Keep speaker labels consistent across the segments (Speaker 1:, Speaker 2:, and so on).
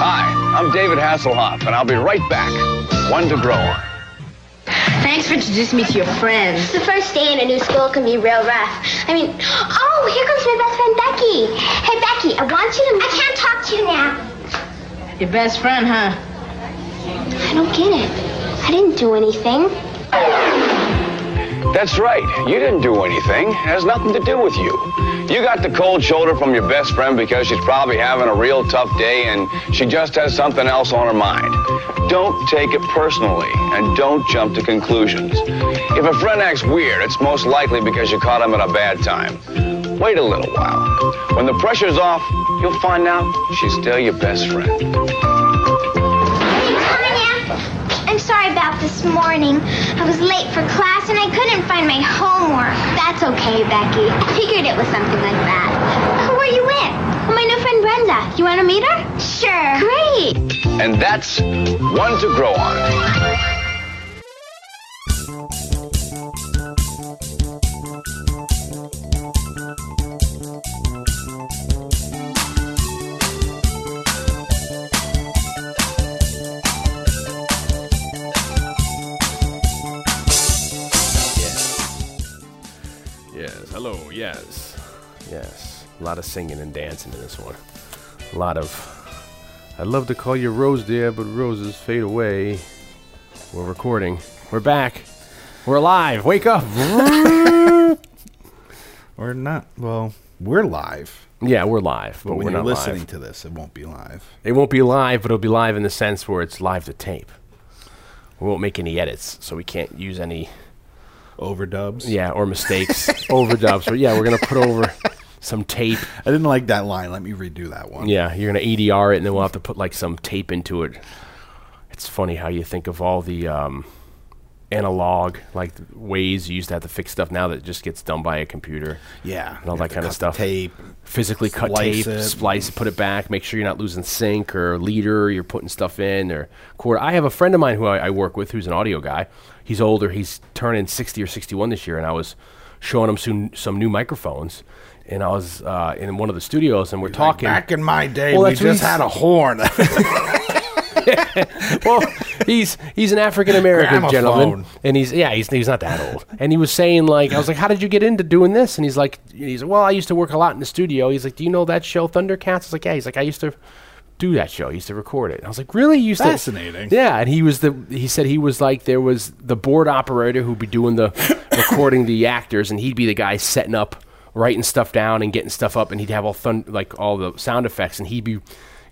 Speaker 1: Hi, I'm David Hasselhoff, and I'll be right back. One to grow on.
Speaker 2: Thanks for introducing me to your friends.
Speaker 3: The first day in a new school can be real rough. I mean, oh, here comes my best friend Becky. Hey, Becky, I want you to. I can't talk to you now.
Speaker 2: Your best friend, huh?
Speaker 3: I don't get it. I didn't do anything.
Speaker 1: That's right. You didn't do anything. It has nothing to do with you. You got the cold shoulder from your best friend because she's probably having a real tough day and she just has something else on her mind. Don't take it personally and don't jump to conclusions. If a friend acts weird, it's most likely because you caught him at a bad time. Wait a little while. When the pressure's off, you'll find out she's still your best friend.
Speaker 3: I'm sorry about this morning. I was late for class and I couldn't find my homework. That's okay, Becky. I figured it was something like that. Who are you with? Well, my new friend Brenda. You want to meet her? Sure. Great.
Speaker 1: And that's one to grow on.
Speaker 4: Yes. Hello. Yes. Yes. A lot of singing and dancing in this one. A lot of. I'd love to call you Rose, dear, but roses fade away. We're recording. We're back. We're alive. Wake up.
Speaker 5: Or not. Well, we're live.
Speaker 4: yeah, we're live, but,
Speaker 5: But when
Speaker 4: we're
Speaker 5: you're
Speaker 4: not
Speaker 5: listening
Speaker 4: live.
Speaker 5: to this, it won't be live.
Speaker 4: It won't be live, but it'll be live in the sense where it's live to tape. We won't make any edits, so we can't use any
Speaker 5: Overdubs.
Speaker 4: yeah or mistakes, overdubs. But yeah, we're gonna put over some tape.
Speaker 5: I didn't like that line. Let me redo that one.
Speaker 4: Yeah, you're gonna ADR it, and then we'll have to put like some tape into it. It's funny how you think of all the um, analog like th- ways you used to have to fix stuff. Now that just gets done by a computer.
Speaker 5: Yeah.
Speaker 4: and all
Speaker 5: You
Speaker 4: that
Speaker 5: have to
Speaker 4: kind of
Speaker 5: cut the
Speaker 4: stuff.
Speaker 5: Tape.
Speaker 4: Physically cut
Speaker 5: Splice
Speaker 4: tape,
Speaker 5: it.
Speaker 4: splice it, put it back. Make sure you're not losing sync or leader. You're putting stuff in or quarter. I have a friend of mine who I, I work with who's an audio guy. He's older. He's turning 60 or 61 this year, and I was showing him some some new microphones. And I was uh, in one of the studios, and we're
Speaker 5: Like,
Speaker 4: talking.
Speaker 5: back in my day,
Speaker 4: Well,
Speaker 5: we
Speaker 4: that's what
Speaker 5: just
Speaker 4: he's-
Speaker 5: had a horn.
Speaker 4: well, he's he's an African American
Speaker 5: Gramophone.
Speaker 4: gentleman, and he's yeah, he's he's not that old. And he was saying like, I was like, how did you get into doing this? And he's like, he's like, well, I used to work a lot in the studio. He's like, do you know that show Thundercats? I was like, yeah. He's like, I used to do that show. I used to record it. And I was like, really? You used
Speaker 5: Fascinating.
Speaker 4: To? Yeah, and he was the he said he was like there was the board operator who'd be doing the recording the actors, and he'd be the guy setting up. Writing stuff down and getting stuff up, and he'd have all thun- like all the sound effects, and he'd be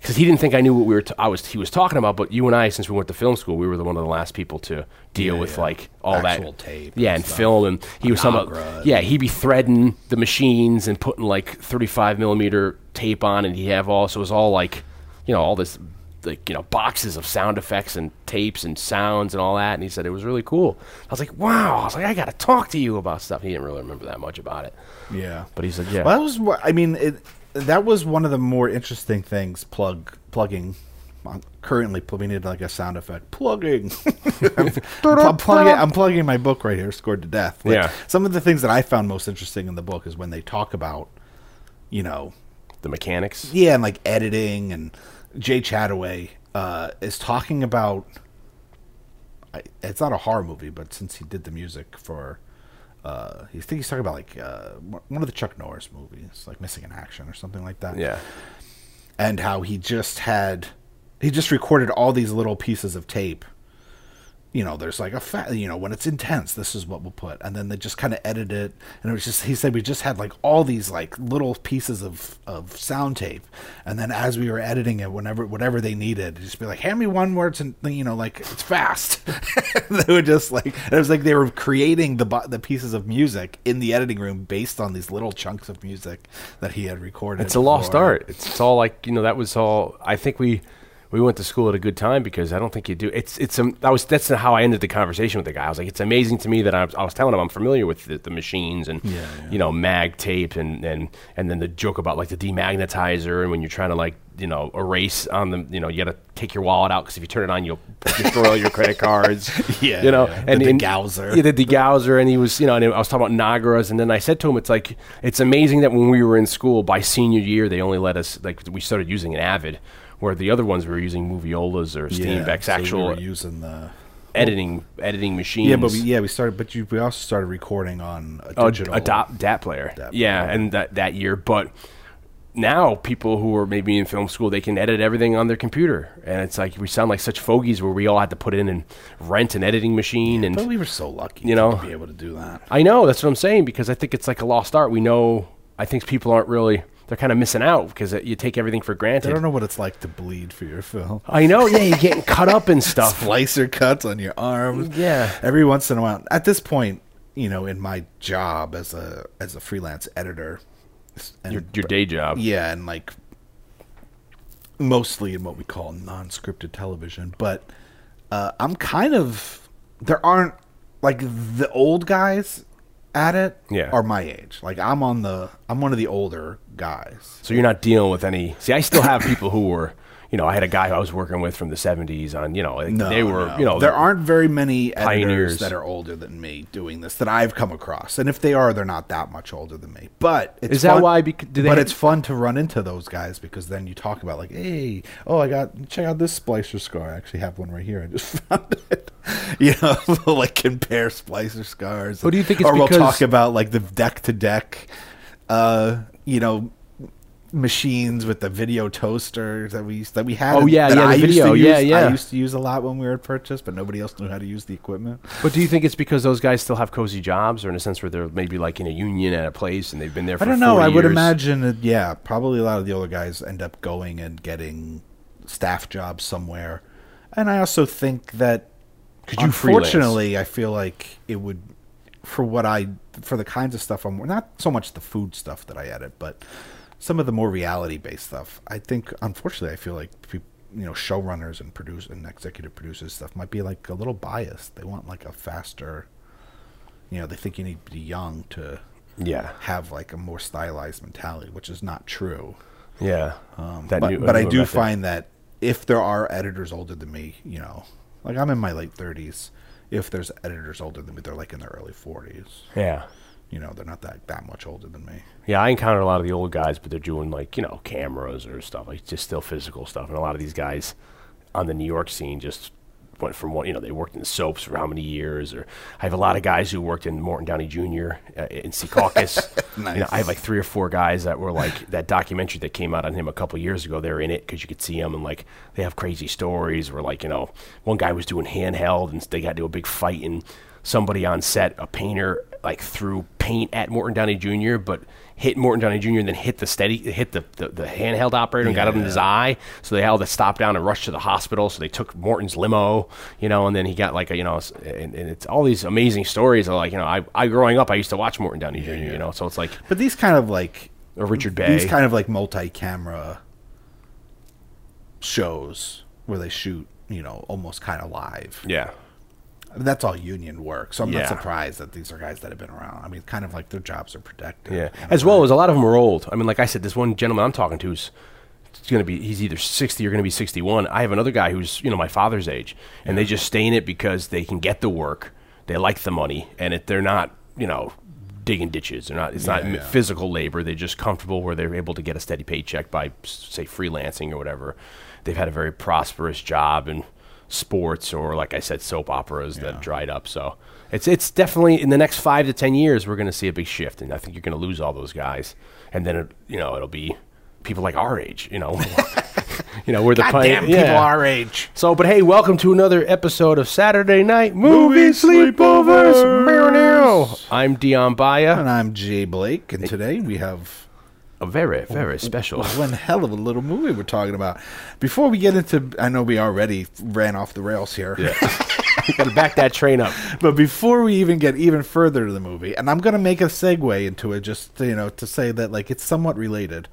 Speaker 4: because he didn't think I knew what we were. T- I was he was talking about, but you and I, since we went to film school, we were the one of the last people to deal with like all
Speaker 5: Actual
Speaker 4: that
Speaker 5: tape
Speaker 4: yeah,
Speaker 5: and
Speaker 4: and
Speaker 5: stuff.
Speaker 4: film, and he was talking
Speaker 5: Agra
Speaker 4: about yeah, he'd be threading the machines and putting like 35 millimeter tape on, and he'd have all so it was all like you know all this like you know boxes of sound effects and tapes and sounds and all that, and he said it was really cool. I was like, wow, I was like, I got to talk to you about stuff. He didn't really remember that much about it,
Speaker 5: yeah.
Speaker 4: but he said, yeah,
Speaker 5: Well, that was. wha- I mean, it, that was one of the more interesting things. Plug plugging. I'm currently plugging into like a sound effect. Plugging. I'm, I'm plugging. I'm plugging my book right here. Scored to death. Like,
Speaker 4: Yeah.
Speaker 5: Some of the things that I found most interesting in the book is when they talk about, you know,
Speaker 4: the mechanics,
Speaker 5: yeah, and like editing and Jay Chataway uh, is talking about. I, it's not a horror movie, but since he did the music for, uh, he think he's talking about like uh, one of the Chuck Norris movies, like Missing in Action or something like that
Speaker 4: yeah,
Speaker 5: and how he just had he just recorded all these little pieces of tape you know there's like a fa- you know when it's intense this is what we'll put and then they just kind of edit it and it was just he said we just had like all these like little pieces of of sound tape and then as we were editing it whenever whatever they needed just be like hand me one where it's in, you know like it's fast they were just like it was like they were creating the bo- the pieces of music in the editing room based on these little chunks of music that he had recorded
Speaker 4: It's a lost
Speaker 5: for-
Speaker 4: art. It's, it's all like you know that was all. I think we we went to school at a good time because I don't think you do. It's it's um, I was that's how I ended the conversation with the guy. I was like, it's amazing to me that I was, I was telling him I'm familiar with the, the machines and
Speaker 5: Yeah, yeah.
Speaker 4: you know mag tape and and and then the joke about like the demagnetizer and when you're trying to like you know erase on the you know you got to take your wallet out because if you turn it on you'll destroy all your credit cards.
Speaker 5: Yeah,
Speaker 4: you know,
Speaker 5: yeah.
Speaker 4: and
Speaker 5: The
Speaker 4: and-
Speaker 5: degauzer.
Speaker 4: Yeah, the degauzer, and he was you know, and I was talking about Nagaras, and then I said to him, it's like it's amazing that when we were in school by senior year they only let us like we started using an Avid. Where the other ones were using moviolas or Steenbeck's
Speaker 5: so we
Speaker 4: actual
Speaker 5: were using the
Speaker 4: editing editing machines.
Speaker 5: yeah, but we, yeah, we started, but you, we also started recording on a
Speaker 4: oh,
Speaker 5: digital.
Speaker 4: a DAP, DAP player.
Speaker 5: DAP
Speaker 4: yeah,
Speaker 5: player.
Speaker 4: and that that year, but now people who are maybe in film school they can edit everything on their computer, and it's like we sound like such fogies where we all had to put in and rent an editing machine and
Speaker 5: But we were so lucky,
Speaker 4: You know?
Speaker 5: to be able to do that.
Speaker 4: I know that's what I'm saying because I think it's like a lost art. We know I think people aren't really they're kind of missing out because you take everything for
Speaker 5: I don't
Speaker 4: granted.
Speaker 5: know what it's like to bleed for your film.
Speaker 4: I know, yeah, you're getting cut up and stuff.
Speaker 5: Splicer cuts on your arms.
Speaker 4: Yeah.
Speaker 5: Every once in a while. At this point, you know, in my job as a as a freelance editor, s- and
Speaker 4: Your, your day job,
Speaker 5: yeah, and like mostly in what we call non-scripted television, but uh, I'm kind of there aren't like the old guys at it
Speaker 4: Yeah.
Speaker 5: are my age. Like I'm on the I'm one of the older guys.
Speaker 4: so you're not dealing with any. See, I still have people who were, you know, I had a guy who I was working with from the '70s on, you know,
Speaker 5: No,
Speaker 4: they were,
Speaker 5: no.
Speaker 4: you know,
Speaker 5: there aren't very many
Speaker 4: pioneers.
Speaker 5: editors that are older than me doing this that I've come across, and if they are, they're not that much older than me. But it's
Speaker 4: Is that
Speaker 5: fun-
Speaker 4: why bec- do they
Speaker 5: but
Speaker 4: have-
Speaker 5: it's fun to run into those guys because then you talk about like, hey, oh, I got check out this splicer scar. I actually have one right here. I just found it. You know, we'll like compare splicer scars.
Speaker 4: Well, do you think it's
Speaker 5: or we'll
Speaker 4: because-
Speaker 5: talk about like the deck to deck, uh, you know. Machines with the video toaster that we used, that we had.
Speaker 4: Oh,
Speaker 5: and-
Speaker 4: yeah,
Speaker 5: that
Speaker 4: yeah, the
Speaker 5: I used to
Speaker 4: video, yeah,
Speaker 5: use-
Speaker 4: yeah.
Speaker 5: I used to use a lot when we were at purchase, but nobody else knew how to use the equipment.
Speaker 4: But do you think it's because those guys still have cozy jobs, or in a sense where they're maybe like in a union at a place and they've been there? for
Speaker 5: I don't know.
Speaker 4: 40
Speaker 5: I would
Speaker 4: years?
Speaker 5: imagine, that, yeah, probably a lot of the older guys end up going and getting staff jobs somewhere. And I also think that,
Speaker 4: Could you freelance?
Speaker 5: unfortunately, I feel like it would, for what I, for the kinds of stuff I'm, not so much the food stuff that I edit, but some of the more reality based stuff. I think, unfortunately, I feel like people. You know, showrunners and produce and executive producers stuff might be like a little biased. They want like a faster, you know, they think you need to be young to
Speaker 4: Yeah,
Speaker 5: have like a more stylized mentality, which is not true.
Speaker 4: yeah. Um, that
Speaker 5: but
Speaker 4: new-
Speaker 5: but I
Speaker 4: newer
Speaker 5: do
Speaker 4: method.
Speaker 5: find that if there are editors older than me, you know, like I'm in my late 30s, if there's editors older than me, they're like in their early 40s.
Speaker 4: yeah.
Speaker 5: You know, they're not that that much older than me.
Speaker 4: Yeah, I encountered a lot of the old guys, but they're doing like you know cameras or stuff like just still physical stuff. And a lot of these guys on the New York scene just went from one you know they worked in soaps for how many years. Or I have a lot of guys who worked in Morton Downey Jr. Uh, in Secaucus. You know, I have like three or four guys that were like that documentary that came out on him a couple years ago. They're in it because you could see them and like they have crazy stories. Where like you know one guy was doing handheld and they got into a big fight and somebody on set, a painter, like threw paint at Morton Downey Jr., but hit Morton Downey Jr. and then hit the steady, hit the, the, the handheld operator and got him in his eye. So they had to stop down and rush to the hospital. So they took Morton's limo, you know, and then he got like a, you know, s- and, and it's all these amazing stories. Of like, you know, I, I growing up, I used to watch Morton Downey Jr., you know, so it's like
Speaker 5: But these kind of like
Speaker 4: a Richard Bay.
Speaker 5: these kind of like multi-camera shows where they shoot, you know, almost kind of live.
Speaker 4: yeah.
Speaker 5: I mean, that's all union work, so I'm
Speaker 4: Yeah.
Speaker 5: not surprised that these are guys that have been around. I mean, kind of like their jobs are protected.
Speaker 4: Yeah,
Speaker 5: you know,
Speaker 4: as well as a lot of them are old. I mean, like I said, this one gentleman I'm talking to is going to be he's either 60 or going to be 61. I have another guy who's you know my father's age, and they just stay in it because they can get the work, they like the money, and if they're not you know digging ditches, they're not it's not m
Speaker 5: yeah.
Speaker 4: physical labor. They're just comfortable where they're able to get a steady paycheck by s- say freelancing or whatever. They've had a very prosperous job in sports or like I said soap operas that dried up. So it's it's definitely in the next 5 to 10 years we're going to see a big shift and I think you're going to lose all those guys and then it, you know it'll be people like our age, you know. you know, we're the pioneer-
Speaker 5: Goddamn people
Speaker 4: yeah.
Speaker 5: our age.
Speaker 4: So, but hey, welcome to another episode of Saturday Night Movie,
Speaker 5: Movie
Speaker 4: Sleepovers.
Speaker 5: Sleepovers.
Speaker 4: Meow, meow. I'm Dion Baya.
Speaker 5: And I'm Jay Blake, and today we have
Speaker 4: A very, very special.
Speaker 5: one hell of a little movie we're talking about. Before we get into, I know we already ran off the rails here,
Speaker 4: Gotta back that train up.
Speaker 5: but before we even get even further to the movie, and I'm going to make a segue into it just, you know, to say that, like, it's somewhat related.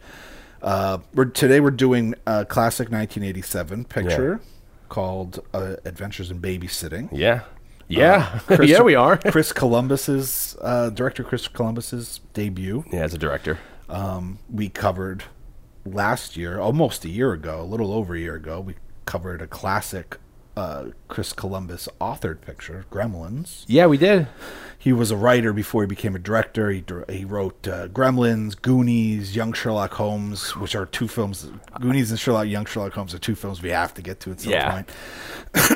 Speaker 5: Uh, we're today we're doing a classic 1987 picture called uh, Adventures in Babysitting.
Speaker 4: Yeah. Yeah.
Speaker 5: Chris-
Speaker 4: yeah, we are.
Speaker 5: Chris Columbus's uh, director Chris Columbus's debut.
Speaker 4: Yeah, as a director.
Speaker 5: Um, we covered last year, almost a year ago, a little over a year ago. We covered a classic uh, Chris Columbus authored picture, Gremlins.
Speaker 4: Yeah, we did.
Speaker 5: He was a writer before he became a director. He dir- he wrote uh, Gremlins, Goonies, Young Sherlock Holmes, which are two films. Goonies and Sherlock Young Sherlock Holmes are two films we have to get to at some
Speaker 4: Yeah.
Speaker 5: point.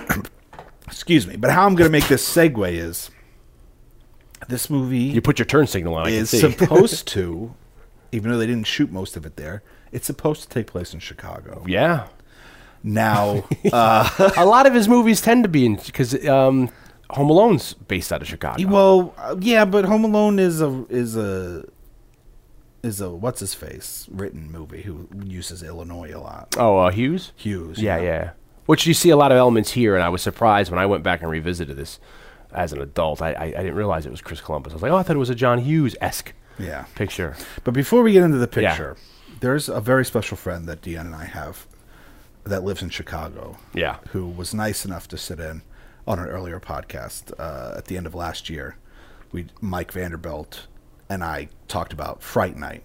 Speaker 5: Excuse me, but how I'm going to make this segue is this movie
Speaker 4: You put your turn signal on. I can
Speaker 5: is
Speaker 4: see.
Speaker 5: supposed to, even though they didn't shoot most of it there, it's supposed to take place in Chicago.
Speaker 4: yeah.
Speaker 5: Now, uh,
Speaker 4: a lot of his movies tend to be in because um, Home Alone's based out of Chicago.
Speaker 5: well, uh, yeah, but Home Alone is a is a is a what's his face written movie who uses Illinois a lot.
Speaker 4: oh, uh, Hughes.
Speaker 5: Hughes,
Speaker 4: Yeah, yeah. Which you see a lot of elements here, and I was surprised when I went back and revisited this as an adult. I, I, I didn't realize it was Chris Columbus. I was like, oh, I thought it was a John Hughes esque
Speaker 5: Yeah.
Speaker 4: picture.
Speaker 5: But before we get into the
Speaker 4: Yeah.
Speaker 5: picture, there's a very special friend that Dion and I have that lives in Chicago.
Speaker 4: Yeah.
Speaker 5: Who was nice enough to sit in on an earlier podcast uh, at the end of last year. We Mike Vanderbilt and I talked about Fright Night.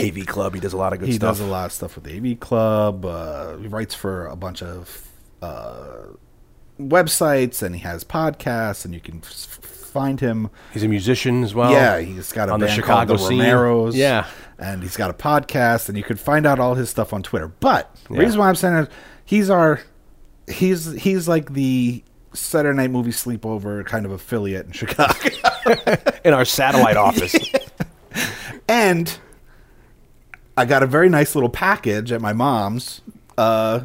Speaker 4: AV Club. He does a lot of good
Speaker 5: he does a lot of stuff with the AV Club. Uh, he writes for a bunch of uh, websites and he has podcasts, and you can f- find him
Speaker 4: He's a musician as well.
Speaker 5: yeah, he's got a
Speaker 4: Oh, on
Speaker 5: band
Speaker 4: the Chicago
Speaker 5: called the
Speaker 4: scene.
Speaker 5: Romeros.
Speaker 4: Yeah.
Speaker 5: and he's got a podcast, and you can find out all his stuff on Twitter. But the reason why I'm saying that he's our he's he's like the Saturday Night Movie Sleepover kind of affiliate in Chicago,
Speaker 4: In our satellite office.
Speaker 5: and I got a very nice little package at my mom's, uh,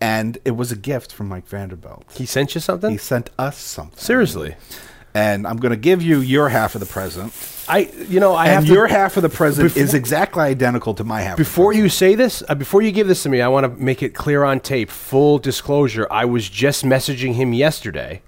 Speaker 5: and it was a gift from Mike Vanderbilt.
Speaker 4: He sent you something?
Speaker 5: He sent us something,
Speaker 4: Seriously.
Speaker 5: and I'm going to give you your half of the present.
Speaker 4: I, you know, I have
Speaker 5: and
Speaker 4: to.
Speaker 5: your half of the present
Speaker 4: Before-
Speaker 5: is exactly identical to my half. of the
Speaker 4: Before you say this, uh, before you give this to me, I want to make it clear on tape. Full disclosure: I was just messaging him yesterday,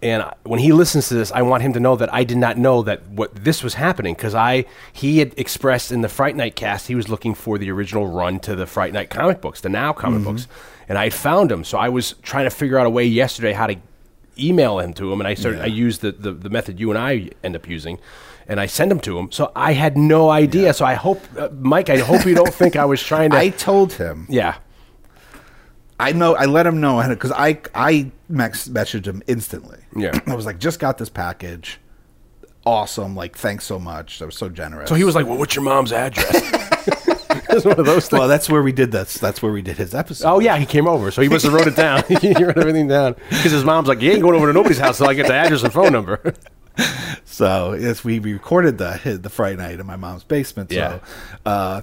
Speaker 4: and I, when he listens to this, I want him to know that I did not know that what this was happening because I he had expressed in the Fright Night cast he was looking for the original run to the Fright Night comic books, the now comic books, and I had found him. So I was trying to figure out a way yesterday how to email him to him, and I started. I used the, the the method you and I end up using. And I send him to him, so I had no idea. So I hope, uh, Mike, I hope you don't think I was trying to.
Speaker 5: I told him.
Speaker 4: yeah,
Speaker 5: I know. I let him know because I I mex- messaged him instantly.
Speaker 4: Yeah.
Speaker 5: I was like, just got this package. Awesome. Like, thanks so much. That was so generous.
Speaker 4: so he was like, "Well, what's your mom's address?" it was one of those things.
Speaker 5: Well, that's where we did this. That's where we did his episode.
Speaker 4: Oh yeah, he came over, so he must have wrote it down. he wrote everything down because his mom's like, "You ain't going over to nobody's house till I get the address and phone number."
Speaker 5: So yes, we recorded the hit the Friday night in my mom's basement.
Speaker 4: Yeah.
Speaker 5: So, uh,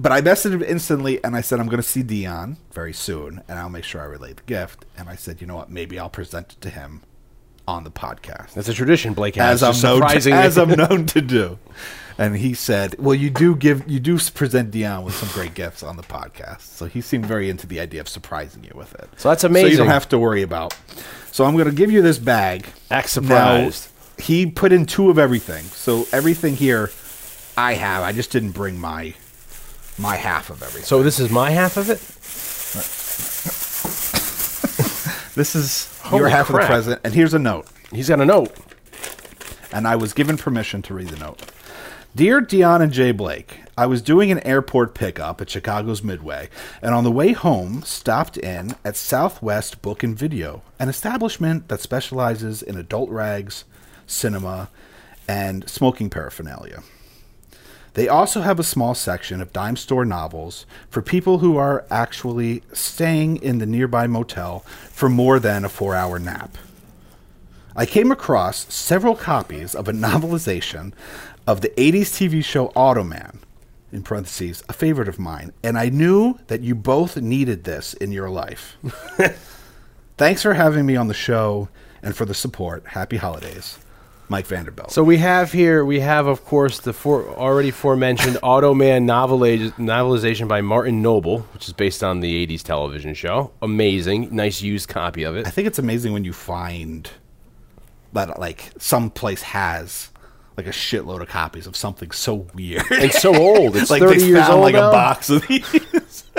Speaker 5: but I messaged him instantly, and I said I'm going to see Dion very soon, and I'll make sure I relay the gift. And I said, you know what? Maybe I'll present it to him on the podcast.
Speaker 4: That's a tradition Blake has.
Speaker 5: as I'm
Speaker 4: just
Speaker 5: known to,
Speaker 4: surprisingly-
Speaker 5: as I'm known to do. And he said, "Well, you do give you do present Dion with some great gifts on the podcast." So he seemed very into the idea of surprising you with it.
Speaker 4: So that's
Speaker 5: So you
Speaker 4: amazing.
Speaker 5: don't have to worry about. So I'm going to give you this bag.
Speaker 4: Act surprised.
Speaker 5: Now, he put in two of everything. So everything here, I have. I just didn't bring my my half of everything. So
Speaker 4: so this is my half of it.
Speaker 5: this is your
Speaker 4: Holy
Speaker 5: half of
Speaker 4: crap.
Speaker 5: the present. And here's a note.
Speaker 4: He's got a note.
Speaker 5: and I was given permission to read the note. Dear Dion and Jay Blake, I was doing an airport pickup at Chicago's Midway, and on the way home, stopped in at Southwest Book and Video, an establishment that specializes in adult rags, cinema, and smoking paraphernalia. They also have a small section of dime store novels for people who are actually staying in the nearby motel for more than a four hour nap. I came across several copies of a novelization of the 80s TV show Automan, in parentheses, a favorite of mine, and I knew that you both needed this in your life. Thanks for having me on the show and for the support. Happy holidays. Mike Vanderbilt.
Speaker 4: So we have here, we have, of course, the for, already aforementioned Automan noveliz- novelization by Martin Noble, which is based on the 80s television show. Amazing. Nice used copy of it.
Speaker 5: I think it's amazing when you find that like some place has like a shitload of copies of something so weird.
Speaker 4: It's so old. It's
Speaker 5: like
Speaker 4: thirty
Speaker 5: they
Speaker 4: years
Speaker 5: found
Speaker 4: old
Speaker 5: like
Speaker 4: now.
Speaker 5: a box of these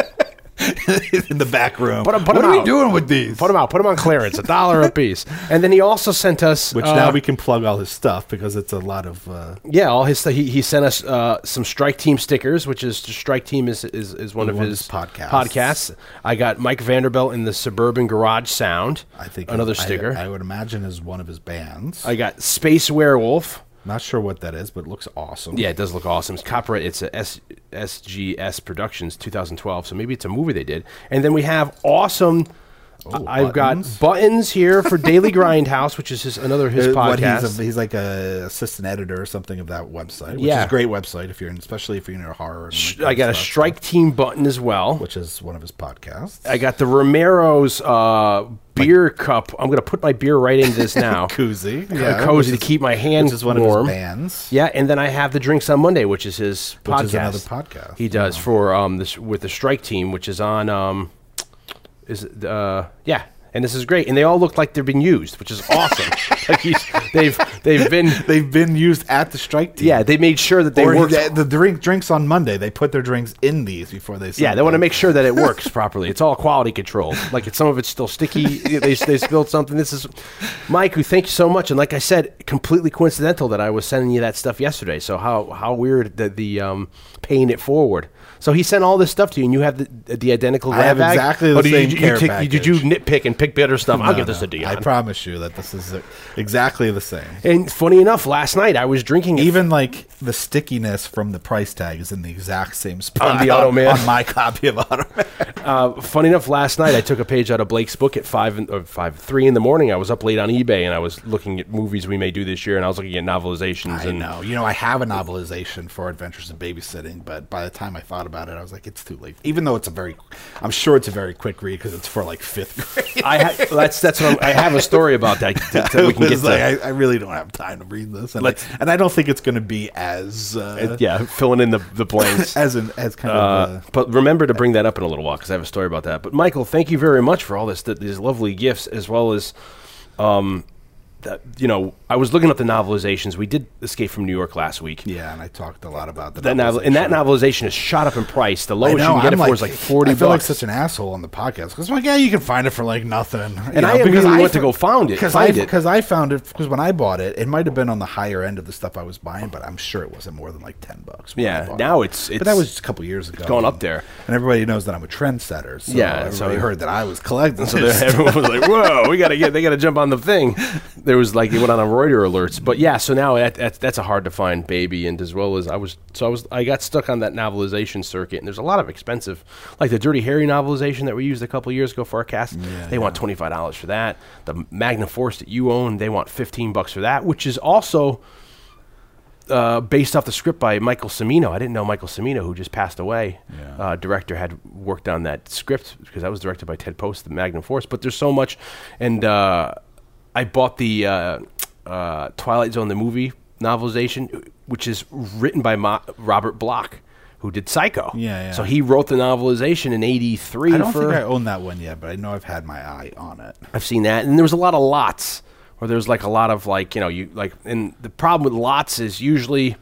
Speaker 5: in the back room.
Speaker 4: Put 'em- put
Speaker 5: what
Speaker 4: 'em
Speaker 5: are
Speaker 4: out.
Speaker 5: we doing with these?
Speaker 4: Put them out. Put them on clearance. A dollar a piece. And then he also sent us,
Speaker 5: Which
Speaker 4: uh,
Speaker 5: now we can plug all his stuff because it's a lot of. Uh,
Speaker 4: yeah, all his stuff. He, he sent us uh, some Strike Team stickers, which is Strike Team is is, is one of
Speaker 5: One of
Speaker 4: his
Speaker 5: his podcasts.
Speaker 4: podcasts. I got Mike Vanderbilt in the Suburban Garage Sound.
Speaker 5: I think
Speaker 4: another
Speaker 5: I-
Speaker 4: sticker.
Speaker 5: I, would imagine is one of his bands.
Speaker 4: I got Space Werewolf.
Speaker 5: Not sure what that is, but it looks awesome. Uh,
Speaker 4: Yeah, it does look awesome. It's copyright. It's a S, SGS Productions 2012. So maybe it's a movie they did. And then we have awesome. I- I've
Speaker 5: Oh, buttons.
Speaker 4: got buttons here for Daily Grindhouse, which is his another his
Speaker 5: Uh, what
Speaker 4: podcast.
Speaker 5: he's, a, he's like a assistant editor or something of that website, which is
Speaker 4: Yeah.
Speaker 5: a great website if you're in, especially if you're into horror. And like
Speaker 4: I
Speaker 5: that
Speaker 4: got a
Speaker 5: stuff,
Speaker 4: Strike Team button as well.
Speaker 5: which is one of his podcasts.
Speaker 4: I got the Romero's uh, beer cup. I'm going to put my beer right into this now.
Speaker 5: Koozie,
Speaker 4: A cozy
Speaker 5: which
Speaker 4: to keep my hand
Speaker 5: which is one
Speaker 4: warm.
Speaker 5: of his bands.
Speaker 4: Yeah, and then I have the drinks on Monday, which is his podcast.
Speaker 5: Which is another podcast,
Speaker 4: he does for um this with the Strike Team, which is on um is it, uh yeah. And this is great, and they all look like they've been used, which is awesome. like he's, they've they've been
Speaker 5: they've been used at the strike team.
Speaker 4: yeah they made sure that they
Speaker 5: Or
Speaker 4: worked.
Speaker 5: the, the drink drinks on Monday. They put their drinks in these before they.
Speaker 4: yeah,
Speaker 5: sell
Speaker 4: they want to
Speaker 5: them.
Speaker 4: make sure that it works properly. It's all quality control. Like it's, some of it's still sticky. they they spilled something. This is Mike. Who thank you so much. And like I said, completely coincidental that I was sending you that stuff yesterday. So how how weird that the um, paying it forward. So he sent all this stuff to you, and you have the, the identical.
Speaker 5: I
Speaker 4: grab
Speaker 5: have
Speaker 4: bag?
Speaker 5: exactly the
Speaker 4: Or did
Speaker 5: same
Speaker 4: You,
Speaker 5: care
Speaker 4: you take- you- did you nitpick and pick better stuff? I'll
Speaker 5: No,
Speaker 4: give this
Speaker 5: no,
Speaker 4: to Dion.
Speaker 5: I promise you that this is uh, exactly the same.
Speaker 4: and funny enough, last night I was drinking it
Speaker 5: Even like the stickiness from the price tag is in the exact same spot
Speaker 4: the Automan.
Speaker 5: on my copy of Automan.
Speaker 4: funny enough, last night I took a page out of Blake's book at five in- or five three in the morning. I was up late on eBay and I was looking at movies we may do this year, and I was looking at novelizations.
Speaker 5: I
Speaker 4: and
Speaker 5: know. You know, I have a novelization for Adventures in Babysitting, but by the time I thought about it, I was like, it's too late. Even though it's a very, I'm sure it's a very quick read because it's for like fifth grade.
Speaker 4: I ha- that's that's what I'm, I have a story about that that, that we can get
Speaker 5: It's like,
Speaker 4: to.
Speaker 5: I, I really don't have time to read this, and, I,
Speaker 4: Let's-
Speaker 5: and I don't think it's going to be as uh,
Speaker 4: yeah, filling in the the blanks.
Speaker 5: as an as kind
Speaker 4: Uh,
Speaker 5: of. Uh,
Speaker 4: but remember to bring that up in a little while because I have a story about that. But Michael, thank you very much for all this, th- these lovely gifts, as well as, um, that, you know, I was looking up the novelizations. We did Escape from New York last week.
Speaker 5: yeah, and I talked a lot about the
Speaker 4: That novel and that
Speaker 5: novelization.
Speaker 4: novelization is shot up in price. The
Speaker 5: I
Speaker 4: lowest you Oh, can get
Speaker 5: I'm
Speaker 4: it for is like forty
Speaker 5: I feel
Speaker 4: bucks.
Speaker 5: like such an asshole on the podcast because like, yeah, you can find it for like nothing, and
Speaker 4: I immediately went to go found it,
Speaker 5: because
Speaker 4: find
Speaker 5: I
Speaker 4: it.
Speaker 5: because I found it because when I bought it, it might have been on the higher end of the stuff I was buying, but I'm sure it wasn't more than like ten bucks. when I
Speaker 4: Yeah,
Speaker 5: bought
Speaker 4: now
Speaker 5: it.
Speaker 4: it's-
Speaker 5: but
Speaker 4: it's
Speaker 5: that was just a couple years ago.
Speaker 4: gone up
Speaker 5: and-
Speaker 4: there.
Speaker 5: and everybody knows that I'm a trendsetter. So
Speaker 4: Yeah,
Speaker 5: yeah,
Speaker 4: so-
Speaker 5: so heard that I was collecting.
Speaker 4: So there, everyone was like, "Whoa, we gotta get, they gotta jump on the thing." There was like, it went on a Reuter alerts, but yeah. So now that, that, that's a hard to find baby, and as well as I was, so I was, I got stuck on that novelization circuit, and there's a lot of expensive, like the Dirty Harry novelization that we used a couple years ago for our cast. they want twenty five dollars for that. The Magna Force that you own, they want fifteen bucks for that, which is also. Uh, based off the script by Michael Cimino. I didn't know Michael Cimino, who just passed away, uh, director, had worked on that script because that was directed by Ted Post, the Magnum Force. But there's so much, and uh, I bought the uh, uh, Twilight Zone the movie novelization, which is written by Ma- Robert Block, who did Psycho.
Speaker 5: Yeah, yeah.
Speaker 4: So he wrote the novelization in '83.
Speaker 5: I don't
Speaker 4: for,
Speaker 5: think I own that one yet, but I know I've had my eye on it.
Speaker 4: I've seen that, and there was a lot of lots, or there's like a lot of like you know you like, and the problem with lots is usually.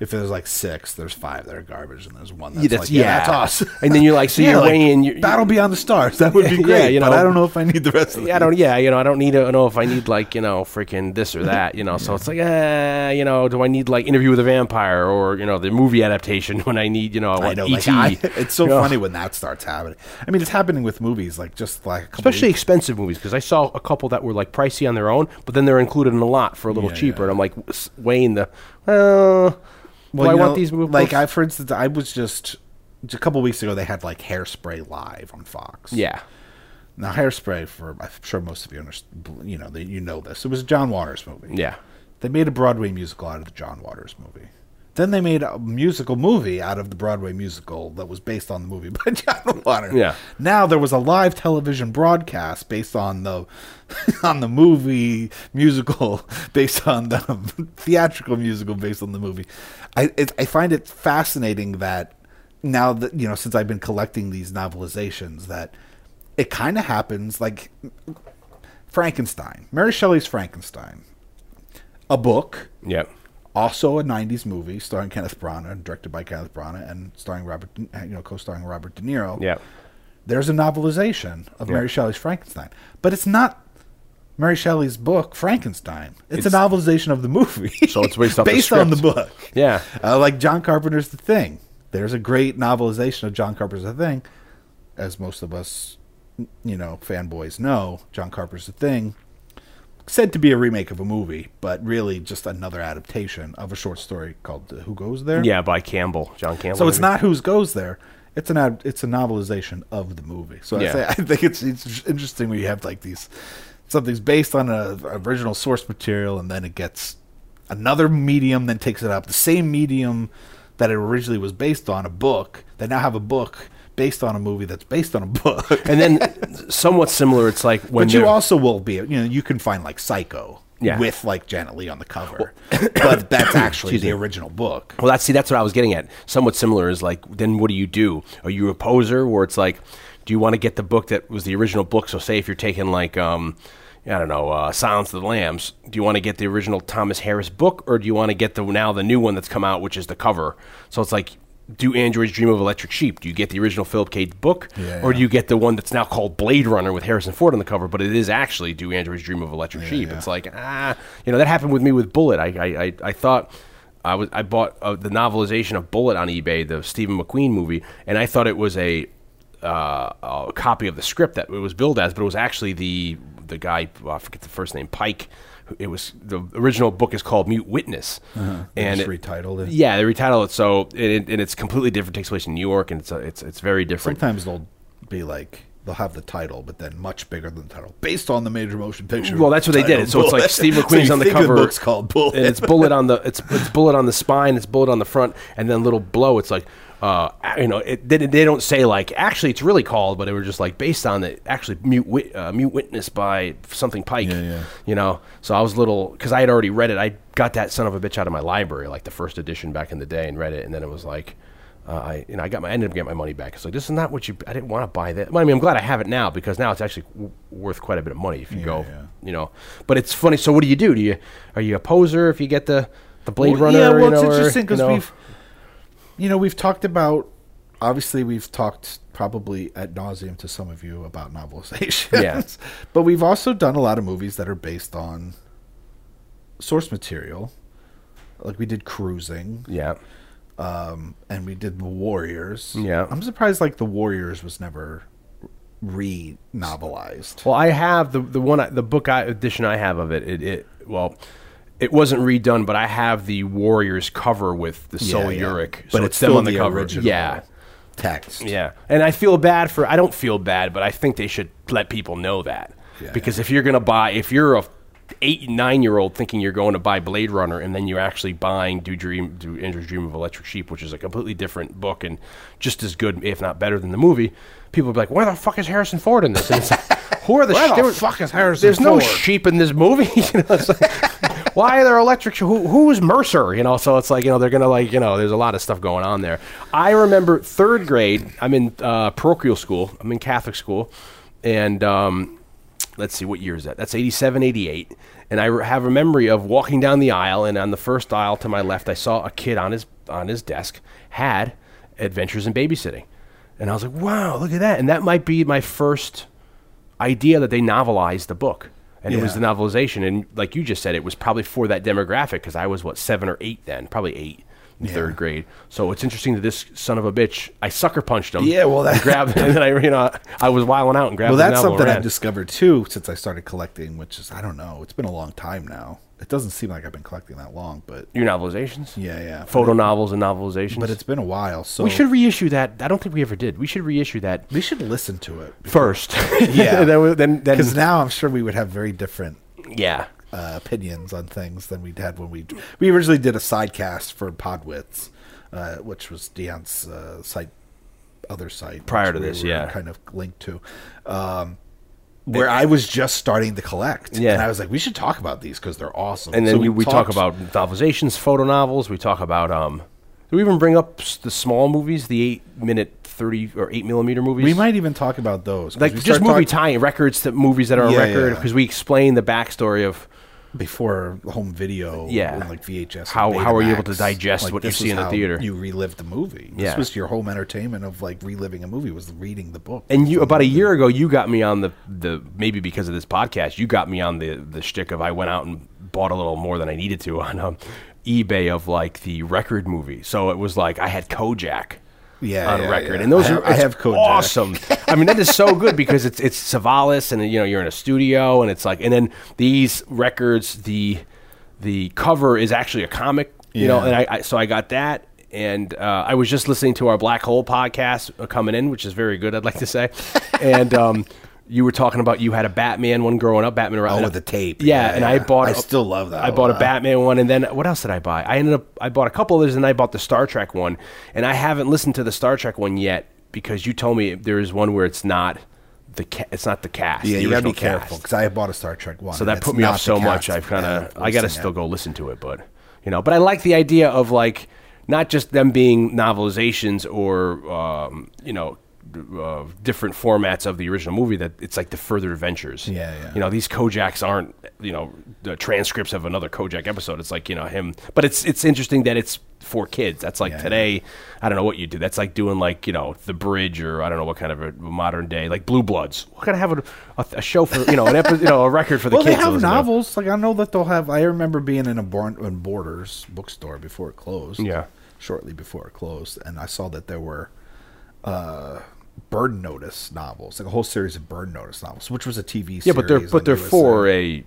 Speaker 5: If there's like six, there's five that are garbage, and there's one that's
Speaker 4: Yeah,
Speaker 5: like,
Speaker 4: that's-
Speaker 5: yeah,
Speaker 4: yeah.
Speaker 5: that's us.
Speaker 4: And then you're like, so you're
Speaker 5: like,
Speaker 4: weighing your-
Speaker 5: Battle Beyond the Stars. That would be
Speaker 4: Yeah,
Speaker 5: great.
Speaker 4: you
Speaker 5: but
Speaker 4: know.
Speaker 5: I don't know if I need the rest of the
Speaker 4: Yeah, I don't. Yeah, you know, I don't need to know if I need like you know freaking this or that. You know, so it's like, uh, you know, do I need like Interview with a Vampire or you know the movie adaptation when I need you know,
Speaker 5: I
Speaker 4: like,
Speaker 5: know,
Speaker 4: ET?
Speaker 5: like, I, it's so
Speaker 4: You know,
Speaker 5: funny when that starts happening. I mean, it's happening with movies, like just like a couple
Speaker 4: Especially
Speaker 5: weeks-
Speaker 4: expensive movies because I saw a couple that were like pricey on their own, but then they're included in a lot for a little
Speaker 5: Yeah,
Speaker 4: cheaper,
Speaker 5: yeah.
Speaker 4: and I'm like s- weighing the, uh,
Speaker 5: Well,
Speaker 4: do I
Speaker 5: you
Speaker 4: want
Speaker 5: know,
Speaker 4: these movies?
Speaker 5: Like I, for instance, I was just a couple weeks ago. They had like Hairspray live on Fox.
Speaker 4: yeah,
Speaker 5: Now Hairspray, for I'm sure most of you understand, you know, that you know this. It was a John Waters movie.
Speaker 4: yeah.
Speaker 5: They made a Broadway musical out of the John Waters movie. Then they made a musical movie out of the Broadway musical that was based on the movie by John Waters.
Speaker 4: Yeah.
Speaker 5: Now there was a live television broadcast based on the on the movie musical, based on the theatrical musical, based on the movie. I it, I find it fascinating that now that you know since I've been collecting these novelizations that it kind of happens like Frankenstein, Mary Shelley's Frankenstein, a book
Speaker 4: Yep.
Speaker 5: Also, a '90s movie starring Kenneth Branagh, and directed by Kenneth Branagh, and starring Robert, De- you know, co-starring Robert De Niro.
Speaker 4: Yeah.
Speaker 5: There's a novelization of
Speaker 4: Yeah.
Speaker 5: Mary Shelley's Frankenstein, but it's not Mary Shelley's book Frankenstein.
Speaker 6: It's-
Speaker 5: It's, a novelization of the movie.
Speaker 4: So it's based off the
Speaker 5: on the
Speaker 4: script.
Speaker 5: book.
Speaker 4: Yeah.
Speaker 5: Uh, like John Carpenter's The Thing. There's a great novelization of John Carpenter's The Thing, as most of us, you know, fanboys know. John Carpenter's The Thing, said to be a remake of a movie, but really just another adaptation of a short story called The Who Goes There.
Speaker 4: Yeah, by Campbell, John Campbell.
Speaker 5: So it's
Speaker 4: maybe.
Speaker 5: not Who's Goes There. It's an ad, it's a novelization of the movie. So I,
Speaker 4: Yeah.
Speaker 5: say, I think it's it's interesting when you have like these something's based on a original source material and then it gets another medium then takes it up the same medium that it originally was based on a book. They now have a book based on a movie that's based on a book.
Speaker 4: And then somewhat similar, it's like when
Speaker 5: But you
Speaker 4: they're-
Speaker 5: also will be, you know, you can find like Psycho
Speaker 4: Yeah.
Speaker 5: with like Janet Lee on the cover, but that's actually
Speaker 4: Excuse
Speaker 5: the
Speaker 4: me.
Speaker 5: original book.
Speaker 4: Well, that's see, that's what I was getting at. Somewhat similar is like, then what do you do? Are you a poser, where it's like, do you want to get the book that was the original book? So, say if you're taking like, um, I don't know, uh, Silence of the Lambs, do you want to get the original Thomas Harris book, or do you want to get the now the new one that's come out, which is the cover? So it's like, do androids dream of electric sheep? Do you get the original Philip K. Dick book,
Speaker 5: Yeah,
Speaker 4: or
Speaker 5: yeah.
Speaker 4: do you get the one that's now called Blade Runner with Harrison Ford on the cover? But it is actually do androids dream of electric sheep? It's like ah, you know that happened with me with Bullet. I I, I, I thought. I was I bought uh, the novelization of Bullet on eBay, the Stephen McQueen movie, and I thought it was a, uh, a copy of the script that it was billed as, but it was actually the the guy oh, I forget the first name Pike. who- It was the original book is called Mute Witness,
Speaker 5: Uh-huh. They
Speaker 4: and
Speaker 5: just
Speaker 4: it-
Speaker 5: retitled it.
Speaker 4: Yeah, they retitled it so and, it, and it's completely different. takes place in New York, and it's a, it's it's very different.
Speaker 5: Sometimes they'll be like they'll have the title, but then much bigger than the title, based on the major motion picture.
Speaker 4: Well, that's what they did.
Speaker 5: titled
Speaker 4: It. So it's like
Speaker 5: Bullet.
Speaker 4: Steve
Speaker 5: So
Speaker 4: McQueen's
Speaker 5: you
Speaker 4: on the
Speaker 5: think
Speaker 4: cover.
Speaker 5: The book's called Bullet.
Speaker 4: And it's bullet on the it's it's bullet on the spine. It's bullet on the front, and then little blow. It's like. Uh, you know, it, they, they don't say like actually it's really called, but it was just like based on the actually mute wit, uh, mute witness by something Pike.
Speaker 5: Yeah, yeah.
Speaker 4: You know, so I was little because I had already read it. I got that son of a bitch out of my library, like the first edition back in the day, and read it. And then it was like, uh, I you know I got my I ended up getting my money back. It's like this is not what you. I didn't want to buy that. Well, I mean, I'm glad I have it now because now it's actually w- worth quite a bit of money if you go.
Speaker 5: yeah.
Speaker 4: You know, but it's funny. So what do you do? Do you are you a poser if you get the the Blade
Speaker 5: Well,
Speaker 4: Runner?
Speaker 5: Yeah, well,
Speaker 4: you know,
Speaker 5: it's
Speaker 4: or,
Speaker 5: interesting because
Speaker 4: you know?
Speaker 5: we've, you know, we've talked about. Obviously, we've talked probably at nauseum to some of you about novelizations.
Speaker 4: Yeah.
Speaker 5: but we've also done a lot of movies that are based on source material. Like we did Cruising.
Speaker 4: yeah.
Speaker 5: um, and we did the Warriors.
Speaker 4: Yeah.
Speaker 5: I'm surprised like the Warriors was never re novelized.
Speaker 4: Well, I have the the one I- the book I, edition I have of it. It, it well. It wasn't redone, but I have the Warriors cover with the
Speaker 5: Yeah,
Speaker 4: Soul
Speaker 5: yeah.
Speaker 4: Uric,
Speaker 5: but
Speaker 4: so
Speaker 5: it's
Speaker 4: them
Speaker 5: still
Speaker 4: on the, cover.
Speaker 5: original
Speaker 4: Yeah,
Speaker 5: text.
Speaker 4: Yeah. And I feel bad for I don't feel bad, but I think they should let people know that.
Speaker 5: Yeah,
Speaker 4: because if you're going to buy if you're a 8 9 year old thinking you're going to buy Blade Runner and then you're actually buying Do Dream Do Andrew's Dream of Electric Sheep, which is a completely different book and just as good if not better than the movie, people will be like, "Where the fuck is Harrison Ford in this?" And it's like, "Who are the,
Speaker 5: Where the
Speaker 4: there-
Speaker 5: fuck is Harrison
Speaker 4: There's no
Speaker 5: Ford?
Speaker 4: sheep in this movie." you know, it's like, why are there electric? she- Who, who's Mercer? You know, so it's like you know they're gonna like you know there's a lot of stuff going on there. I remember third grade. I'm in uh, parochial school. I'm in Catholic school, and um, let's see what year is that? That's 87, 88. And I re- have a memory of walking down the aisle, and on the first aisle to my left, I saw a kid on his on his desk had Adventures in Babysitting, and I was like, wow, look at that! And that might be my first idea that they novelized the book. And it was the
Speaker 5: Yeah.
Speaker 4: novelization. And like you just said, it was probably for that demographic because I was, what, seven or eight then? Probably eight in third grade. So it's interesting that this son of a bitch, I sucker punched him.
Speaker 5: Yeah, well, that-
Speaker 4: and grabbed And then I, you know, I was wilding out and grabbed
Speaker 5: Well,
Speaker 4: the
Speaker 5: that's
Speaker 4: novel and
Speaker 5: something I've
Speaker 4: ran.
Speaker 5: discovered too since I started collecting, which is I don't know. It's been a long time now. It doesn't seem like I've been collecting that long, but
Speaker 4: Your novelizations?
Speaker 5: yeah, yeah.
Speaker 4: Photo novels and novelizations.
Speaker 5: But it's been a while, so
Speaker 4: we should reissue that. I don't think we ever did. We should reissue that
Speaker 5: we should listen to it
Speaker 4: first.
Speaker 5: Yeah.
Speaker 4: then, we- then, then
Speaker 5: because now I'm sure we would have very different
Speaker 4: yeah.
Speaker 5: uh, opinions on things than we'd had when we we originally did a sidecast for Podwits, uh, which was Deon's uh, site, other site
Speaker 4: Prior
Speaker 5: which
Speaker 4: to
Speaker 5: we
Speaker 4: this,
Speaker 5: were
Speaker 4: yeah.
Speaker 5: kind of linked to, um, where I was just starting to collect,
Speaker 4: Yeah.
Speaker 5: and I was like, we should talk about these because they're awesome.
Speaker 4: and then
Speaker 5: So
Speaker 4: we, we talk
Speaker 5: talked-
Speaker 4: about novelizations, photo novels. We talk about um, do we even bring up s- the small movies, the eight minute thirty or eight millimeter movies?
Speaker 5: we might even talk about those 'cause
Speaker 4: like
Speaker 5: we
Speaker 4: just
Speaker 5: start
Speaker 4: movie
Speaker 5: talk-
Speaker 4: tie records to movies that are on
Speaker 5: Yeah,
Speaker 4: record
Speaker 5: yeah.
Speaker 4: because we explain the backstory of
Speaker 5: before home video,
Speaker 4: Yeah.
Speaker 5: and like VHS.
Speaker 4: How-
Speaker 5: and
Speaker 4: how were you able to
Speaker 5: Betamax,
Speaker 4: digest what you
Speaker 5: this
Speaker 4: see
Speaker 5: was
Speaker 4: in the
Speaker 5: how
Speaker 4: theater?
Speaker 5: You relived the movie.
Speaker 4: Yeah.
Speaker 5: This was your home entertainment of like reliving a movie was reading the book.
Speaker 4: And you about a year ago, you got me on the the maybe because of this podcast, you got me on the the shtick of I went out and bought a little more than I needed to on um, eBay of like the record movie. So it was like I had Kojak.
Speaker 5: Yeah,
Speaker 4: on
Speaker 5: yeah,
Speaker 4: record,
Speaker 5: yeah.
Speaker 4: and those
Speaker 5: I
Speaker 4: are
Speaker 5: have- I
Speaker 4: it's
Speaker 5: have Kojak.
Speaker 4: awesome. I mean, that is so good because it's it's Savalas, and you know you're in a studio, and it's like, and then these records, the the cover is actually a comic, you know,
Speaker 5: Yeah.
Speaker 4: and I, I so I got that, and uh, I was just listening to our Black Hole podcast uh, coming in, which is very good, I'd like to say, and um, you were talking about you had a Batman one growing up, Batman.
Speaker 5: Oh,
Speaker 4: and I-
Speaker 5: with the tape.
Speaker 4: yeah,
Speaker 5: Yeah,
Speaker 4: and
Speaker 5: yeah.
Speaker 4: I bought.
Speaker 5: I
Speaker 4: a-
Speaker 5: still love that
Speaker 4: I bought a
Speaker 5: one.
Speaker 4: Batman. Batman one, and then what else did I buy? I ended up I bought a couple others, and I bought the Star Trek one, and I haven't listened to the Star Trek one yet because you told me there is one where it's not the ca- it's not the cast.
Speaker 5: Yeah,
Speaker 4: the
Speaker 5: you gotta be
Speaker 4: original cast.
Speaker 5: careful because I bought a Star Trek one.
Speaker 4: So
Speaker 5: and
Speaker 4: that
Speaker 5: it's
Speaker 4: put me
Speaker 5: not
Speaker 4: off
Speaker 5: the
Speaker 4: so much.
Speaker 5: cast
Speaker 4: I've kind
Speaker 5: and
Speaker 4: of
Speaker 5: I've
Speaker 4: I gotta
Speaker 5: seen
Speaker 4: still
Speaker 5: it.
Speaker 4: go listen to it, but you know, but I like the idea of like not just them being novelizations or um, you know. d- Uh, different formats of the original movie that it's like the further adventures
Speaker 5: Yeah, yeah.
Speaker 4: you know these Kojaks aren't you know the transcripts of another Kojak episode. It's like you know him, but it's it's interesting that it's for kids. That's like
Speaker 5: Yeah.
Speaker 4: today. I don't know what you do. That's like doing like you know the bridge or I don't know what kind of a modern day like Blue Bloods. What kind of have a, a, a show for you know an epi- you know a record for the
Speaker 5: Well,
Speaker 4: kids?
Speaker 5: they
Speaker 4: to
Speaker 5: have
Speaker 4: listen to.
Speaker 5: novels. Like I know that they'll have. I remember being in a born in Borders bookstore before it closed.
Speaker 4: Yeah.
Speaker 5: shortly before it closed, and I saw that there were uh, bird notice novels, like a whole series of bird notice novels, which was a TV.
Speaker 4: Yeah, but they're
Speaker 5: series
Speaker 4: but
Speaker 5: on
Speaker 4: they're eh,
Speaker 5: USA.
Speaker 4: for a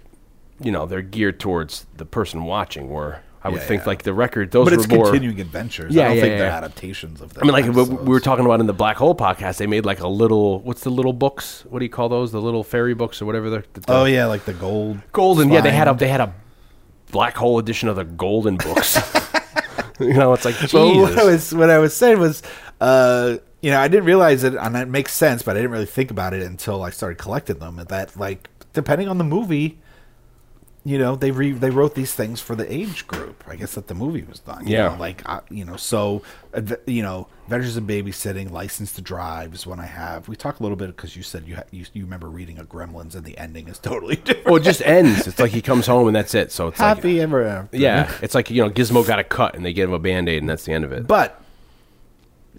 Speaker 4: you know they're geared towards the person watching. Where I would
Speaker 5: Yeah,
Speaker 4: think
Speaker 5: yeah.
Speaker 4: like the record those
Speaker 5: But
Speaker 4: were
Speaker 5: it's
Speaker 4: more.
Speaker 5: continuing adventures.
Speaker 4: Yeah,
Speaker 5: I don't
Speaker 4: yeah,
Speaker 5: think they're
Speaker 4: yeah.
Speaker 5: adaptations of. The
Speaker 4: I mean, like what we were
Speaker 5: episodes.
Speaker 4: talking about in the Black Hole podcast, they made like a little. What's the little books? What do you call those? The little fairy books or whatever. The, the,
Speaker 5: Oh yeah, like the gold.
Speaker 4: golden. Yeah, they had a
Speaker 5: find.
Speaker 4: they had a Black Hole edition of the Golden books. you know, it's like Jesus.
Speaker 5: But what I was what I was saying was, uh, you know, I didn't realize it, and it makes sense, but I didn't really think about it until I started collecting them. and That like, depending on the movie, you know, they re- they wrote these things for the age group. I guess that the movie was done. you
Speaker 4: Yeah.
Speaker 5: know, like I, you know, so adve- you know, Adventures in Babysitting, License to Drive is one I have. We talked a little bit because you said you, ha- you you remember reading a Gremlins, and the ending is totally different.
Speaker 4: well, it just ends. It's like he comes home and that's it. So it's like
Speaker 5: Happy ever after.
Speaker 4: yeah, it's like you know Gizmo got a cut and they give him a band aid and that's the end of it.
Speaker 5: but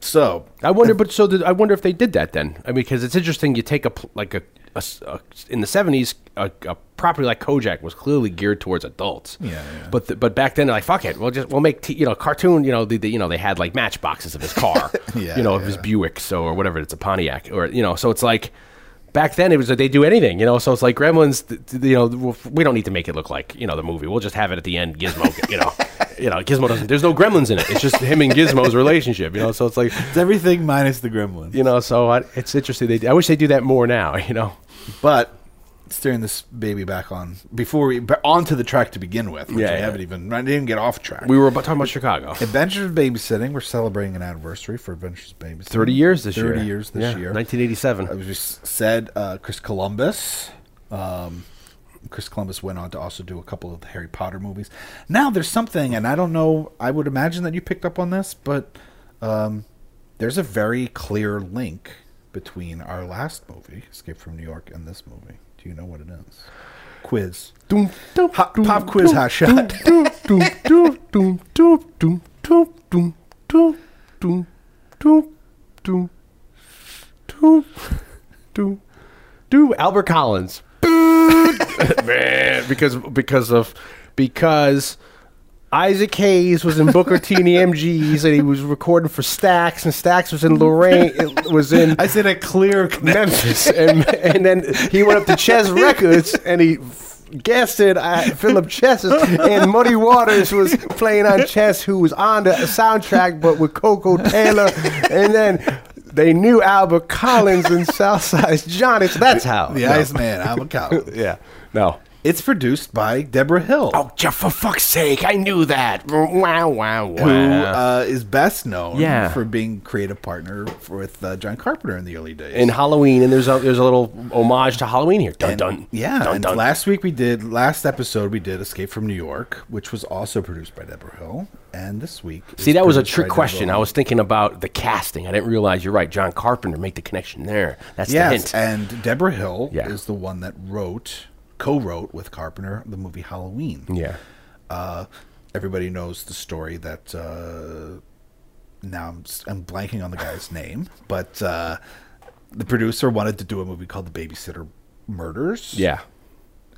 Speaker 5: so
Speaker 4: I wonder, but so did, I wonder if they did that then. I mean, because it's interesting. You take a pl- like a, a s- a- in the seventies, a, a property like Kojak was clearly geared towards adults.
Speaker 5: Yeah, yeah.
Speaker 4: But the, but back then they're like, fuck it, we'll just we'll make t- you know cartoon. You know the, the you know they had like matchboxes of his car.
Speaker 5: Yeah,
Speaker 4: You know of his
Speaker 5: yeah.
Speaker 4: Buick, so or whatever. It's a Pontiac, or you know. So it's like. Back then, it was like they do anything, you know. So it's like Gremlins, th- th- you know. we'll- We don't need to make it look like you know the movie. We'll just have it at the end. Gizmo, you know, you know, Gizmo doesn't. There's no Gremlins in it. It's just him and Gizmo's relationship, you know. So it's like
Speaker 5: it's everything minus the Gremlins.
Speaker 4: you know so I, it's interesting they, i wish they do that more now you know
Speaker 5: But steering this baby back on before we but onto the track to begin with, which
Speaker 4: Yeah,
Speaker 5: I
Speaker 4: yeah.
Speaker 5: haven't even I didn't get off track.
Speaker 4: we were about talking about chicago
Speaker 5: Adventures of Babysitting. We're celebrating an anniversary for Adventures of Babysitting.
Speaker 4: 30 years this year
Speaker 5: Thirty years this
Speaker 4: Yeah,
Speaker 5: year.
Speaker 4: 1987
Speaker 5: I was just said uh, Chris Columbus. Um, Chris Columbus went on to also do a couple of the Harry Potter movies. Now there's something, and I don't know. I would imagine that you picked up on this, but um, there's a very clear link between our last movie, Escape from New York, and this movie. Do you know what it is? Quiz.
Speaker 4: Doom, doom,
Speaker 5: Hot-
Speaker 4: doom,
Speaker 5: pop quiz,
Speaker 4: doom,
Speaker 5: hot shot.
Speaker 4: doom, doom, doom, doom, doom, doom, doom, doom, doom, doom, doom, doom, doom, doom, doom. albert collins Man, because because of because Isaac Hayes was in Booker T and the MGs, and he was recording for Stax, and Stax was in Lorraine, it was in
Speaker 5: I said a clear connection.
Speaker 4: Memphis, and, and then he went up to Chess Records and he guested uh, Philip Chess, and Muddy Waters was playing on Chess, who was on the soundtrack but with Coco Taylor, and then they knew Albert Collins and Southside Johnny, so that's how.
Speaker 5: The
Speaker 4: No.
Speaker 5: Iceman, Albert Collins.
Speaker 4: Yeah, no.
Speaker 5: It's produced by Deborah Hill.
Speaker 4: Oh, just for fuck's sake, I knew that. Wow, wow,
Speaker 5: who
Speaker 4: wow.
Speaker 5: uh, is best known
Speaker 4: Yeah.
Speaker 5: for being creative partner f- with uh, John Carpenter in the early days.
Speaker 4: in Halloween, and there's a there's a little homage to Halloween here. Dun
Speaker 5: And-
Speaker 4: dun.
Speaker 5: yeah.
Speaker 4: Dun
Speaker 5: and
Speaker 4: dun.
Speaker 5: last week we did last episode we did Escape from New York, which was also produced by Deborah Hill, and this week is
Speaker 4: See, that was a
Speaker 5: produced by
Speaker 4: trick
Speaker 5: Deborah
Speaker 4: question. I
Speaker 5: Hill.
Speaker 4: was thinking about the casting. I didn't realize you're right. John Carpenter make the connection there. That's the
Speaker 5: yes,
Speaker 4: hint.
Speaker 5: and Deborah Hill
Speaker 4: Yeah.
Speaker 5: is the one that wrote co-wrote with Carpenter the movie Halloween.
Speaker 4: Yeah.
Speaker 5: Uh, everybody knows the story that uh, now I'm, s- I'm blanking on the guy's name, but uh, the producer wanted to do a movie called The Babysitter Murders.
Speaker 4: Yeah.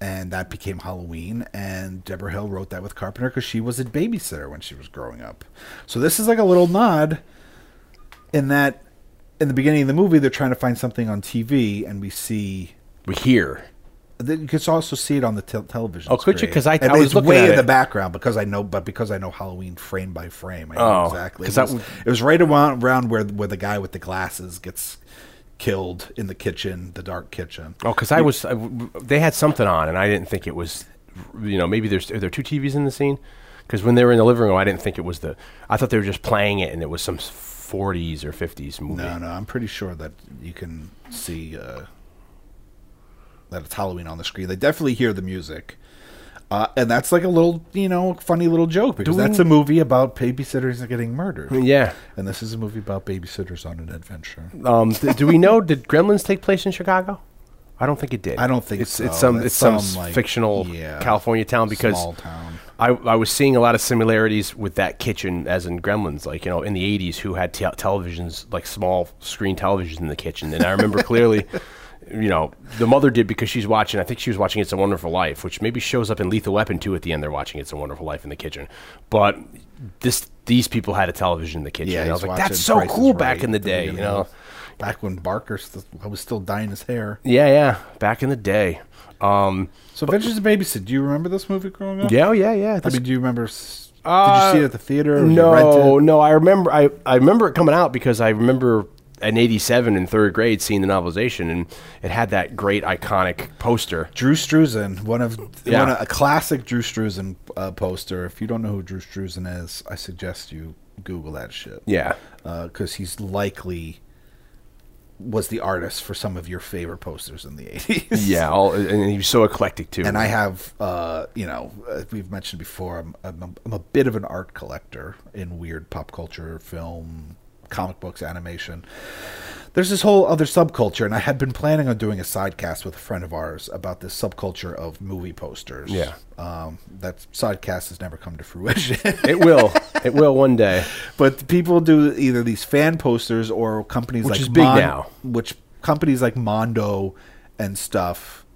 Speaker 5: And that became Halloween. And Deborah Hill wrote that with Carpenter because she was a babysitter when she was growing up. So this is like a little nod in that in the beginning of the movie, they're trying to find something on TV, and we see.
Speaker 4: We hear.
Speaker 5: Then You could also see it on the tel- television.
Speaker 4: Oh, could you?
Speaker 5: screen.
Speaker 4: 'Cause I-
Speaker 5: And
Speaker 4: I was
Speaker 5: it's
Speaker 4: looking
Speaker 5: way
Speaker 4: at
Speaker 5: in the
Speaker 4: it.
Speaker 5: background because I know, but because I know Halloween frame by frame, I know
Speaker 4: Oh,
Speaker 5: exactly.
Speaker 4: 'cause
Speaker 5: It
Speaker 4: that
Speaker 5: was,
Speaker 4: would-
Speaker 5: it was right around, around where where the guy with the glasses gets killed in the kitchen, the dark kitchen.
Speaker 4: Oh, because I was. I w- they had something on, and I didn't think it was. You know, maybe there's are there two TVs in the scene? Because when they were in the living room, I didn't think it was the. I thought they were just playing it, and it was some 40s or 50s movie.
Speaker 5: No, no, I'm pretty sure that you can see uh, that it's Halloween on the screen. They definitely hear the music. Uh, and that's like a little, you know, funny little joke because
Speaker 4: Do we-
Speaker 5: that's a movie about babysitters getting murdered.
Speaker 4: Yeah.
Speaker 5: And this is a movie about babysitters on an adventure.
Speaker 4: Um, th- do we know? Did Gremlins take place in Chicago? I don't think it did.
Speaker 5: I don't think
Speaker 4: it's it's
Speaker 5: so.
Speaker 4: some
Speaker 5: It's
Speaker 4: it's, some,
Speaker 5: some, like,
Speaker 4: fictional
Speaker 5: yeah,
Speaker 4: California town because
Speaker 5: small town.
Speaker 4: I I was seeing a lot of similarities with that kitchen as in Gremlins, like you know in the '80s who had tel televisions like small screen televisions in the kitchen, and I remember clearly. You know, the mother did because she's watching. I think she was watching It's a Wonderful Life, which maybe shows up in Lethal Weapon 2 at the end. They're watching It's a Wonderful Life in the kitchen, but this these people had a television in the kitchen.
Speaker 5: Yeah,
Speaker 4: and I was
Speaker 5: he's
Speaker 4: like,
Speaker 5: watching
Speaker 4: that's so
Speaker 5: Price is
Speaker 4: cool back
Speaker 5: Right
Speaker 4: in the
Speaker 5: at the
Speaker 4: day, you
Speaker 5: beginning
Speaker 4: know.
Speaker 5: of- Back when Barker st- was still dyeing his hair.
Speaker 4: Yeah, yeah. Back in the day. Um,
Speaker 5: So Adventures in Babysit, do you remember this movie growing up?
Speaker 4: yeah, oh, yeah, yeah.
Speaker 5: I
Speaker 4: that's-
Speaker 5: mean, do you remember? s-
Speaker 4: Uh,
Speaker 5: did you see it at the theater? or did you rent
Speaker 4: no,
Speaker 5: it?
Speaker 4: no. I remember. I, I remember it coming out because I remember in '87 in third grade seeing the novelization, and it had that great iconic poster.
Speaker 5: Drew Struzan, one of
Speaker 4: Yeah.
Speaker 5: one of- a classic Drew Struzan uh, poster. If you don't know who Drew Struzan is, I suggest you Google that shit.
Speaker 4: Yeah.
Speaker 5: because he's likely was the artist for some of your favorite posters in the eighties.
Speaker 4: Yeah, all, and he was so eclectic too.
Speaker 5: and I have, uh, you know, uh, we've mentioned before, I'm, I'm, a- I'm a bit of an art collector in weird pop culture, film, comic books, animation. There's this whole other subculture, and I had been planning on doing a sidecast with a friend of ours about this subculture of movie posters.
Speaker 4: Yeah.
Speaker 5: Um, that sidecast has never come to fruition.
Speaker 4: it will, it will one day.
Speaker 5: but people do either these fan posters or companies
Speaker 4: Which
Speaker 5: like
Speaker 4: is big now.
Speaker 5: which companies like Mondo and stuff,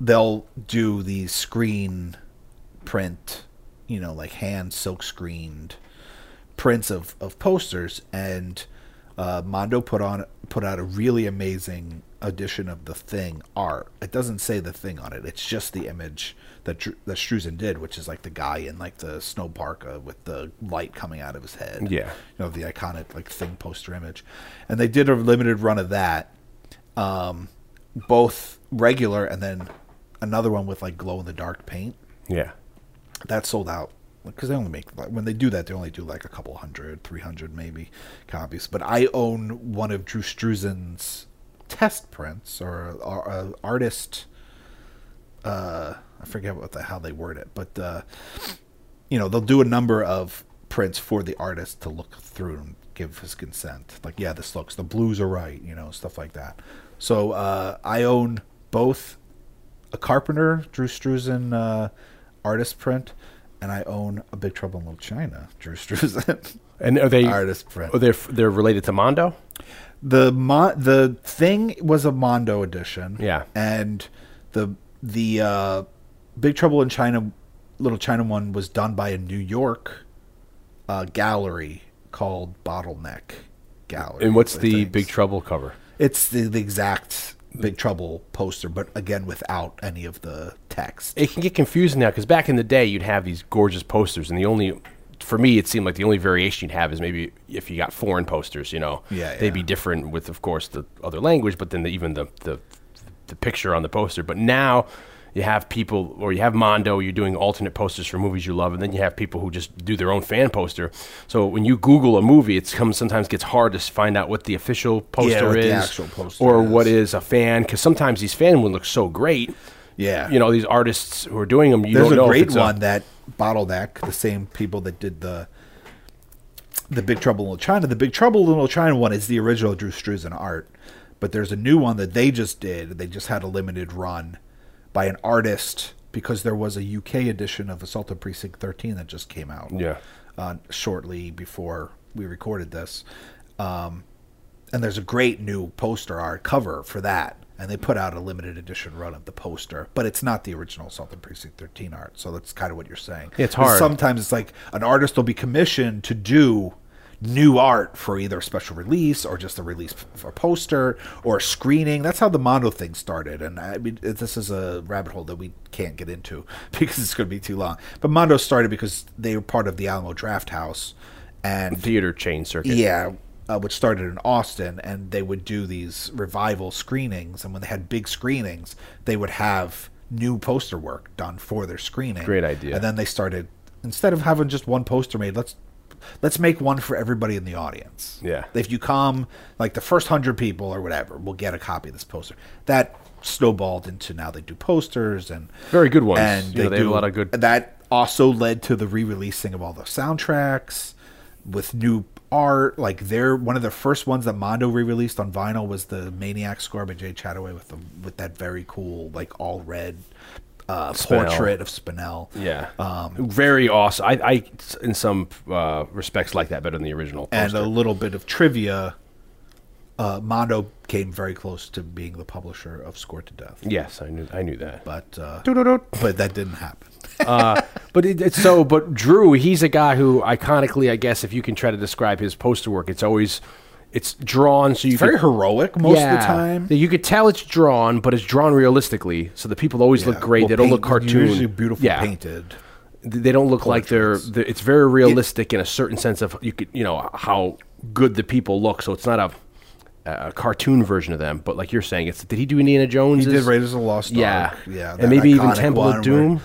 Speaker 5: they'll do these screen print, you know, like hand silk screened prints of, of posters and uh, Mondo put on put out a really amazing edition of the thing art. It doesn't say the thing on it. It's just the image that Dr- that Struzan did, which is like the guy in like the snow parka with the light coming out of his head.
Speaker 4: Yeah.
Speaker 5: you know the iconic like thing poster image, and they did a limited run of that, um, both regular and then another one with like glow in the dark paint
Speaker 4: Yeah.
Speaker 5: that sold out because they only make like, when they do that they only do like a couple hundred 300 maybe copies but i own one of drew struzan's test prints or, or uh, artist uh i forget what the how they word it but uh you know they'll do a number of prints for the artist to look through and give his consent like yeah this looks the blues are right you know stuff like that so uh i own both a Carpenter Drew Struzan uh, artist print, and I own a Big Trouble in Little China Drew Struzan.
Speaker 4: And are they
Speaker 5: Artist print.
Speaker 4: Are they they're related to Mondo?
Speaker 5: the mo- the thing was a Mondo edition.
Speaker 4: Yeah.
Speaker 5: and the the uh, Big Trouble in China Little China one was done by a New York uh, gallery called Bottleneck Gallery.
Speaker 4: And what's
Speaker 5: I
Speaker 4: the
Speaker 5: think.
Speaker 4: Big Trouble cover?
Speaker 5: It's the, the exact Big Trouble poster, but again without any of the text.
Speaker 4: it can get confusing now because back in the day you'd have these gorgeous posters and the only for me it seemed like the only variation you'd have is maybe if you got foreign posters you know
Speaker 5: Yeah,
Speaker 4: they'd be
Speaker 5: yeah.
Speaker 4: different with of course the other language but then the, even the, the the picture on the poster but now you have people or you have mondo you're doing alternate posters for movies you love and then you have people who just do their own fan poster so when you google a movie it's comes sometimes gets hard to s- find out what the official poster
Speaker 5: what the
Speaker 4: is
Speaker 5: actual poster
Speaker 4: or
Speaker 5: is.
Speaker 4: what is a fan because sometimes these fan ones look so great
Speaker 5: Yeah.
Speaker 4: you know these artists who are doing them. You
Speaker 5: There's
Speaker 4: don't
Speaker 5: a
Speaker 4: know if
Speaker 5: great
Speaker 4: it's a-
Speaker 5: one that bottleneck, the same people that did the the Big Trouble in Little China. The Big Trouble in Little China one is the original Drew Struzan art, but there's a new one that they just did. They just had a limited run by an artist because there was a UK edition of Assault on Precinct 13 that just came out.
Speaker 4: Yeah.
Speaker 5: Uh, shortly before we recorded this. Um, and there's a great new poster art cover for that. And they put out a limited edition run of the poster, but it's not the original Assault on Precinct 13 art. So that's kind of what you're saying.
Speaker 4: Yeah, it's
Speaker 5: 'Cause
Speaker 4: hard.
Speaker 5: Sometimes it's like an artist will be commissioned to do new art for either a special release or just a release f- for a poster or a screening. That's how the Mondo thing started. And I mean, it- this is a rabbit hole that we can't get into because it's going to be too long. But Mondo started because they were part of the Alamo Draft House. And
Speaker 4: theater chain circuit.
Speaker 5: yeah, uh, which started in Austin, and they would do these revival screenings. And when they had big screenings, they would have new poster work done for their screening.
Speaker 4: Great idea.
Speaker 5: And then they started instead of having just one poster made, let's let's make one for everybody in the audience.
Speaker 4: Yeah.
Speaker 5: If you come, like the first hundred people or whatever, will get a copy of this poster. That snowballed into now they do posters and
Speaker 4: Very good ones. You know, they have a lot of good-
Speaker 5: that also led to the re-releasing of all the soundtracks with new art. Like they're one of the first ones that Mondo re-released on vinyl was the Maniac score by Jay Chataway with the with that very cool like all red uh,
Speaker 4: Spinell.
Speaker 5: portrait of Spinell.
Speaker 4: Yeah.
Speaker 5: Um,
Speaker 4: Very awesome. I, I in some uh, respects, like that better than the original.
Speaker 5: And
Speaker 4: poster.
Speaker 5: a little bit of trivia. Uh, Mondo came very close to being the publisher of Score to Death,
Speaker 4: yes, I knew. I knew that.
Speaker 5: but uh,
Speaker 4: Doo-doo-doo.
Speaker 5: but that didn't happen.
Speaker 4: But it, it's so, but Drew, he's a guy who, iconically, I guess, if you can try to describe his poster work, it's always it's drawn so you
Speaker 5: Very
Speaker 4: could-
Speaker 5: heroic most of
Speaker 4: Yeah.
Speaker 5: the time.
Speaker 4: You could tell it's drawn, but it's drawn realistically, so the people always look
Speaker 5: Yeah.
Speaker 4: great.
Speaker 5: Well,
Speaker 4: they don't look
Speaker 5: paint-
Speaker 4: cartoon.
Speaker 5: Usually beautiful
Speaker 4: yeah.
Speaker 5: painted.
Speaker 4: Th- They don't look like they're, they're. It's very realistic in a certain sense of you could you know how good the people look. So it's not a a cartoon version of them, but like you're saying, it's did he do Indiana Jones?
Speaker 5: He did Raiders of the Lost
Speaker 4: Yeah,
Speaker 5: Ark. Yeah, that
Speaker 4: and maybe even
Speaker 5: iconic
Speaker 4: Temple
Speaker 5: one
Speaker 4: of
Speaker 5: where-
Speaker 4: Doom.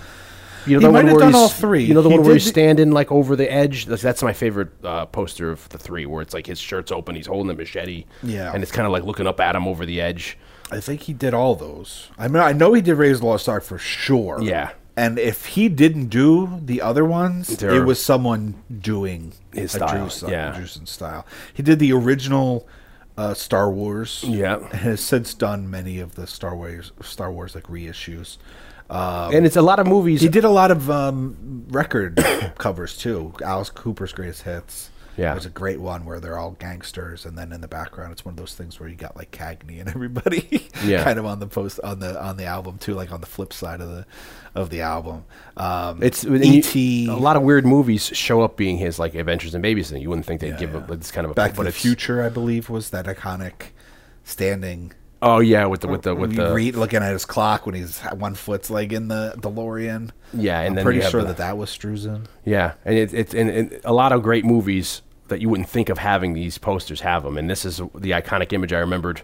Speaker 4: You know
Speaker 5: He
Speaker 4: the
Speaker 5: might
Speaker 4: one
Speaker 5: have
Speaker 4: where
Speaker 5: done
Speaker 4: he's-
Speaker 5: all three.
Speaker 4: You know the
Speaker 5: He
Speaker 4: one where
Speaker 5: did
Speaker 4: he's
Speaker 5: the-
Speaker 4: standing like over the edge. That's, that's my favorite uh, poster of the three, where it's like his shirt's open, he's holding a machete,
Speaker 5: Yeah.
Speaker 4: and it's kind of like looking up at him over the edge.
Speaker 5: I think he did all those. I mean, I know he did Raiders of the Lost Ark for sure.
Speaker 4: Yeah.
Speaker 5: And if he didn't do the other ones,
Speaker 4: They're-
Speaker 5: it was someone doing
Speaker 4: His
Speaker 5: a
Speaker 4: style,
Speaker 5: Drusen-
Speaker 4: yeah.
Speaker 5: Drusen style. He did the original uh, Star Wars.
Speaker 4: Yeah.
Speaker 5: And has since done many of the Star Wars Star Wars like reissues. Um,
Speaker 4: and it's a lot of movies.
Speaker 5: he did a lot of um, record covers too. Alice Cooper's greatest hits.
Speaker 4: Yeah.
Speaker 5: there's a great one where they're all gangsters, and then in the background, it's one of those things where you got like Cagney and everybody,
Speaker 4: Yeah.
Speaker 5: kind of on the post on the on the album too, like on the flip side of the of the album. Um,
Speaker 4: It's and you-
Speaker 5: E.T.
Speaker 4: A lot of weird movies show up being his like Adventures in Babysitting. You wouldn't think they'd give A, this kind of a
Speaker 5: Back to
Speaker 4: but
Speaker 5: the
Speaker 4: it's-
Speaker 5: Future, I believe, was that iconic standing.
Speaker 4: Oh yeah, with the with the with the
Speaker 5: Reed looking at his clock when he's one foot's like in the DeLorean.
Speaker 4: Yeah, and
Speaker 5: I'm
Speaker 4: then
Speaker 5: pretty
Speaker 4: you have
Speaker 5: sure
Speaker 4: the-
Speaker 5: that that was Struzan.
Speaker 4: yeah, and it's it's and, and a lot of great movies that you wouldn't think of having these posters have them. And this is the iconic image I remembered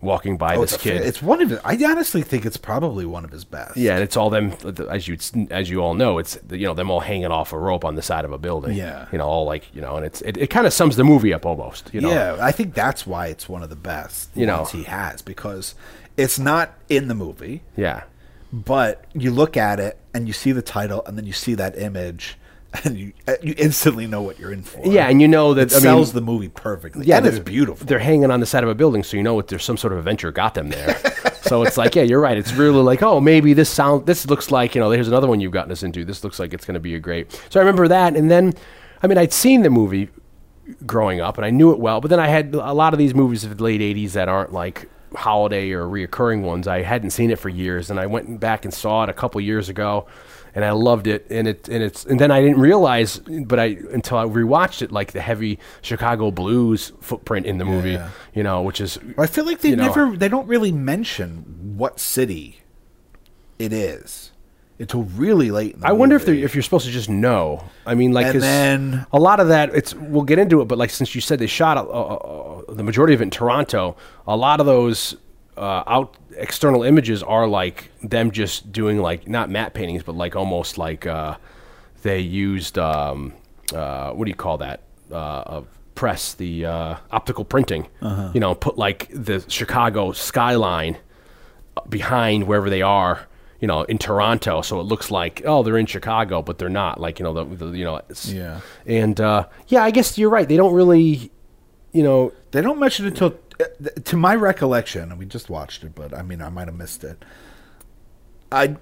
Speaker 4: walking by
Speaker 5: Oh,
Speaker 4: this
Speaker 5: it's a fa-
Speaker 4: kid.
Speaker 5: It's one of his, I honestly think it's probably one of his best.
Speaker 4: Yeah, and it's all them as you as you all know. It's you know them all hanging off a rope on the side of a building.
Speaker 5: Yeah.
Speaker 4: you know, all like you know, and it's it, it kind of sums the movie up almost. You know,
Speaker 5: Yeah, I think that's why it's one of the best
Speaker 4: You know.
Speaker 5: ones he has because it's not in the movie,
Speaker 4: yeah,
Speaker 5: but you look at it and you see the title and then you see that image and you uh, you instantly know what you're in for.
Speaker 4: yeah, and you know that
Speaker 5: it
Speaker 4: I mean,
Speaker 5: sells the movie perfectly. Yeah, and it's
Speaker 4: they're-
Speaker 5: beautiful.
Speaker 4: They're hanging on the side of a building, so you know what? There's some sort of adventure got them there. so it's like, yeah, you're right. It's really like, oh, maybe this sound. This looks like you know. Here's another one you've gotten us into. This looks like it's going to be a great. So I remember that, and then, I mean, I'd seen the movie growing up, and I knew it well. But then I had a lot of these movies of the late '80s that aren't like holiday or reoccurring ones. I hadn't seen it for years, and I went back and saw it a couple years ago. And I loved it, and it, and it's, and then I didn't realize, but I until I rewatched it, like the heavy Chicago blues footprint in the movie,
Speaker 5: yeah.
Speaker 4: you know, which is
Speaker 5: I feel like they
Speaker 4: you know.
Speaker 5: never they don't really mention what city it is until really late in the
Speaker 4: I wonder if
Speaker 5: movie.
Speaker 4: they're, if you're supposed to just know. I mean, like,
Speaker 5: And
Speaker 4: 'cause
Speaker 5: then-
Speaker 4: a lot of that. It's we'll get into it, but like since you said they shot uh, uh, uh, the majority of it in Toronto, a lot of those uh, out external images are like them just doing like not matte paintings, but like almost like uh, they used um, uh, what do you call that? Uh, uh, press the uh, optical printing.
Speaker 5: Uh-huh.
Speaker 4: You know, put like the Chicago skyline behind wherever they are, you know, in Toronto. So it looks like oh, they're in Chicago, but they're not. Like you know, the, the you know, it's,
Speaker 5: Yeah.
Speaker 4: And uh, yeah, I guess you're right. They don't really, you know,
Speaker 5: They don't mention it until, to my recollection, and we just watched it, but I mean, I might have missed it. I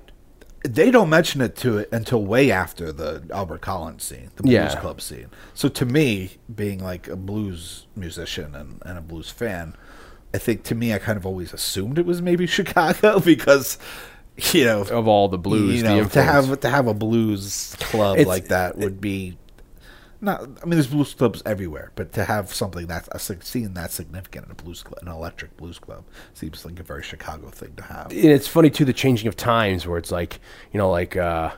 Speaker 5: they don't mention it to it until way after the Albert Collins scene, the blues
Speaker 4: Yeah.
Speaker 5: club scene. So to me, being like a blues musician and, and a blues fan, I think to me I kind of always assumed it was maybe Chicago because you know
Speaker 4: Of all the blues,
Speaker 5: you
Speaker 4: the
Speaker 5: know, to
Speaker 4: influence.
Speaker 5: have to have a blues club
Speaker 4: It's-
Speaker 5: like that would be not. I mean, there's blues clubs everywhere, but to have something that a sig- scene that significant in a blues club, an electric blues club, seems like a very Chicago thing to have.
Speaker 4: and it's funny too the changing of times where it's like you know like uh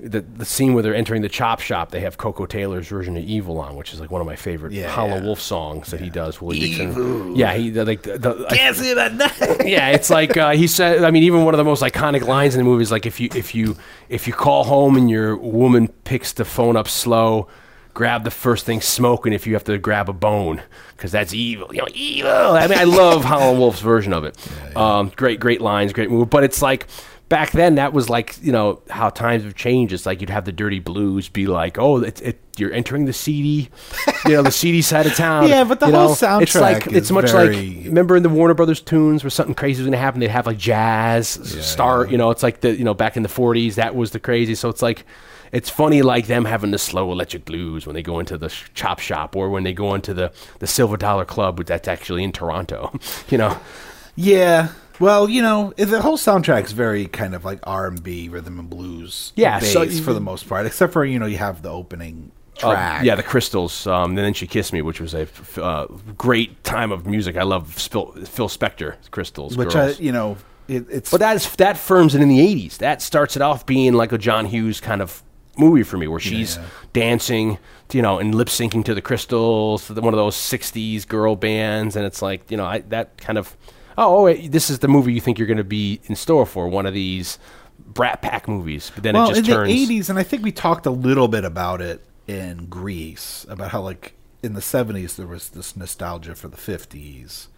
Speaker 4: the, the scene where they're entering the chop shop, they have Coco Taylor's version of "Evil" on, which is like one of my favorite
Speaker 5: Yeah,
Speaker 4: Hollow
Speaker 5: yeah.
Speaker 4: Wolf songs that he does. Willie Dixon, yeah, he the- like the, the, I-
Speaker 5: Can't see that night.
Speaker 4: yeah, it's like uh, he said. I mean, even one of the most iconic lines in the movie is like, if you if you if you call home and your woman picks the phone up slow, grab the first thing smoking. If you have to grab a bone, because that's evil. You know, evil. I mean, I love Howlin' Wolf's version of it. Um, great, great lines, great move. But it's like. Back then, that was like you know how times have changed. It's like you'd have the dirty blues be like, "Oh, it, it, you're entering the seedy, you know, the seedy side of town."
Speaker 5: Yeah, but the
Speaker 4: you
Speaker 5: whole
Speaker 4: know? it's like
Speaker 5: soundtrack
Speaker 4: it's
Speaker 5: is
Speaker 4: much
Speaker 5: very-
Speaker 4: like remember in the Warner Brothers tunes where something crazy was going to happen, they'd have like jazz star, you know, it's like the, you know, back in the 40s, that was the crazy. So it's like, it's funny, like them having the slow electric blues when they go into the sh- chop shop or when they go into the, the silver dollar club, which that's actually in Toronto, you know?
Speaker 5: yeah. Well, you know, it- the whole soundtrack's very kind of like R and B, rhythm and blues.
Speaker 4: Yeah,
Speaker 5: based
Speaker 4: so you-
Speaker 5: for the most part, except for you know you have the opening
Speaker 4: Uh,
Speaker 5: track.
Speaker 4: yeah, the crystals. Um, and then she kissed me, which was a f- uh, great time of music. I love Phil, Phil Spector, crystals.
Speaker 5: which I,
Speaker 4: girls.
Speaker 5: you know, it, it's
Speaker 4: But that's that firms it in the '80s. That starts it off being like a John Hughes kind of movie for me, where she's
Speaker 5: yeah.
Speaker 4: dancing, you know, and lip syncing to the Crystals, to the- one of those '60s girl bands, and it's like, you know, I, that kind of, oh, oh, wait, this is the movie you think you're going to be in store for, one of these Brat Pack movies. But then
Speaker 5: well,
Speaker 4: it just
Speaker 5: in
Speaker 4: turns.
Speaker 5: the 80s and i think we talked a little bit about it in greece about how like in the 70s there was this nostalgia for the 50s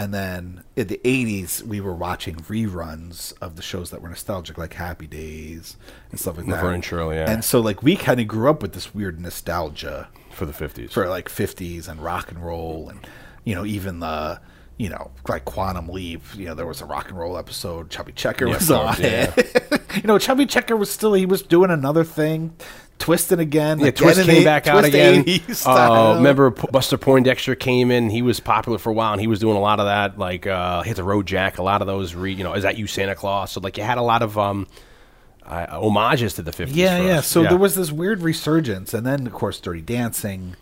Speaker 5: and then in the 80s we were watching reruns of the shows that were nostalgic like happy days and stuff like that
Speaker 4: Laverne and Shirley, yeah.
Speaker 5: and so like we kind of grew up with this weird nostalgia
Speaker 4: for the 50s.
Speaker 5: for like 50s and rock and roll and you know even the you know like quantum leap you know there was a rock and roll episode chubby checker
Speaker 4: Yeah,
Speaker 5: was
Speaker 4: of course,
Speaker 5: on it you know chubby checker was still he was doing another thing twisting again
Speaker 4: Yeah,
Speaker 5: again
Speaker 4: Twist
Speaker 5: in
Speaker 4: came
Speaker 5: the-
Speaker 4: back out
Speaker 5: Twist
Speaker 4: again.
Speaker 5: 80s
Speaker 4: Uh,
Speaker 5: style.
Speaker 4: remember, P- Buster Poindexter came in. He was popular for a while, and he was doing a lot of that, like uh, hit the road jack. A lot of those, re, you know, is that you, Santa Claus? So like, you had a lot of um, uh, homages to the fifties.
Speaker 5: yeah yeah so there was this weird resurgence and then of course dirty dancing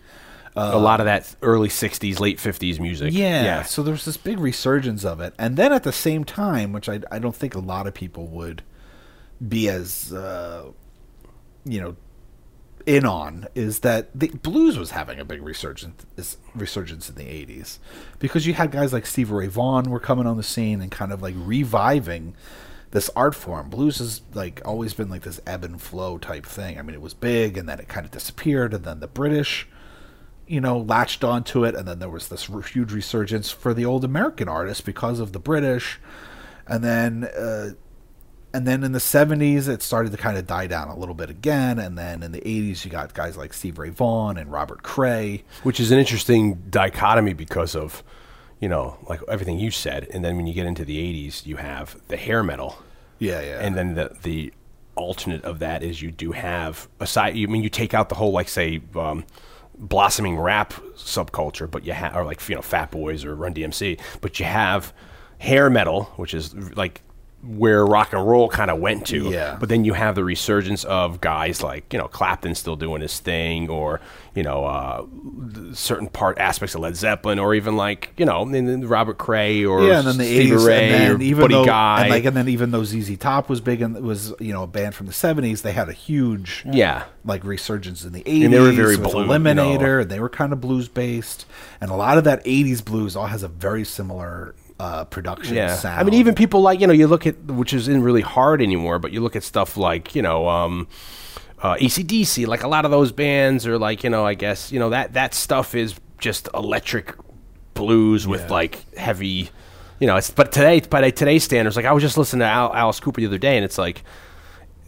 Speaker 4: a lot of that early '60s, late '50s music.
Speaker 5: Yeah. So there was this big resurgence of it, and then at the same time, which I, I don't think a lot of people would be as uh, you know in on, is that the blues was having a big resurgence is- resurgence in the '80s because you had guys like Stevie Ray Vaughan were coming on the scene and kind of like reviving this art form. Blues has like always been like this ebb and flow type thing. I mean, it was big and then it kind of disappeared, and then the British you know, latched onto it, and then there was this r- huge resurgence for the old American artists because of the British, and then uh, and then in the '70s it started to kind of die down a little bit again, and then in the '80s you got guys like Steve Ray Vaughan and Robert Cray.
Speaker 4: which is an interesting dichotomy because of you know like everything you said and then when you get into the 80s you have the hair metal
Speaker 5: Yeah, yeah.
Speaker 4: and then the the alternate of that is you do have aside i mean you take out the whole like say um blossoming rap subculture but you have or like you know fat boys or run dmc but you have hair metal which is like where rock and roll kind of went to
Speaker 5: Yeah.
Speaker 4: but then you have the resurgence of guys like you know clapton still doing his thing or you know uh certain part aspects of Led Zeppelin, or even like you know, and then Robert Cray or
Speaker 5: yeah, and then the
Speaker 4: Stevie
Speaker 5: 80s,
Speaker 4: Ray
Speaker 5: and
Speaker 4: or
Speaker 5: then even
Speaker 4: Buddy
Speaker 5: though,
Speaker 4: Guy.
Speaker 5: and like, and then even though ZZ Top was big and was you know a band from the '70s, they had a huge
Speaker 4: yeah,
Speaker 5: like resurgence in the 80s
Speaker 4: they were very
Speaker 5: with
Speaker 4: blue, you
Speaker 5: eliminator
Speaker 4: know.
Speaker 5: and they were kind of blues based and a lot of that 80s blues all has a very similar uh, production
Speaker 4: yeah.
Speaker 5: sound
Speaker 4: I mean, even people like you know, you look at which isn't really hard anymore, but you look at stuff like you know. um uh, ACDC, like a lot of those bands are like, you know, I guess, you know, that, that stuff is just electric blues with like heavy, you know, it's, but today, by today's standards, like I was just listening to Al, Alice Cooper the other day and it's like,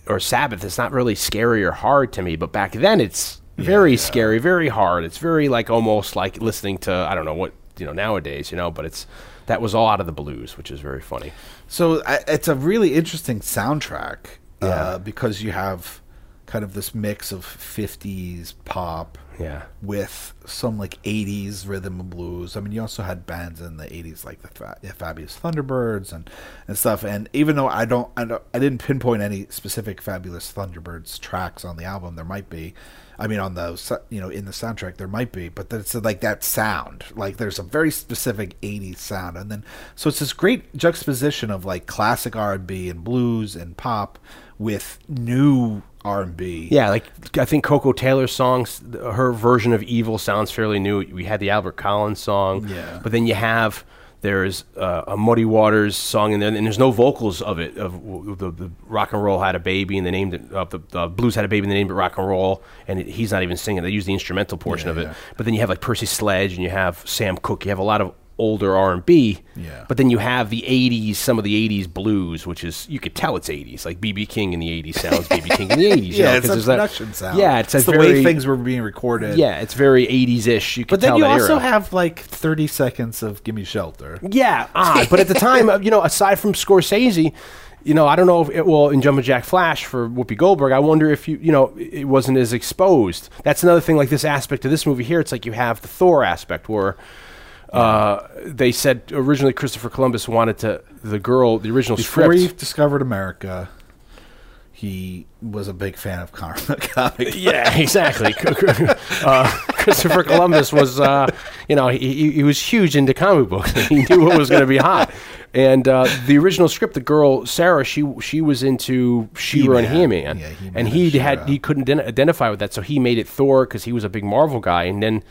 Speaker 4: or Sabbath, it's not really scary or hard to me, but back then it's very scary, very hard. It's very like almost like listening to I don't know what you know nowadays, you know. But it's that was all out of the blues, which is very funny.
Speaker 5: So I, it's a really interesting soundtrack
Speaker 4: Yeah.
Speaker 5: uh, because you have kind of this mix of 50s pop
Speaker 4: Yeah.
Speaker 5: with some like 80s rhythm and blues. I mean, you also had bands in the 80s like the Fa- yeah, Fabulous Thunderbirds and, and stuff. And even though I don't, I don't, I didn't pinpoint any specific Fabulous Thunderbirds tracks on the album, there might be. I mean, on the s- you know in the soundtrack there might be, but that's like that sound. Like there's a very specific '80s sound, and then so it's this great juxtaposition of like classic R&B and blues and pop with new R&B.
Speaker 4: Yeah, like I think Coco Taylor's songs, th- her version of "Evil" sounds fairly new. We had the Albert Collins song,
Speaker 5: Yeah.
Speaker 4: but then you have there's uh, a Muddy Waters song in there, and there's no vocals of it. Of w- the, the rock and roll had a baby, and they named it. Uh, the, the blues had a baby, and they named it rock and roll. And it, he's not even singing; they use the instrumental portion
Speaker 5: Yeah,
Speaker 4: of it.
Speaker 5: yeah.
Speaker 4: But then you have like Percy Sledge, and you have Sam Cooke. You have a lot of older R and B.
Speaker 5: Yeah.
Speaker 4: But then you have the '80s, some of the '80s blues, which is you could tell it's '80s. Like BB King in the '80s sounds BB King in the '80s you
Speaker 5: yeah,
Speaker 4: know,
Speaker 5: it's
Speaker 4: 'cause
Speaker 5: a
Speaker 4: there's that-
Speaker 5: production sound.
Speaker 4: Yeah, it's, a
Speaker 5: the
Speaker 4: very,
Speaker 5: way things were being recorded.
Speaker 4: Yeah, it's very 80s ish. You can
Speaker 5: but then
Speaker 4: tell
Speaker 5: you
Speaker 4: that
Speaker 5: also
Speaker 4: era.
Speaker 5: have like thirty seconds of "Gimme Shelter."
Speaker 4: yeah, odd. but at the time, uh, you know, aside from Scorsese, you know, I don't know if it well in Jumpin' Jack Flash for Whoopi Goldberg. I wonder if you, you know, it it wasn't as exposed. That's another thing. Like this aspect of this movie here, it's like you have the Thor aspect where. Uh, they said originally Christopher Columbus wanted to the girl the original
Speaker 5: Before
Speaker 4: script
Speaker 5: he discovered America, he was a big fan of comic. comic.
Speaker 4: Yeah, exactly. uh, Christopher Columbus was, uh, you know, he- he, he was huge into comic books. He knew what was going to be hot. And uh, the original script, the girl Sarah, she she was into She-Ra and
Speaker 5: He-Man.
Speaker 4: He-Man,
Speaker 5: Yeah, He-Man
Speaker 4: and
Speaker 5: and
Speaker 4: he had
Speaker 5: She-Ra.
Speaker 4: he couldn't den- identify with that, so he made it Thor because he was a big Marvel guy. And then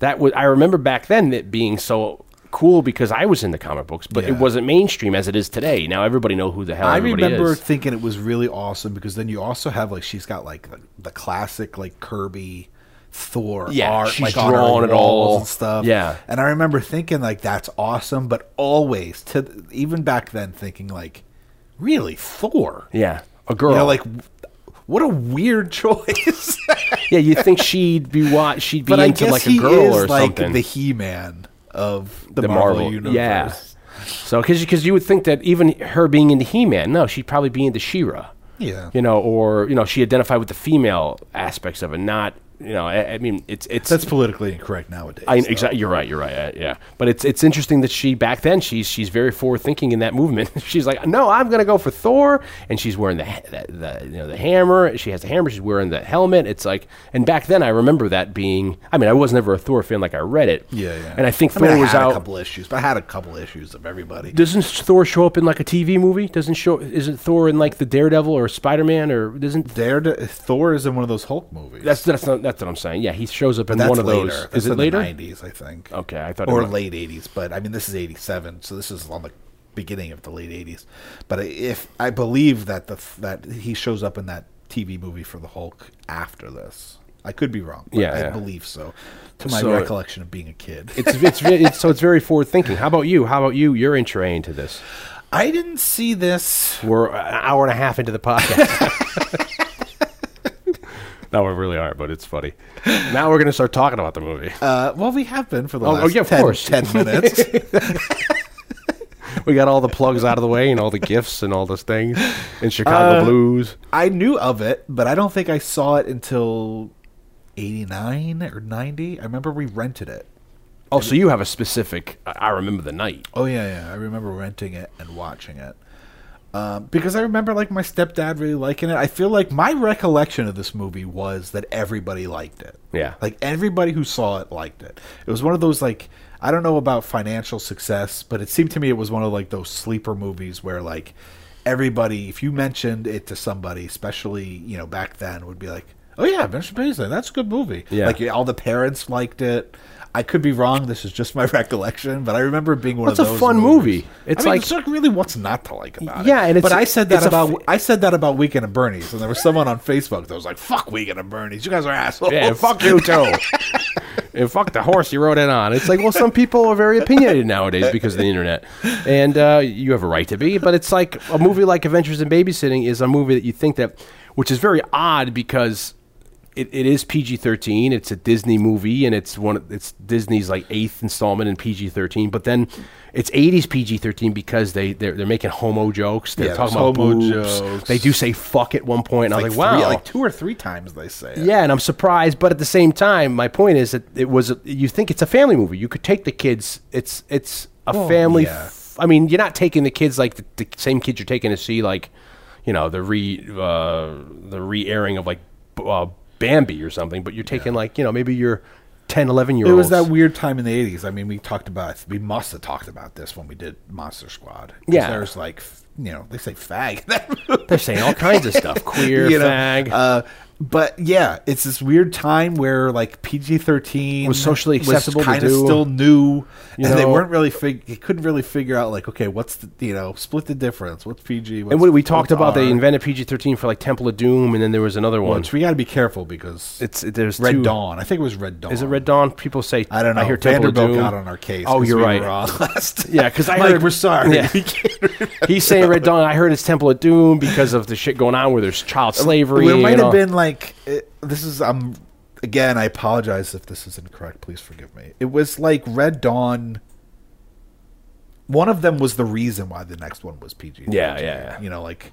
Speaker 4: that was I remember back then it being so cool because I was into comic books, but it
Speaker 5: Yeah.
Speaker 4: wasn't mainstream as it is today. Now everybody know who the hell
Speaker 5: I
Speaker 4: everybody
Speaker 5: remember
Speaker 4: is.
Speaker 5: thinking it was really awesome because then you also have like she's got like the, the classic like Kirby Thor
Speaker 4: Yeah,
Speaker 5: art,
Speaker 4: she's
Speaker 5: like on her
Speaker 4: drawn it
Speaker 5: walls
Speaker 4: all.
Speaker 5: and stuff.
Speaker 4: Yeah.
Speaker 5: and I remember thinking like that's awesome, but always to th- even back then thinking like really Thor.
Speaker 4: yeah, a girl
Speaker 5: You know, like w- what a weird choice.
Speaker 4: Yeah, you would think she'd be what she'd be
Speaker 5: but I
Speaker 4: into
Speaker 5: guess
Speaker 4: like a
Speaker 5: he
Speaker 4: girl
Speaker 5: is
Speaker 4: or
Speaker 5: like
Speaker 4: something.
Speaker 5: the He-Man of the, Marvel, universe.
Speaker 4: Yeah. So because because you would think that even her being into He-Man, no, she'd probably be into She-Ra.
Speaker 5: Yeah.
Speaker 4: You know, or you know, she identified with the female aspects of it, not you know. I, I mean, it's it's
Speaker 5: That's politically incorrect nowadays.
Speaker 4: I,
Speaker 5: though.
Speaker 4: exactly. You're right. You're right. uh, yeah. But it's it's interesting that she back then she's she's very forward thinking in that movement. she's like, no, I'm gonna go for Thor, and she's wearing the, ha- the the you know the hammer. She has the hammer. She's wearing the helmet. It's like, and back then I remember that being. I mean, I was never a Thor fan. Like I read it.
Speaker 5: Yeah, yeah.
Speaker 4: And I think Thor
Speaker 5: mean,
Speaker 4: was
Speaker 5: had
Speaker 4: out.
Speaker 5: a couple issues, but I had a couple issues of everybody.
Speaker 4: doesn't Thor show up in like a TV movie? Doesn't show? Isn't Thor in like the Daredevil or Spider Man or doesn't?
Speaker 5: Darede- Thor is in one of those Hulk movies.
Speaker 4: That's that's not, that's what I'm saying. Yeah, he shows up in
Speaker 5: But that's
Speaker 4: one of
Speaker 5: later.
Speaker 4: those.
Speaker 5: That's
Speaker 4: is it
Speaker 5: in the
Speaker 4: later?
Speaker 5: 90s, I think.
Speaker 4: Okay, I thought it
Speaker 5: or
Speaker 4: was-
Speaker 5: late 80s, but I mean this is 87, so this is on the beginning of the late 80s. But I- if I believe that the f- that he shows up in that TV movie for the Hulk after this. I could be wrong. but
Speaker 4: Yeah,
Speaker 5: I
Speaker 4: yeah.
Speaker 5: believe so. To my
Speaker 4: So-
Speaker 5: recollection of being a kid.
Speaker 4: it's, it's, ve- it's so it's very forward thinking. How about you? How about you? You're entry into this.
Speaker 5: I didn't see this
Speaker 4: We're an hour and a half into the podcast. no, we really are, but it's funny. Now we're going to start talking about the movie.
Speaker 5: Uh, well, we have been for the
Speaker 4: Oh,
Speaker 5: last
Speaker 4: oh, yeah, of
Speaker 5: 10,
Speaker 4: course.
Speaker 5: 10 minutes.
Speaker 4: we got all the plugs out of the way and all the gifts and all those things and Chicago
Speaker 5: Uh,
Speaker 4: Blues.
Speaker 5: I knew of it, but I don't think I saw it until 89 or 90. I remember we rented it.
Speaker 4: Oh, so you have a specific. I I remember the night.
Speaker 5: Oh, yeah, yeah. I remember renting it and watching it. Um, because I remember, like, my stepdad really liking it. I feel like my recollection of this movie was that everybody liked it.
Speaker 4: Yeah.
Speaker 5: Like, everybody who saw it liked it. It was one of those, like, I don't know about financial success, but it seemed to me it was one of, like, those sleeper movies where, like, everybody, if you mentioned it to somebody, especially, you know, back then, would be like, oh, yeah, Adventure Paisley, that's a good movie.
Speaker 4: Yeah.
Speaker 5: Like, all the parents liked it. I could be wrong. This is just my recollection, but I remember it being one
Speaker 4: Well, it's
Speaker 5: of
Speaker 4: a
Speaker 5: those.
Speaker 4: fun
Speaker 5: movies.
Speaker 4: movie. It's
Speaker 5: I mean,
Speaker 4: like-
Speaker 5: it's like really what's not to like about it.
Speaker 4: Yeah, and it's-
Speaker 5: but I said that
Speaker 4: it's a
Speaker 5: about
Speaker 4: f-
Speaker 5: I said that about Weekend at Bernie's, and there was someone on Facebook that was like, "Fuck Weekend at Bernie's, you guys are assholes."
Speaker 4: Yeah, and fuck you too. and fuck the horse you rode in on. It's like, well, some people are very opinionated nowadays because of the internet, and uh, you have a right to be. But it's like a movie like Adventures in Babysitting is a movie that you think that, which is very odd because it, it is PG thirteen. It's a Disney movie, and it's one. of- It's Disney's like eighth installment in PG thirteen. But then it's eighties PG thirteen because they they're, they're making homo jokes. They're
Speaker 5: Yeah,
Speaker 4: talking
Speaker 5: there's
Speaker 4: about
Speaker 5: homo
Speaker 4: boobs.
Speaker 5: jokes.
Speaker 4: They do say fuck at one point, and I was like,
Speaker 5: three-
Speaker 4: wow,
Speaker 5: like two or three times they say it.
Speaker 4: yeah, and I'm surprised, but at the same time, my point is that it was. You think it's a family movie? You could take the kids. It's it's a family.
Speaker 5: Oh, yeah.
Speaker 4: F- I mean, you're not taking the kids like the, the same kids you're taking to see like, you know, the re uh, the re airing of like b- uh, Bambi or something. But you're taking like you know maybe your 10, 11 year
Speaker 5: It was
Speaker 4: olds.
Speaker 5: that weird time in the eighties. I mean, we talked about we must have talked about this when we did Monster Squad. 'Cause
Speaker 4: Yeah.
Speaker 5: there's like f- you know they say fag. in that movie,
Speaker 4: They're saying all kinds of stuff. Queer
Speaker 5: you know?
Speaker 4: fag.
Speaker 5: Uh, but yeah, it's this weird time where like PG thirteen
Speaker 4: Was socially acceptable to
Speaker 5: kind of
Speaker 4: do.
Speaker 5: still new,
Speaker 4: You
Speaker 5: and they
Speaker 4: know?
Speaker 5: weren't really fig- they couldn't really figure out like okay, what's the you know split the difference? What's PG? What's,
Speaker 4: and what we talked
Speaker 5: what's
Speaker 4: about, they
Speaker 5: R?
Speaker 4: invented PG thirteen for like Temple of Doom, and then there was another one.
Speaker 5: Which we got to be careful because
Speaker 4: it's there's
Speaker 5: Red
Speaker 4: two-
Speaker 5: Dawn. I think it was Red Dawn.
Speaker 4: Is it Red Dawn? People say
Speaker 5: I don't know.
Speaker 4: I hear Temple of
Speaker 5: Vanderbilt
Speaker 4: Doom.
Speaker 5: got on our case.
Speaker 4: Oh,
Speaker 5: 'cause
Speaker 4: you're
Speaker 5: we
Speaker 4: right.
Speaker 5: Were on last
Speaker 4: Yeah, because I
Speaker 5: Mike,
Speaker 4: heard
Speaker 5: we're sorry.
Speaker 4: Yeah.
Speaker 5: We can't-
Speaker 4: He's saying Red Dawn. I heard it's Temple of Doom because of the shit going on where there's child slavery.
Speaker 5: It might
Speaker 4: and
Speaker 5: have
Speaker 4: all.
Speaker 5: been like it, this is. I'm again. I apologize if this is incorrect. Please forgive me. It was like Red Dawn. One of them was the reason why the next one was PG.
Speaker 4: Yeah, yeah, yeah.
Speaker 5: You know, like.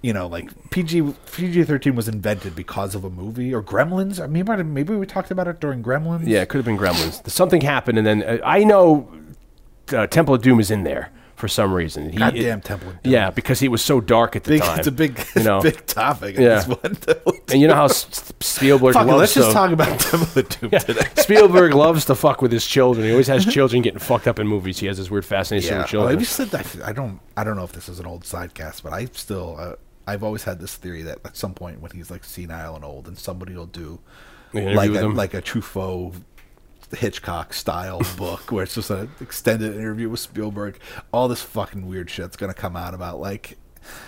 Speaker 5: You know, like PG PG thirteen was invented because of a movie or Gremlins. I mean, maybe, maybe we talked about it during Gremlins.
Speaker 4: Yeah, it could have been Gremlins. Something happened, and then uh, I know uh, Temple of Doom is in there for some reason. He,
Speaker 5: Goddamn Temple of Doom.
Speaker 4: Yeah, because it was so dark at the
Speaker 5: big,
Speaker 4: time.
Speaker 5: it's a big,
Speaker 4: you know.
Speaker 5: big topic.
Speaker 4: Yeah.
Speaker 5: Yeah. One, though.
Speaker 4: and you know how S- S- Spielberg
Speaker 5: Fuck it,
Speaker 4: loves
Speaker 5: let's just
Speaker 4: to-
Speaker 5: talk about Temple of Doom today.
Speaker 4: Spielberg loves to fuck with his children. He always has children getting fucked up in movies. He has this weird fascination
Speaker 5: Yeah, Oh,
Speaker 4: with children.
Speaker 5: I just said that. I don't. I don't know if this is an old sidecast, but I still. Uh, I've always had this theory that at some point when he's like senile and old, and somebody will do
Speaker 4: An interview
Speaker 5: like
Speaker 4: with
Speaker 5: a,
Speaker 4: him?
Speaker 5: like a Truffaut, Hitchcock style book where it's just an extended interview with Spielberg. All this fucking weird shit's gonna come out about like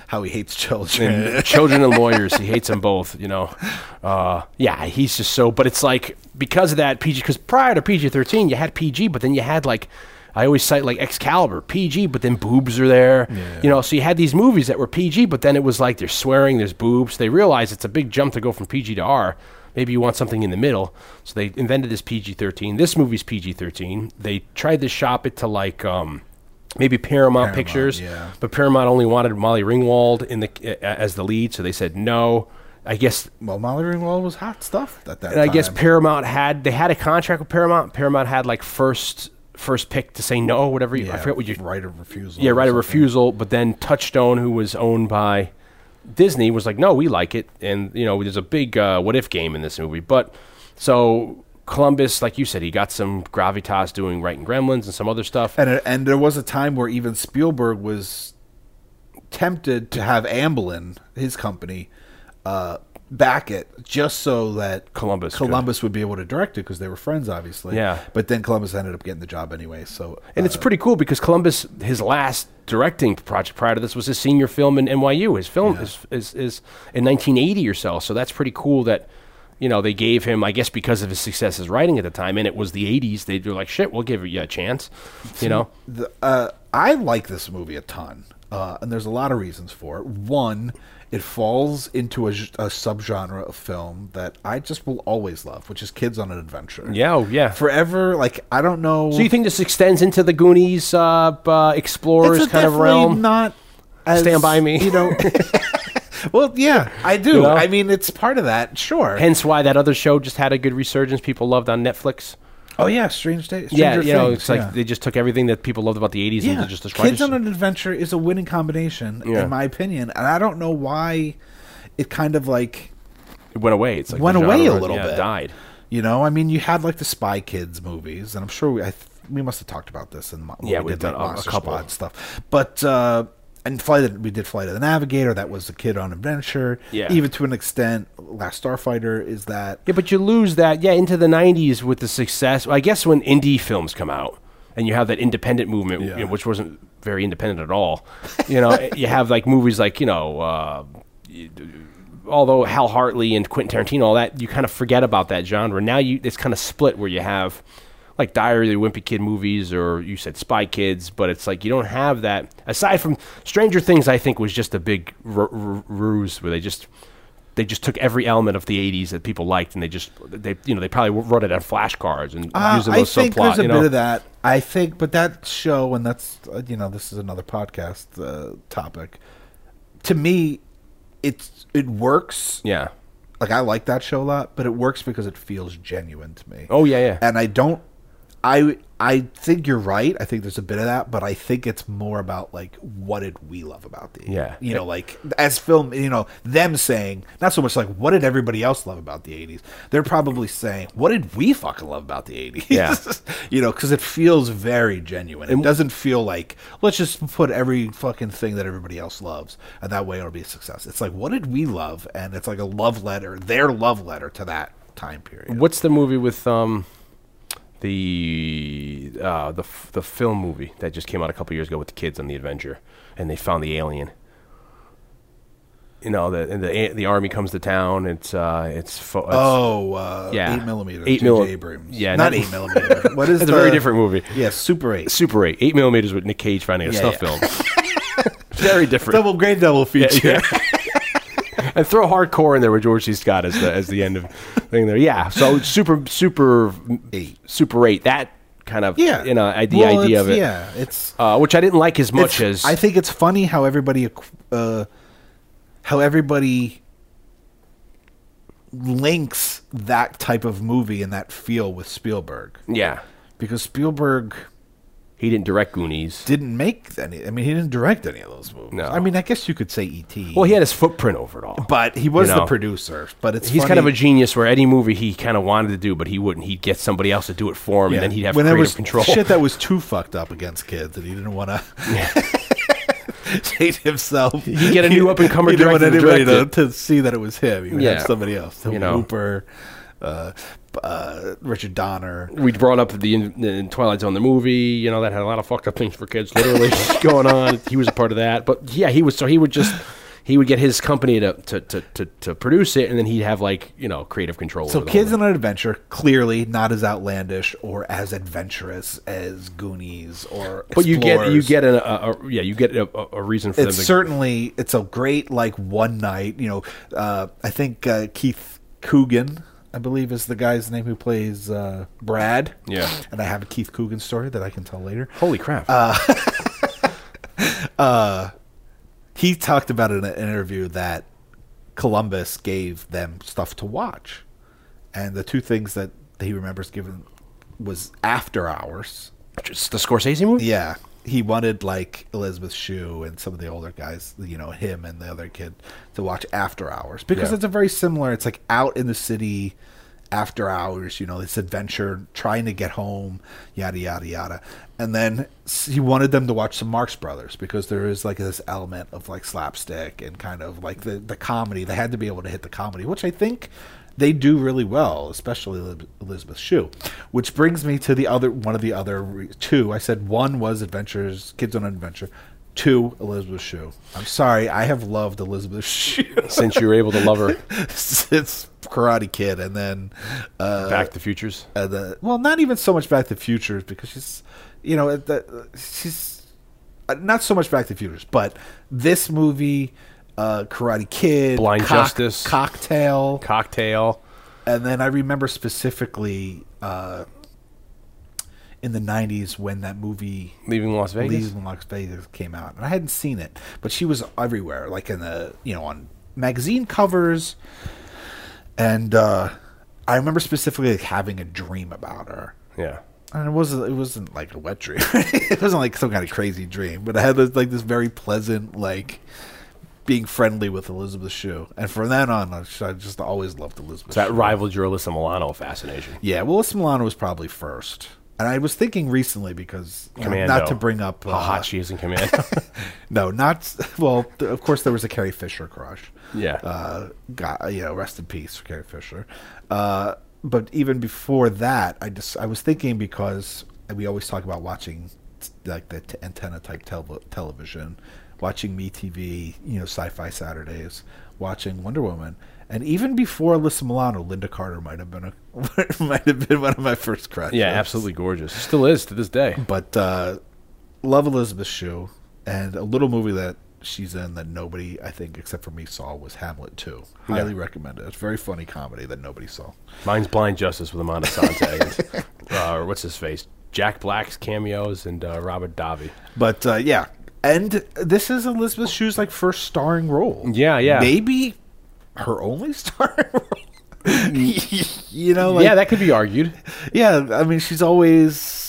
Speaker 5: how he hates children.
Speaker 4: and children and lawyers. He hates them both. You know, uh, yeah, he's just so. But it's like because of that PG. Because prior to PG thirteen, you had PG, but then you had like I always cite like Excalibur PG, but then boobs are there. You know, so you had these movies that were PG, but then it was like there's swearing, there's boobs. They realize it's a big jump to go from PG to R. Maybe you want something in the middle, so they invented this PG thirteen. This movie's PG thirteen. They tried to shop it to like. Um, Maybe Paramount,
Speaker 5: Paramount,
Speaker 4: Pictures,
Speaker 5: yeah.
Speaker 4: but Paramount only wanted Molly Ringwald in the a- as the lead, so they said no. I guess
Speaker 5: Well, Molly Ringwald was hot stuff at that
Speaker 4: and I
Speaker 5: time.
Speaker 4: guess Paramount had they had a contract with Paramount. Paramount had like first first pick to say no, whatever. You, I forget what you
Speaker 5: right of refusal.
Speaker 4: yeah
Speaker 5: or
Speaker 4: right of
Speaker 5: something.
Speaker 4: refusal. But then Touchstone, who was owned by Disney, was like, no, we like it, and you know there's a big uh, what if game in this movie. But so Columbus, like you said, he got some gravitas doing Right and Gremlins and some other stuff.
Speaker 5: And and there was a time where even Spielberg was tempted to have Amblin, his company, uh, back it just so that
Speaker 4: Columbus could.
Speaker 5: Columbus would be able to direct it because they were friends, obviously.
Speaker 4: Yeah.
Speaker 5: But then Columbus ended up getting the job anyway. So uh,
Speaker 4: And it's pretty cool because Columbus, his last directing project prior to this was his senior film in NYU. His film is, is is in 1980 or so. So that's pretty cool that you know they gave him, I guess, because of his success as writing at the time, and it was the 80s. They were like, shit, we'll give you a chance. You know,
Speaker 5: the, uh, I like this movie a ton, uh, and there's a lot of reasons for it. One, it falls into a, j- a subgenre of film that I just will always love, which is kids on an adventure.
Speaker 4: yeah, oh, yeah.
Speaker 5: Forever, like I don't know.
Speaker 4: so you think this extends into the Goonies, uh, uh, Explorers
Speaker 5: It's a
Speaker 4: kind of
Speaker 5: definitely
Speaker 4: realm?
Speaker 5: Not as,
Speaker 4: Stand by me.
Speaker 5: You know. well, yeah, I do.
Speaker 4: You know?
Speaker 5: I mean, it's part of that. Sure.
Speaker 4: Hence why that other show just had a good resurgence. People loved on Netflix.
Speaker 5: oh yeah, Strange Days.
Speaker 4: Yeah,
Speaker 5: Stranger
Speaker 4: you know,
Speaker 5: Things,
Speaker 4: it's like
Speaker 5: yeah.
Speaker 4: they just took everything that people loved about the 80s
Speaker 5: yeah.
Speaker 4: and just described
Speaker 5: Kids
Speaker 4: it.
Speaker 5: on an Adventure is a winning combination,
Speaker 4: Yeah.
Speaker 5: in my opinion, and I don't know why it kind of like
Speaker 4: it went away. It's like the
Speaker 5: went away a
Speaker 4: genre,
Speaker 5: little
Speaker 4: yeah,
Speaker 5: bit.
Speaker 4: Died.
Speaker 5: You know, I mean, you had like the Spy Kids movies, and I'm sure we I th- we must have talked about this in Mo- when
Speaker 4: Yeah,
Speaker 5: we
Speaker 4: we've
Speaker 5: did
Speaker 4: done
Speaker 5: like,
Speaker 4: a- a
Speaker 5: Monster
Speaker 4: couple.
Speaker 5: Squad stuff, but. uh and flight of, the- we did flight of the navigator that was a kid on adventure
Speaker 4: Yeah.
Speaker 5: even to an extent last starfighter is that
Speaker 4: Yeah, but you lose that. Yeah, into the '90s with the success. I guess when indie films come out and you have that independent movement, you know,
Speaker 5: Yeah.
Speaker 4: which wasn't very independent at all. You know, you have like movies like you know. Uh, y- Although Hal Hartley and Quentin Tarantino, all that you kind of forget about that genre. Now you, it's kind of split where you have like Diary of the Wimpy Kid movies, or you said Spy Kids, but it's like you don't have that aside from Stranger Things. I think was just a big r- r- ruse where they just they just took every element of the '80s that people liked, and they just they you know they probably wrote it on flashcards and
Speaker 5: Uh,
Speaker 4: used it
Speaker 5: I
Speaker 4: as
Speaker 5: think
Speaker 4: subplot.
Speaker 5: there's a
Speaker 4: You
Speaker 5: bit
Speaker 4: know,
Speaker 5: of that. I think, but that show, and that's uh, you know, this is another podcast uh, topic. To me, it's it works.
Speaker 4: yeah,
Speaker 5: Like I like that show a lot, but it works because it feels genuine to me.
Speaker 4: Oh, yeah, yeah.
Speaker 5: And I don't. I I think you're right. I think there's a bit of that, but I think it's more about like what did we love about the 80s?
Speaker 4: Yeah.
Speaker 5: You know, like as film, you know, them saying not so much like what did everybody else love about the 80s. They're probably saying what did we fucking love about the 80s.
Speaker 4: Yeah.
Speaker 5: you know, because it feels very genuine. It doesn't feel like let's just put every fucking thing that everybody else loves, and that way it'll be a success. It's like what did we love, and it's like a love letter, their love letter to that time period.
Speaker 4: What's the movie with um the uh the f- the film movie that just came out a couple years ago with the kids on the adventure and they found the alien. You know the and the a- the army comes to town. It's uh it's, fo- it's
Speaker 5: Oh, uh,
Speaker 4: Yeah.
Speaker 5: eight millimeter.
Speaker 4: Eight
Speaker 5: Eight
Speaker 4: mil-
Speaker 5: Abrams.
Speaker 4: yeah,
Speaker 5: not
Speaker 4: that-
Speaker 5: eight millimeter. What is
Speaker 4: That's a very different movie.
Speaker 5: Yeah, Super Eight.
Speaker 4: Super Eight, eight millimeters with Nick Cage finding a
Speaker 5: Yeah,
Speaker 4: stuff film. Very different.
Speaker 5: Double grade, double feature.
Speaker 4: Yeah, yeah. and throw hardcore in there with George C. Scott as the as the end of thing there. Yeah. So super super
Speaker 5: Eight.
Speaker 4: super eight. That kind of
Speaker 5: Yeah.
Speaker 4: you know the
Speaker 5: Well,
Speaker 4: idea
Speaker 5: it's-
Speaker 4: of it.
Speaker 5: Yeah, it's
Speaker 4: Uh, which I didn't like as much
Speaker 5: it's-
Speaker 4: as
Speaker 5: I think it's funny how everybody, equ- uh, how everybody links that type of movie and that feel with Spielberg
Speaker 4: yeah
Speaker 5: because Spielberg
Speaker 4: he didn't direct Goonies.
Speaker 5: didn't make any. I mean, he didn't direct any of those movies.
Speaker 4: No.
Speaker 5: I mean, I guess you could say E.T.
Speaker 4: well, he had his footprint over it all,
Speaker 5: but he was
Speaker 4: you know.
Speaker 5: the producer. But it's
Speaker 4: He's
Speaker 5: funny-
Speaker 4: kind of a genius where any movie he kind of wanted to do, but he wouldn't. He'd get somebody else to do it for him,
Speaker 5: Yeah.
Speaker 4: and then he'd have
Speaker 5: when there
Speaker 4: creative
Speaker 5: was
Speaker 4: control.
Speaker 5: Shit that was too fucked up against kids, and he didn't want to. Hate himself.
Speaker 4: He'd get a new up-and-comer
Speaker 5: He didn't want
Speaker 4: director to
Speaker 5: anybody to,
Speaker 4: direct
Speaker 5: to see that it was him. He would
Speaker 4: Yeah.
Speaker 5: have somebody else.
Speaker 4: You
Speaker 5: Hooper,
Speaker 4: know.
Speaker 5: uh, uh, Richard Donner.
Speaker 4: we brought up the, the Twilight Zone the movie, you know, that had a lot of fucked up things for kids literally going on. He was a part of that, but yeah, he was. So he would just he would get his company to to to, to, to produce it, and then he'd have like you know creative control.
Speaker 5: So,
Speaker 4: over the whole
Speaker 5: Kids
Speaker 4: thing.
Speaker 5: on an Adventure clearly not as outlandish or as adventurous as Goonies or.
Speaker 4: but you get you
Speaker 5: Explorers.
Speaker 4: get an, a, a yeah you get a, a- a reason for
Speaker 5: it's
Speaker 4: them. to
Speaker 5: certainly it's a great like one night you know uh, i think uh, keith coogan i believe is the guy's name who plays uh, brad
Speaker 4: Yeah.
Speaker 5: and i have a keith coogan story that i can tell later
Speaker 4: Holy crap!
Speaker 5: uh, he talked about in an interview that columbus gave them stuff to watch and the two things that he remembers giving was after hours
Speaker 4: Just the Scorsese movie.
Speaker 5: Yeah, he wanted like Elizabeth Shue and some of the older guys, you know, him and the other kid to watch After Hours because
Speaker 4: Yeah.
Speaker 5: it's a very similar. It's like out in the city, after hours. You know, this adventure, trying to get home, yada yada yada. And then s- he wanted them to watch some Marx Brothers because there is like this element of like slapstick and kind of like the the comedy. They had to be able to hit the comedy, which I think. They do really well, especially Elib- Elizabeth Shue, which brings me to the other one of the other re- two. I said one was Adventures Kids on an Adventure, two Elizabeth Shue. I'm sorry, I have loved Elizabeth Shue
Speaker 4: Since you were able to love her,
Speaker 5: since Karate Kid, and then uh,
Speaker 4: Back to the Futures.
Speaker 5: uh, the well, not even so much Back to the Futures because she's, you know, at the, she's uh, not so much Back to the Futures, but this movie, uh, Karate Kid,
Speaker 4: Blind Justice.
Speaker 5: Cocktail,
Speaker 4: Cocktail.
Speaker 5: and then I remember specifically uh, in the '90s when that movie
Speaker 4: Leaving Las Vegas?
Speaker 5: Leaving Las Vegas came out, and I hadn't seen it, but she was everywhere, like in the you know on magazine covers, and uh, I remember specifically like, having a dream about her.
Speaker 4: Yeah.
Speaker 5: And it wasn't. It wasn't like a wet dream. it wasn't like some kind of crazy dream. But I had this, like this very pleasant, like being friendly with Elizabeth Shue. And from then on, I just- I just always loved Elizabeth.
Speaker 4: That
Speaker 5: Shue.
Speaker 4: rivaled your Alyssa Milano fascination.
Speaker 5: Yeah, well, Alyssa Milano was probably first. And I was thinking recently because you know,
Speaker 4: Commando.
Speaker 5: not to bring up
Speaker 4: how
Speaker 5: uh,
Speaker 4: hot she is in Commando.
Speaker 5: No, not well. th- Of course, there was a Carrie Fisher crush.
Speaker 4: Yeah.
Speaker 5: uh, God, you know, rest in peace, Carrie Fisher. Uh, but even before that, I just I was thinking because we always talk about watching t- like the t- antenna type tel- television, watching Me TV, you know, Sci-Fi Saturdays, watching Wonder Woman. And even before Alyssa Milano, Linda Carter might have been a, might have been one of my first crushes.
Speaker 4: yeah, absolutely gorgeous. Still is to this day.
Speaker 5: But uh, love Elizabeth Shue and a little movie that she's in that nobody, I think, except for me, saw was Hamlet too. Highly recommend it. It's a very funny comedy that nobody saw.
Speaker 4: Mine's Blind Justice with Amanda Sante and uh, what's his face? Jack Black's cameos and uh, Robert Davi.
Speaker 5: But uh, yeah, and this is Elizabeth Shue's like first starring role.
Speaker 4: Yeah, yeah.
Speaker 5: Maybe her only starring role.
Speaker 4: Mm.
Speaker 5: you know, like,
Speaker 4: yeah, that could be argued.
Speaker 5: yeah. I mean, she's always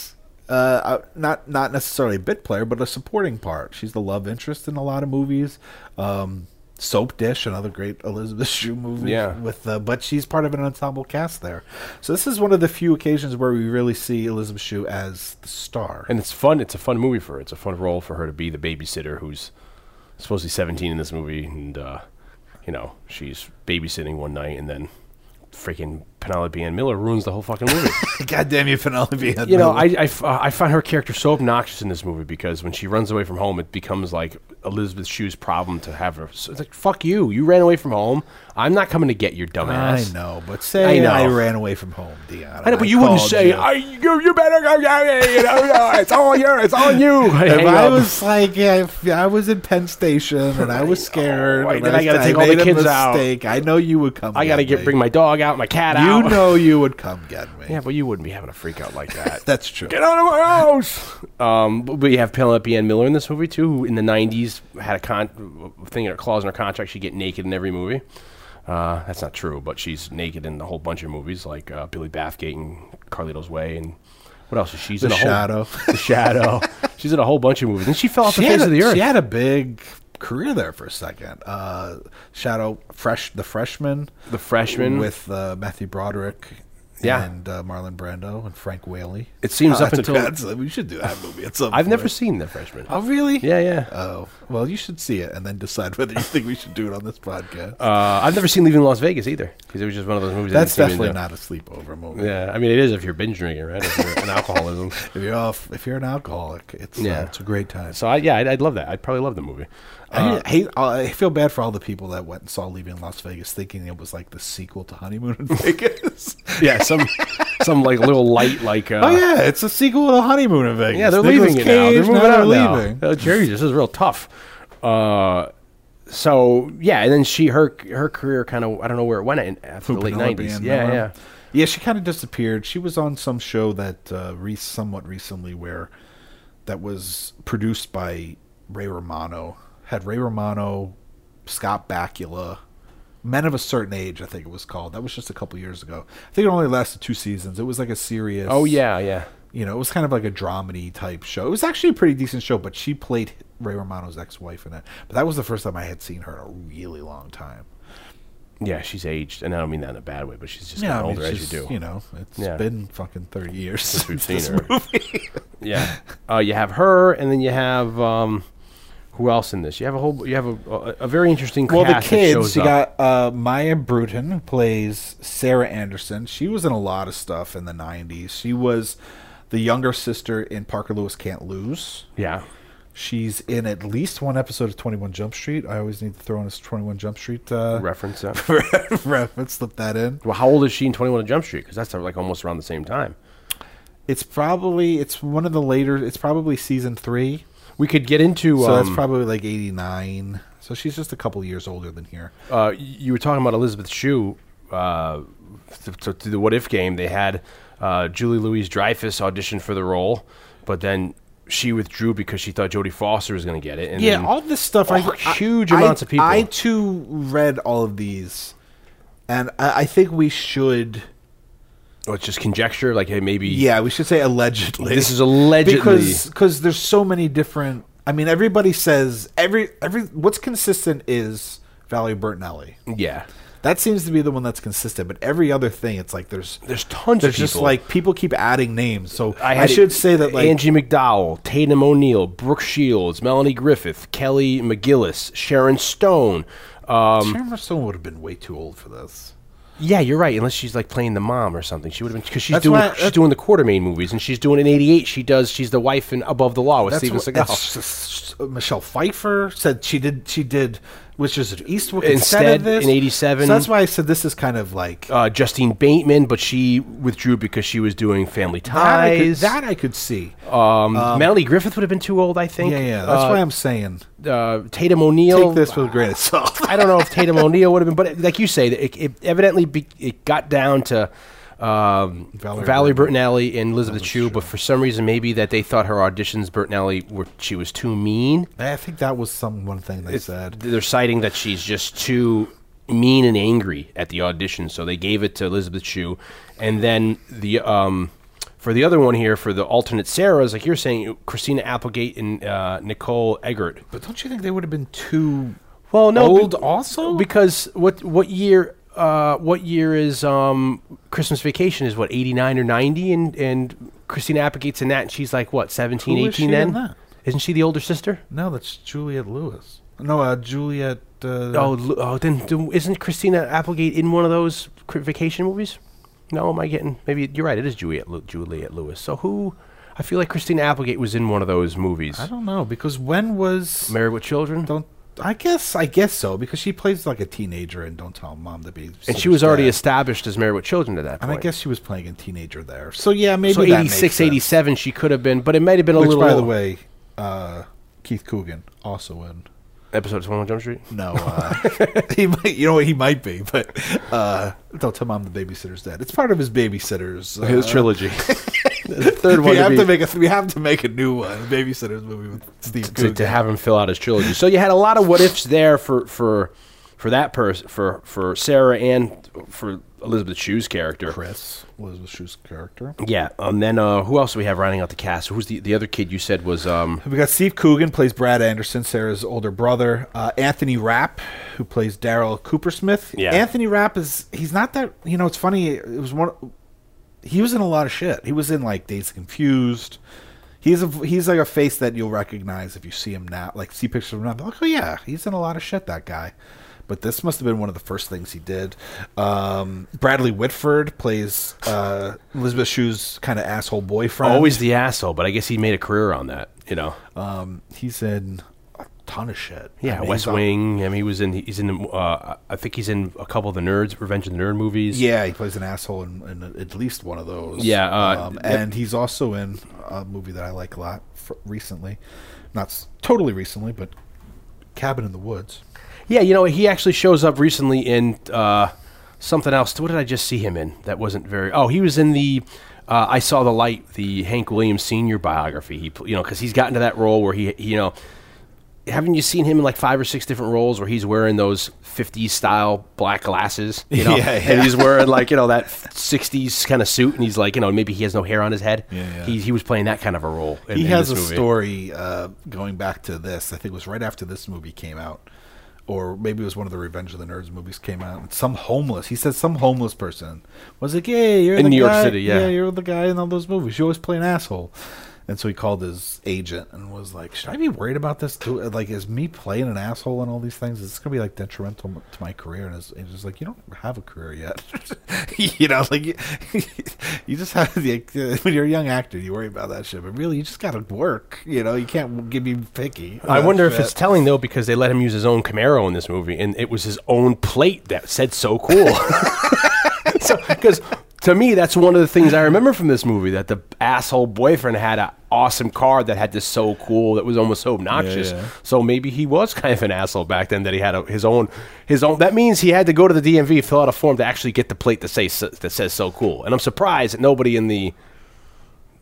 Speaker 5: uh, uh, not not necessarily a bit player, but a supporting part. She's the love interest in a lot of movies. Um, Soap Dish, another great Elizabeth Shue movie.
Speaker 4: Yeah.
Speaker 5: with uh, but she's part of an ensemble cast there. So this is one of the few occasions where we really see Elizabeth Shue as the star.
Speaker 4: And it's fun. It's a fun movie for her. It's a fun role for her to be the babysitter who's supposedly 17 in this movie. And, uh, you know, she's babysitting one night and then freaking Penelope Ann Miller ruins the whole fucking movie.
Speaker 5: God damn you, Penelope! Ann
Speaker 4: you know,
Speaker 5: Miller.
Speaker 4: I, I f- uh, I find her character so obnoxious in this movie because when she runs away from home, it becomes like Elizabeth Shue's problem to have her. So it's like, fuck you. You ran away from home. I'm not coming to get your dumb
Speaker 5: I
Speaker 4: ass.
Speaker 5: know, but say I,
Speaker 4: I know.
Speaker 5: ran away from home, Deanna.
Speaker 4: I know, but you wouldn't
Speaker 5: called
Speaker 4: say,
Speaker 5: you.
Speaker 4: I, you, you better go get it. You know, no, it's all you. It's all you.
Speaker 5: If
Speaker 4: Hang
Speaker 5: I
Speaker 4: up.
Speaker 5: was like, yeah, if I was in Penn Station and I was scared,
Speaker 4: Right,
Speaker 5: and
Speaker 4: Oh, then I gotta take all the
Speaker 5: made a
Speaker 4: kids out.
Speaker 5: mistake, I know you would come.
Speaker 4: I got to
Speaker 5: get
Speaker 4: get
Speaker 5: me.
Speaker 4: bring my dog out, my cat out.
Speaker 5: You know you would come get me.
Speaker 4: Yeah, but you wouldn't be having a freak out like that.
Speaker 5: that's true.
Speaker 4: Get out of my house! Um, but but you have Penelope Ann Miller in this movie too, who in the '90s had a con- thing in her clause in her contract she'd get naked in every movie. Uh, that's not true, but she's naked in a whole bunch of movies like uh, Billy Bathgate and Carlito's Way, and what else? She's in
Speaker 5: The
Speaker 4: a whole-
Speaker 5: Shadow.
Speaker 4: the Shadow. She's in a whole bunch of movies, and she fell off
Speaker 5: She
Speaker 4: the
Speaker 5: had,
Speaker 4: face of the
Speaker 5: a,
Speaker 4: earth.
Speaker 5: she had a big career there for a second. Uh, Shadow, fresh, the freshman,
Speaker 4: The Freshman.
Speaker 5: with uh, Matthew Broderick,
Speaker 4: Yeah.
Speaker 5: and uh, Marlon Brando and Frank Whaley. Uh,
Speaker 4: It seems up
Speaker 5: that's a-
Speaker 4: until-
Speaker 5: that's a- we should do that movie at some.
Speaker 4: I've
Speaker 5: point.
Speaker 4: never seen The Freshman.
Speaker 5: Oh really?
Speaker 4: Yeah, yeah.
Speaker 5: Oh well, you should see it and then decide whether you think we should do it on this podcast.
Speaker 4: Uh, I've never seen Leaving Las Vegas either, because it was just one of those movies. that
Speaker 5: That's
Speaker 4: didn't seem to-
Speaker 5: definitely not a sleepover movie.
Speaker 4: Yeah, I mean it is if you're binge drinking, right? If you're an alcoholism.
Speaker 5: If you're off, if you're an alcoholic, it's yeah.
Speaker 4: Yeah.
Speaker 5: it's a great time.
Speaker 4: So uh, I, yeah, I'd, I'd love that. I'd probably love the movie.
Speaker 5: I hate. uh, I feel bad for all the people that went and saw Leaving Las Vegas, thinking it was like the sequel to Honeymoon in Vegas.
Speaker 4: Yeah, some some like little light like. Uh,
Speaker 5: oh yeah, it's a sequel to Honeymoon in Vegas.
Speaker 4: yeah, they're
Speaker 5: Nicolas
Speaker 4: leaving it now. They're
Speaker 5: Cage,
Speaker 4: moving out
Speaker 5: they're
Speaker 4: now. Oh, Jerry, this is real tough. Uh, so yeah, and then she her her career kind of I don't know where it went in, after the late
Speaker 5: Penelope
Speaker 4: nineties.
Speaker 5: Ann
Speaker 4: Yeah,
Speaker 5: Miller.
Speaker 4: yeah.
Speaker 5: yeah. She kind of disappeared. She was on some show that uh, re- somewhat recently where that was produced by Ray Romano. Had Ray Romano, Scott Bakula, Men of a Certain Age, I think it was called. That was just a couple years ago. I think it only lasted two seasons. It was like a serious.
Speaker 4: Oh yeah, yeah.
Speaker 5: You know, it was kind of like a dramedy type show. It was actually a pretty decent show, but she played Ray Romano's ex-wife in it. But that was the first time I had seen her in a really long time.
Speaker 4: Yeah, she's aged, and I don't mean that in a bad way, but she's just
Speaker 5: Yeah, I
Speaker 4: getting
Speaker 5: mean,
Speaker 4: older as
Speaker 5: she's-
Speaker 4: you do.
Speaker 5: You know, it's
Speaker 4: Yeah.
Speaker 5: been fucking thirty years since
Speaker 4: we've
Speaker 5: this
Speaker 4: seen her.
Speaker 5: movie.
Speaker 4: Yeah, uh, you have her, and then you have um, who else in this? You have a whole, you have a, a, a very interesting.
Speaker 5: well, the
Speaker 4: cast that
Speaker 5: kids.
Speaker 4: shows
Speaker 5: You
Speaker 4: up.
Speaker 5: got uh, Maya Bruton who plays Sarah Anderson. She was in a lot of stuff in the '90s. She was the younger sister in Parker Lewis Can't Lose.
Speaker 4: yeah,
Speaker 5: She's in at least one episode of Twenty One Jump Street. I always need to throw in a Twenty One Jump Street uh,
Speaker 4: reference. that.
Speaker 5: reference. Slip that in.
Speaker 4: Well, how old is she in 21 Jump Street? Because that's uh, like almost around the same time.
Speaker 5: It's probably it's one of the later. It's probably season three.
Speaker 4: We could get into.
Speaker 5: So that's
Speaker 4: um,
Speaker 5: probably like 89. So she's just a couple years older than here.
Speaker 4: uh, y- you were talking about Elizabeth Shue. Uh, to, to, to the What If game, they had uh, Julie Louise Dreyfus audition for the role, but then she withdrew because she thought Jodie Foster was going to get it. And then-
Speaker 5: this stuff.
Speaker 4: I- huge amounts of people.
Speaker 5: Mm. Oh, I too read all of these, and I, I think we should.
Speaker 4: oh, it's just conjecture. Like, hey, maybe.
Speaker 5: Yeah, we should say allegedly.
Speaker 4: This is allegedly.
Speaker 5: because cause there's so many different. I mean, everybody says every every what's consistent is Valerie Bertinelli.
Speaker 4: Yeah.
Speaker 5: That seems to be the one that's consistent, but every other thing, it's like there's
Speaker 4: There's tons
Speaker 5: there's
Speaker 4: of
Speaker 5: just
Speaker 4: people.
Speaker 5: like people keep adding names. So I,
Speaker 4: had
Speaker 5: should
Speaker 4: it-
Speaker 5: say that like
Speaker 4: Angie McDowell, Tatum O'Neill, Brooke Shields, Melanie Griffith, Kelly McGillis, Sharon Stone. Um,
Speaker 5: Tamara Stone would have been way too old for this.
Speaker 4: Yeah, you're right. Unless she's like playing the mom or something, she would have been because she's
Speaker 5: That's
Speaker 4: doing
Speaker 5: why-
Speaker 4: she's
Speaker 5: that-
Speaker 4: doing the Quartermain movies and she's doing in '88. She does she's the wife in Above the Law with Steven
Speaker 5: what-
Speaker 4: Seagal.
Speaker 5: that's just- uh, Michelle Pfeiffer said she did she did Witches of Eastwick instead,
Speaker 4: Instead,
Speaker 5: of this
Speaker 4: in 87.
Speaker 5: So that's why I said this is kind of like
Speaker 4: Uh, Justine Bateman, but she withdrew because she was doing Family
Speaker 5: that I, could,
Speaker 4: Ties.
Speaker 5: that I could see.
Speaker 4: um, Melanie Griffith would have been too old, I think.
Speaker 5: yeah, yeah. That's
Speaker 4: Uh,
Speaker 5: why I'm saying
Speaker 4: uh, Tatum O'Neal.
Speaker 5: take this with a grain of salt.
Speaker 4: I don't know if Tatum O'Neal would have been, but it, like you say, it, it evidently be, it got down to um, Valerie,
Speaker 5: Valerie
Speaker 4: Bertinelli and Elizabeth Chu, but for some reason, maybe that they thought her auditions, Bertinelli, were she was too mean.
Speaker 5: I think that was some one thing they said.
Speaker 4: They're citing that she's just too mean and angry at the audition, so they gave it to Elizabeth Chu, and then the um. For the other one here, for the alternate Sarahs, like you're saying, Christina Applegate and uh, Nicole Eggert.
Speaker 5: But don't you think they would have been too
Speaker 4: Well, no,
Speaker 5: old
Speaker 4: be-
Speaker 5: also?
Speaker 4: because what what year uh, what year is um, Christmas Vacation is what eighty nine or ninety and and Christina Applegate's in that and she's like what 17,
Speaker 5: Who is
Speaker 4: 18
Speaker 5: she
Speaker 4: then
Speaker 5: in that?
Speaker 4: isn't she the older sister?
Speaker 5: no, that's Juliet Lewis. No, uh, Juliet. Uh,
Speaker 4: Oh, Lu- oh, then do- isn't Christina Applegate in one of those cr- Vacation movies? No, am I getting maybe you're right? It is Juliet Lu- Juliet Lewis. So who? I feel like Christina Applegate was in one of those movies.
Speaker 5: I don't know because when was
Speaker 4: Married with Children.
Speaker 5: don't I guess I guess so because she plays like a teenager and don't tell mom to be.
Speaker 4: and she was already
Speaker 5: a
Speaker 4: established as Married with Children at that
Speaker 5: and
Speaker 4: point.
Speaker 5: I guess she was playing a teenager there. So yeah, maybe
Speaker 4: so 86, 87, she could have been, but it might have been a
Speaker 5: Which,
Speaker 4: little.
Speaker 5: by the way, uh, Keith Coogan also in.
Speaker 4: episode 21 Jump Street.
Speaker 5: No, uh, he might. You know what? He might be, but uh, don't tell mom the babysitter's dead. It's part of his babysitters. Uh,
Speaker 4: trilogy. the third
Speaker 5: we
Speaker 4: one
Speaker 5: have
Speaker 4: to,
Speaker 5: to,
Speaker 4: be-
Speaker 5: make a. We have to make a new one. a Babysitters movie with Steve
Speaker 4: to,
Speaker 5: Coogan.
Speaker 4: to have him fill out his trilogy. So you had a lot of what ifs there for for for that person for for Sarah and for Elizabeth Shue's character.
Speaker 5: Chris was the shoe's character.
Speaker 4: Yeah, and then uh, who else do we have rounding out the cast? Who's the the other kid you said was um
Speaker 5: We got Steve Coogan plays Brad Anderson, Sarah's older brother. Uh, Anthony Rapp, who plays Daryl Coopersmith.
Speaker 4: Yeah.
Speaker 5: Anthony Rapp is he's not that you know. It's funny. It was one. He was in a lot of shit. He was in like Days Confused. He's a he's like a face that you'll recognize if you see him now, like see pictures of him now. be Like, oh yeah, he's in a lot of shit. That guy. But this must have been one of the first things he did. Um, Bradley Whitford plays uh, Elizabeth Shue's kind of asshole boyfriend.
Speaker 4: always the asshole, but I guess he made a career on that, you know.
Speaker 5: Um, he's in a ton of shit. I
Speaker 4: Yeah,
Speaker 5: mean,
Speaker 4: West
Speaker 5: he's on-
Speaker 4: Wing. I mean, he was in. He's in. Uh, I think he's in a couple of the Nerds, Revenge of the Nerd movies.
Speaker 5: Yeah, he plays an asshole in, in at least one of those.
Speaker 4: Yeah, uh,
Speaker 5: um,
Speaker 4: yep.
Speaker 5: and he's also in a movie that I like a lot fr recently, not s- totally recently, but Cabin in the Woods.
Speaker 4: Yeah, you know, he actually shows up recently in uh, something else. What did I just see him in? That wasn't very. Oh, he was in the. Uh, I saw the light, the Hank Williams senior biography. He, pl- you know, because he's gotten to that role where he, he, you know, haven't you seen him in like five or six different roles where he's wearing those '50s style black glasses, you know,
Speaker 5: Yeah,
Speaker 4: and he's wearing like you know that '60s kind of suit, and he's like, you know, maybe he has no hair on his head.
Speaker 5: Yeah, yeah.
Speaker 4: He he was playing that kind of a role. In,
Speaker 5: he
Speaker 4: in
Speaker 5: has a
Speaker 4: this movie.
Speaker 5: story uh, going back to this. I think it was right after this movie came out, or maybe it was one of the Revenge of the Nerds movies came out. and Some homeless. He said some homeless person was like, "Yeah, you're
Speaker 4: In
Speaker 5: the
Speaker 4: New York
Speaker 5: guy-
Speaker 4: City, yeah.
Speaker 5: you're the guy in all those movies. You always play an asshole." And so he called his agent and was like, "Should I be worried about this? Too? Like, is me playing an asshole in all these things? Is this gonna be like detrimental m- to my career?" And his agent's like, "You don't have a career yet, you know. Like, you, you just have like, uh, when you're a young actor, you worry about that shit. But really, you just gotta work. You know, you can't give me picky.
Speaker 4: I
Speaker 5: about
Speaker 4: wonder if
Speaker 5: shit.
Speaker 4: it's telling though because they let him use his own Camaro in this movie, and it was his own plate that said "so cool." so, because to me, that's one of the things I remember from this movie that the asshole boyfriend had an awesome car that had this "so cool" that was almost so obnoxious.
Speaker 5: Yeah, yeah.
Speaker 4: So maybe he was kind of an asshole back then that he had a, his own his own. That means he had to go to the DMV fill out a form to actually get the plate that says that says "so cool." And I'm surprised that nobody in the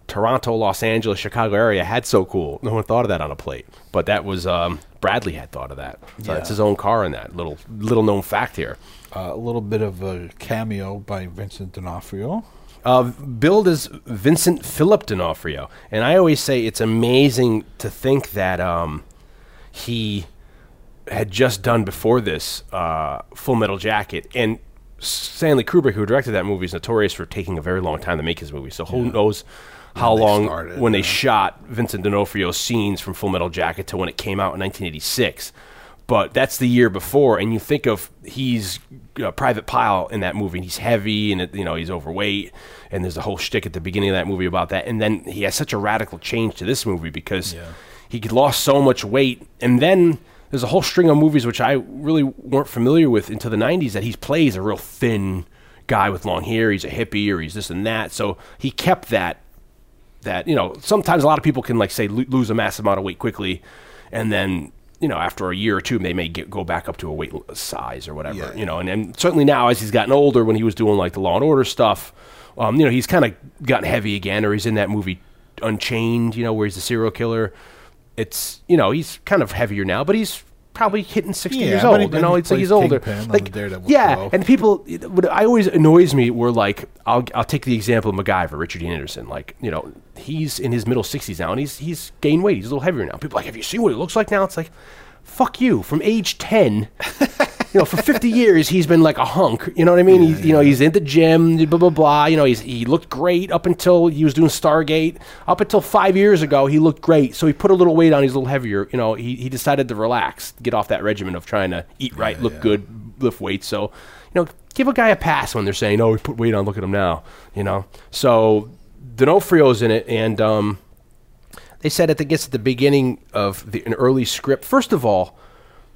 Speaker 4: Toronto, Los Angeles, Chicago area had so cool. No one thought of that on a plate, but that was um, Bradley had thought of that. So
Speaker 5: Yeah.
Speaker 4: it's his own car in that little little known fact here.
Speaker 5: uh, a little bit of a cameo by Vincent D'Onofrio.
Speaker 4: Uh, billed as Vincent Philip D'Onofrio, and I always say it's amazing to think that um, he had just done before this uh, Full Metal Jacket, and Stanley Kubrick, who directed that movie, is notorious for taking a very long time to make his movie. So who knows how
Speaker 5: they
Speaker 4: long
Speaker 5: started,
Speaker 4: when they
Speaker 5: yeah.
Speaker 4: shot Vincent D'Onofrio's scenes from Full Metal Jacket to when it came out in 1986. But that's the year before, and you think of he's uh, Private Pile in that movie, and he's heavy, and it, you know he's overweight, and there's a whole shtick at the beginning of that movie about that, and then he has such a radical change to this movie because
Speaker 5: Yeah.
Speaker 4: he lost so much weight, and then there's a whole string of movies which I really weren't familiar with until the '90s that he plays a real thin guy with long hair. He's a hippie or he's this and that. So he kept that that you know sometimes a lot of people can like say lo- lose a massive amount of weight quickly and then you know after a year or two they may get, go back up to a weight l- size or whatever
Speaker 5: Yeah,
Speaker 4: you know and, and certainly now as he's gotten older when he was doing like the law and order stuff um, you know he's kind of gotten heavy again or he's in that movie unchained you know where he's a serial killer it's you know he's kind of heavier now but he's probably hitting 60
Speaker 5: Yeah,
Speaker 4: years
Speaker 5: but
Speaker 4: old
Speaker 5: he-
Speaker 4: you know
Speaker 5: he
Speaker 4: it's like he's
Speaker 5: plays
Speaker 4: older
Speaker 5: Kingpin on the
Speaker 4: like
Speaker 5: Daredevil
Speaker 4: yeah
Speaker 5: show.
Speaker 4: and and people, it- what I always annoys me were like, I'll, I'll take the example of MacGyver, Richard Dean Anderson. Like, you know, he's in his middle 60s now and he's, he's gained weight. He's a little heavier now. People are like, have you seen what he looks like now? It's like, fuck you. From age 10, you know, for 50 years, he's been like a hunk. You know what I mean? he's, You know, he's in the gym, blah, blah, blah. You know, he's, he looked great up until he was doing Stargate. Up until five years ago, he looked great. So he put a little weight on. He's a little heavier. You know, he, he decided to relax, get off that regimen of trying to eat right, look good, lift weight. So, you know, give a guy a pass when they're saying, "Oh, he put weight on. Look at him now." You know, so D'Onofrio's in it, and um, they said at the guess at the beginning of the, an early script. First of all,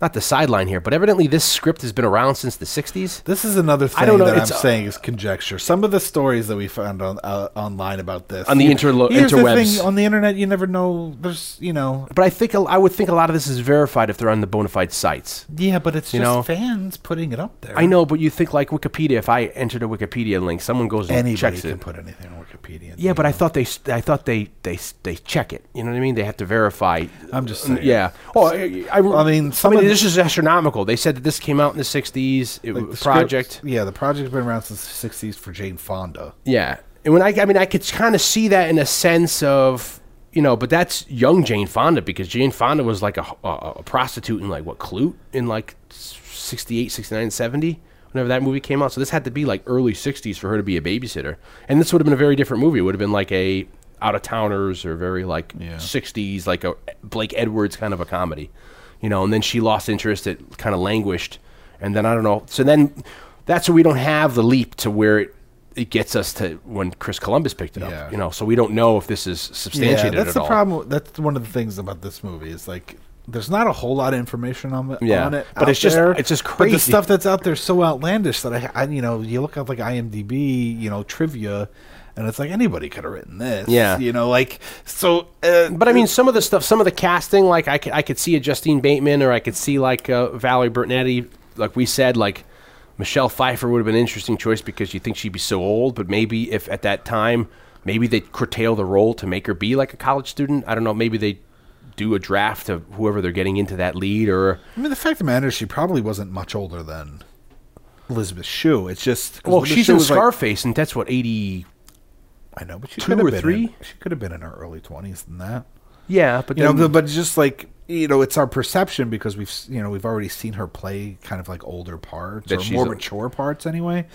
Speaker 4: not the sideline here, but evidently this script has been around since the '60s.
Speaker 5: This is another thing
Speaker 4: I don't know,
Speaker 5: that I'm
Speaker 4: it's, uh,
Speaker 5: saying is conjecture. Some of the stories that we found on uh, online about this
Speaker 4: On the
Speaker 5: You-
Speaker 4: interlo-
Speaker 5: here's the
Speaker 4: interwebs.
Speaker 5: thing, on the internet, you never know. There's, you know,
Speaker 4: But I think a- I would think a lot of this is verified if they're on the bona fide sites.
Speaker 5: yeah, but it's
Speaker 4: You
Speaker 5: just
Speaker 4: know?
Speaker 5: fans putting it up there.
Speaker 4: I know, but you think like Wikipedia. If I entered a Wikipedia link, someone goes and
Speaker 5: anybody
Speaker 4: checks
Speaker 5: can
Speaker 4: it.
Speaker 5: put anything on Wikipedia.
Speaker 4: Yeah,
Speaker 5: you
Speaker 4: but I
Speaker 5: know.
Speaker 4: thought they, s- I thought they, they, s- they check it. You know what I mean? They have to verify.
Speaker 5: I'm just
Speaker 4: Mm,
Speaker 5: saying.
Speaker 4: Yeah. Oh, I, I,
Speaker 5: I mean, some
Speaker 4: I mean,
Speaker 5: of
Speaker 4: this
Speaker 5: the-
Speaker 4: is astronomical. They said that this came out in the '60s. It
Speaker 5: Like,
Speaker 4: was
Speaker 5: the
Speaker 4: a project.
Speaker 5: scripts- yeah, the project's been around since the '60s for Jane Fonda.
Speaker 4: Yeah, and when I, I mean, I could kind of see that in a sense of you know, but that's young Jane Fonda because Jane Fonda was like a, a, a prostitute in like what Clute in like 68, 69, 70, whenever that movie came out. So this had to be like early '60s for her to be a babysitter, and this would have been a very different movie. It would have been like a out of towners or very like
Speaker 5: Yeah.
Speaker 4: '60s, like a Blake Edwards kind of a comedy, you know. And then she lost interest; it kind of languished, and then I don't know. So then that's where we don't have the leap to where it it gets us to when Chris Columbus picked it
Speaker 5: Yeah.
Speaker 4: up, you know. So we don't know if this is substantiated
Speaker 5: that's
Speaker 4: at
Speaker 5: the
Speaker 4: all.
Speaker 5: problem. That's one of the things about this movie is like there's not a whole lot of information on, it-
Speaker 4: Yeah,
Speaker 5: on it.
Speaker 4: but
Speaker 5: out
Speaker 4: it's just-
Speaker 5: there.
Speaker 4: it's just
Speaker 5: But
Speaker 4: crazy.
Speaker 5: the stuff that's out there is so outlandish that I, I, you know, you look up like IMDb, you know, trivia, and it's like anybody could have written this.
Speaker 4: Yeah.
Speaker 5: you know, like so. Uh,
Speaker 4: But I mean, some of the stuff, some of the casting, like I could, I could see a Justine Bateman, or I could see like uh, Valerie Bertinetti. Like we said, like Michelle Pfeiffer would have been an interesting choice because you think she'd be so old, but maybe if at that time, maybe they curtail the role to make her be like a college student. I don't know. Maybe they do a draft of whoever they're getting into that lead, or
Speaker 5: I mean, the fact of the matter is, she probably wasn't much older than Elizabeth Shue. It's just 'cause
Speaker 4: well,
Speaker 5: Elizabeth
Speaker 4: she's
Speaker 5: Shue
Speaker 4: in
Speaker 5: was, like-
Speaker 4: Scarface, and that's what eighty.
Speaker 5: I know, but she
Speaker 4: two
Speaker 5: could have
Speaker 4: or
Speaker 5: been in-
Speaker 4: three?
Speaker 5: she could have been in her early twenties than that.
Speaker 4: Yeah, but
Speaker 5: you
Speaker 4: then,
Speaker 5: know but, but it's just like you know it's our perception because we've s- you know we've already seen her play kind of like older parts
Speaker 4: That
Speaker 5: or
Speaker 4: she's
Speaker 5: more
Speaker 4: a-
Speaker 5: mature parts anyway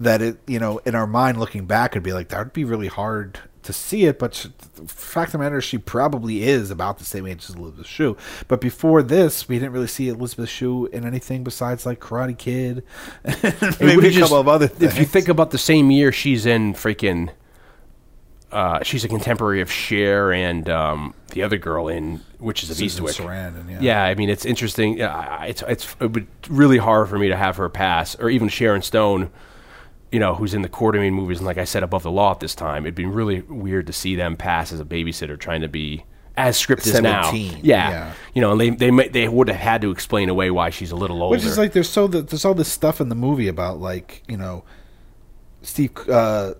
Speaker 5: that it you know in our mind looking back it'd be like that would be really hard to see it but sh the fact of the matter is she probably is about the same age as elizabeth shue but before this we didn't really see elizabeth shue in anything besides like karate kid and
Speaker 4: It
Speaker 5: maybe a
Speaker 4: would've just-
Speaker 5: couple of other things
Speaker 4: If you think about the same year she's in, freaking, uh, she's a contemporary of Cher and um, the other girl in Witches of
Speaker 5: Susan
Speaker 4: Eastwick.
Speaker 5: Sarandon, yeah.
Speaker 4: I mean it's interesting. Yeah, I- I- It's it's it would really hard for me to have her pass, or even Sharon Stone, you know, who's in the Quartermain movies, and like I said, above the law at this time. It'd be really weird to see them pass as a babysitter trying to be. As script is now,
Speaker 5: 17,
Speaker 4: yeah.
Speaker 5: yeah.
Speaker 4: you know, and they they may, they would have had to explain away why she's a little older.
Speaker 5: Which is like there's so th- there's all this stuff in the movie about like you know Steve uh,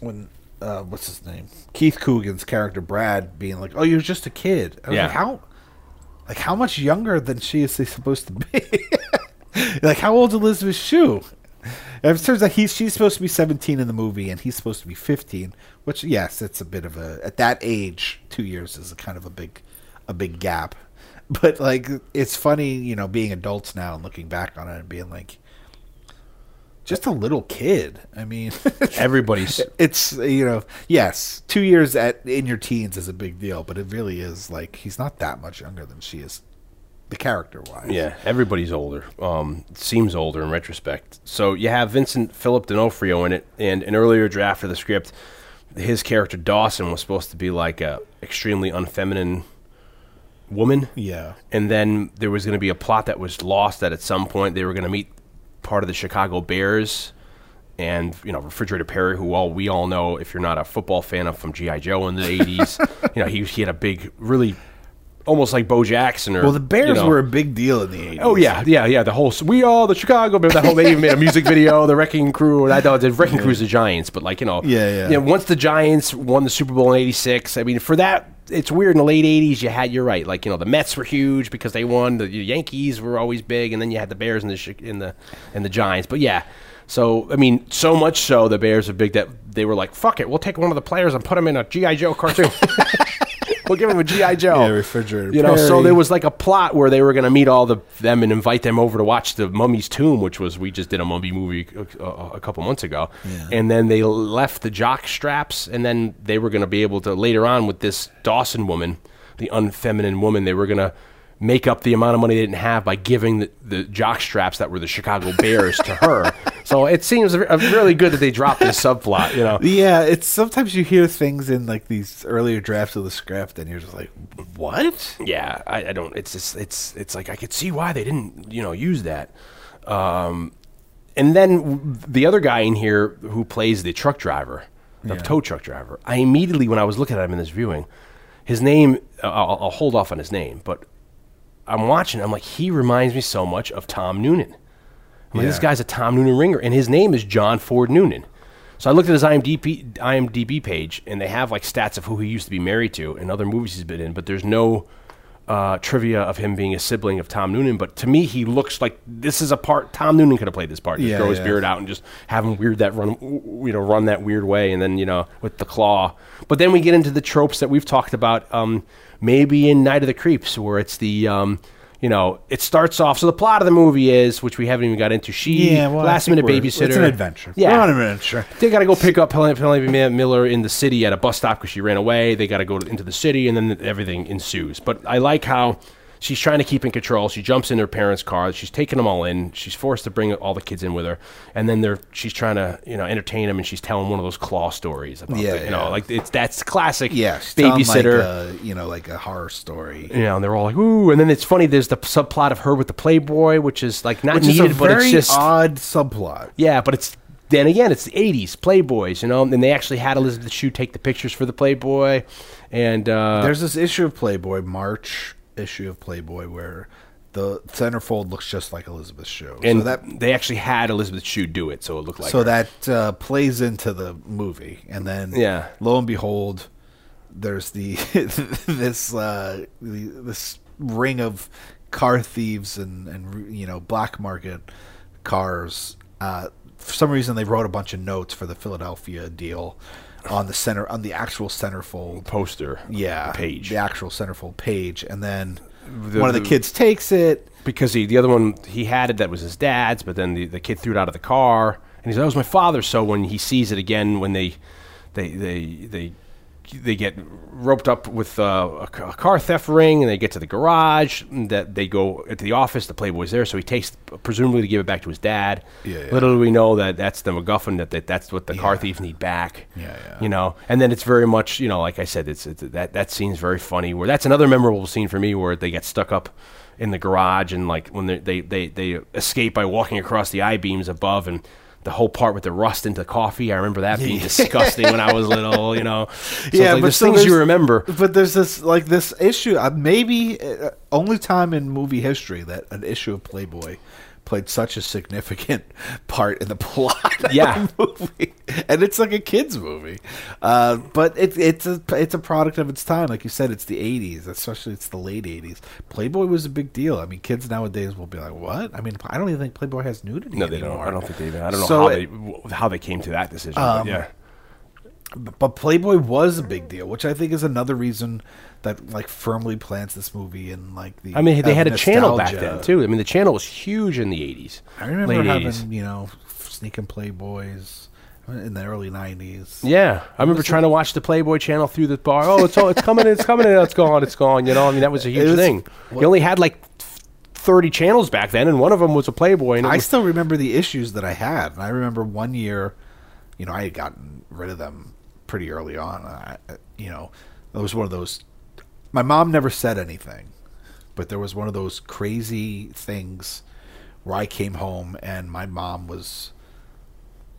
Speaker 5: when uh, what's his name Keith Coogan's character Brad being like oh you're just a kid I was
Speaker 4: Yeah.
Speaker 5: like, how like how much younger than she is supposed to be like how old is Elizabeth Shue and it turns out he's she's supposed to be 17 in the movie and he's supposed to be 15 which yes it's a bit of a at that age two years is a kind of a big a big gap but like it's funny you know being adults now and looking back on it and being like just a little kid i mean
Speaker 4: everybody's
Speaker 5: it's you know yes two years at in your teens is a big deal but it really is like he's not that much younger than she is the character wise
Speaker 4: Yeah, everybody's older. Um, seems older in retrospect. So you have Vincent Philip D'Onofrio in it, and an earlier draft of the script, his character Dawson was supposed to be like a extremely unfeminine woman.
Speaker 5: Yeah.
Speaker 4: And then there was going to be a plot that was lost that at some point they were going to meet part of the Chicago Bears and, you know, Refrigerator Perry, who all we all know, if you're not a football fan of from G.I. Joe in the 80s, you know, he, he had a big, really almost like Bo Jackson or.
Speaker 5: Well, the Bears
Speaker 4: you know-
Speaker 5: were a big deal in the 80s.
Speaker 4: Oh yeah, yeah, yeah. The whole s- we all the Chicago Bears. That whole they even made a music video. The Wrecking Crew. And I thought the Wrecking Crew's the Giants, but like you know,
Speaker 5: Yeah, yeah.
Speaker 4: You know, once the Giants won the Super Bowl in '86, I mean, for that, it's weird. In the late '80s, you had you're right. Like you know, the Mets were huge because they won. The Yankees were always big, and then you had the Bears and the Chi- and the and the Giants. But yeah. So I mean, so much so the Bears are big that they were like, "Fuck it, we'll take one of the players and put him in a GI Joe cartoon. we'll give him a GI Joe
Speaker 5: Yeah, Refrigerator
Speaker 4: You know, so
Speaker 5: Perry.
Speaker 4: there was was like a plot where they were going to meet all the them and invite them over to watch the Mummy's Tomb, which was we just did a Mummy movie a, a, a couple months ago, and then they left the jock straps, and then they were going to be able to later on with this Dawson woman, the unfeminine woman, they were going to make up the amount of money they didn't have by giving the, the jock straps that were the Chicago Bears to her. So it seems re- really good that they dropped this subplot. You know,
Speaker 5: Yeah, it's sometimes you hear things in like these earlier drafts of the script, and you're just like, "What?"
Speaker 4: yeah, I, I don't. It's just, it's it's like I could see why they didn't you know use that. Um, and then w- the other guy in here who plays the truck driver, the tow truck driver. I immediately when I was looking at him in this viewing, his name. Uh, I'll, I'll hold off on his name, but I'm watching. I'm like he reminds me so much of Tom Noonan. I'm like, this
Speaker 5: Yeah.
Speaker 4: guy's a Tom Noonan ringer, and his name is John Ford Noonan. So I looked at his IMDb, IMDb page, and they have like stats of who he used to be married to and other movies he's been in, but there's no uh, trivia of him being a sibling of Tom Noonan. But to me, he looks like this is a part Tom Noonan could have played this part. Just
Speaker 5: Yeah,
Speaker 4: grow his
Speaker 5: yeah.
Speaker 4: beard out and just have him weird that run, you know, run that weird way, and then you know with the claw. But then we get into the tropes that we've talked about. Um, maybe in Night of the Creeps, where it's the um, you know, it starts off. So the plot of the movie is, which we haven't even got into. She
Speaker 5: Yeah, well, I
Speaker 4: last
Speaker 5: think
Speaker 4: minute
Speaker 5: we're-
Speaker 4: babysitter.
Speaker 5: it's an adventure.
Speaker 4: Yeah,
Speaker 5: We're on an adventure.
Speaker 4: They got to go pick up Helen Penelope Mi- Miller in the city at a bus stop because she ran away. They got to go to- into the city, and then everything ensues. But I like how she's trying to keep in control. She jumps in her parents' car. She's taking them all in. She's forced to bring all the kids in with her, and then they're she's trying to you know entertain them, and she's telling one of those claw stories about
Speaker 5: Yeah,
Speaker 4: the- you know
Speaker 5: yeah.
Speaker 4: like it's that's classic
Speaker 5: Yeah,
Speaker 4: babysitter
Speaker 5: like uh, a, you know, like a horror story.
Speaker 4: you know, and they're all like, "Ooh!" And then it's funny. There's the subplot of her with the Playboy, which is like not
Speaker 5: Which is a
Speaker 4: needed, but
Speaker 5: very
Speaker 4: it's just
Speaker 5: odd subplot.
Speaker 4: yeah. But it's then again, it's the '80s Playboys, you know. And they actually had Elizabeth Shue take the pictures for the Playboy, and uh,
Speaker 5: There's this issue of Playboy, March issue of Playboy, where the centerfold looks just like Elizabeth Shue.
Speaker 4: and
Speaker 5: so that
Speaker 4: they actually had Elizabeth Shue do it, so it looked like
Speaker 5: so
Speaker 4: her.
Speaker 5: that uh, plays into the movie, and then
Speaker 4: Yeah.
Speaker 5: lo and behold, there's the this uh, the, this ring of car thieves and and you know black market cars. Uh, for some reason, they wrote a bunch of notes for the Philadelphia deal on the center on the actual centerfold
Speaker 4: poster,
Speaker 5: yeah
Speaker 4: page
Speaker 5: the actual centerfold page and then
Speaker 4: The-
Speaker 5: one of the
Speaker 4: the-
Speaker 5: kids takes it
Speaker 4: because he, the other one he had it that was his dad's, but then the, the kid threw it out of the car, and he said that was my father's. So when he sees it again, when they they they they they get roped up with uh, a, ca- a car theft ring, and they get to the garage. and That they go to the office. The Playboy's there, so he takes presumably to give it back to his dad.
Speaker 5: Yeah, yeah.
Speaker 4: Little do we know that that's the MacGuffin that, that that's what the car thieves need back.
Speaker 5: Yeah, yeah.
Speaker 4: You know, and then it's very much you know, like I said, it's, it's that that scene's very funny. Where that's another memorable scene for me, where they get stuck up in the garage and like when they they they, they escape by walking across the I beams above and. The whole part with the rust into coffee, I remember that being disgusting when I was little, you know. So it's like, there's
Speaker 5: so
Speaker 4: things you
Speaker 5: there's-
Speaker 4: remember.
Speaker 5: But there's this like this issue. Uh, maybe uh, only time in movie history that an issue of Playboy played such a significant part in the plot. of
Speaker 4: Yeah.
Speaker 5: a movie, and it's like a kids movie. Uh, but it's it's a it's a product of its time. Like you said, it's the '80s, especially it's the late '80s. Playboy was a big deal. I mean, kids nowadays will be like, "What?" I mean, I don't even think Playboy has nudity.
Speaker 4: No, they don't.
Speaker 5: anymore.
Speaker 4: I don't think they even. I don't know
Speaker 5: So
Speaker 4: how
Speaker 5: it-
Speaker 4: they w- how they came to that decision. but yeah,
Speaker 5: but Playboy was a big deal, which I think is another reason that like firmly plants this movie in like the.
Speaker 4: I mean, they
Speaker 5: of
Speaker 4: had a channel back
Speaker 5: nostalgia.
Speaker 4: then too. I mean, the channel was huge in the '80s.
Speaker 5: I remember
Speaker 4: late
Speaker 5: having
Speaker 4: 80s.
Speaker 5: you know sneaking Playboys in the early nineties.
Speaker 4: Yeah, I remember trying to watch the Playboy channel through the bar. Oh, it's all, it's coming, in, it's coming, in, it's gone, it's gone. You know, I mean, that was a huge
Speaker 5: was-
Speaker 4: thing. You only had like thirty channels back then, and one of them was a Playboy. And it
Speaker 5: I
Speaker 4: was-
Speaker 5: still remember the issues that I had, and I remember one year, you know, I had gotten rid of them pretty early on. I, I- you know, it was one of those. My mom never said anything, but there was one of those crazy things where I came home and my mom was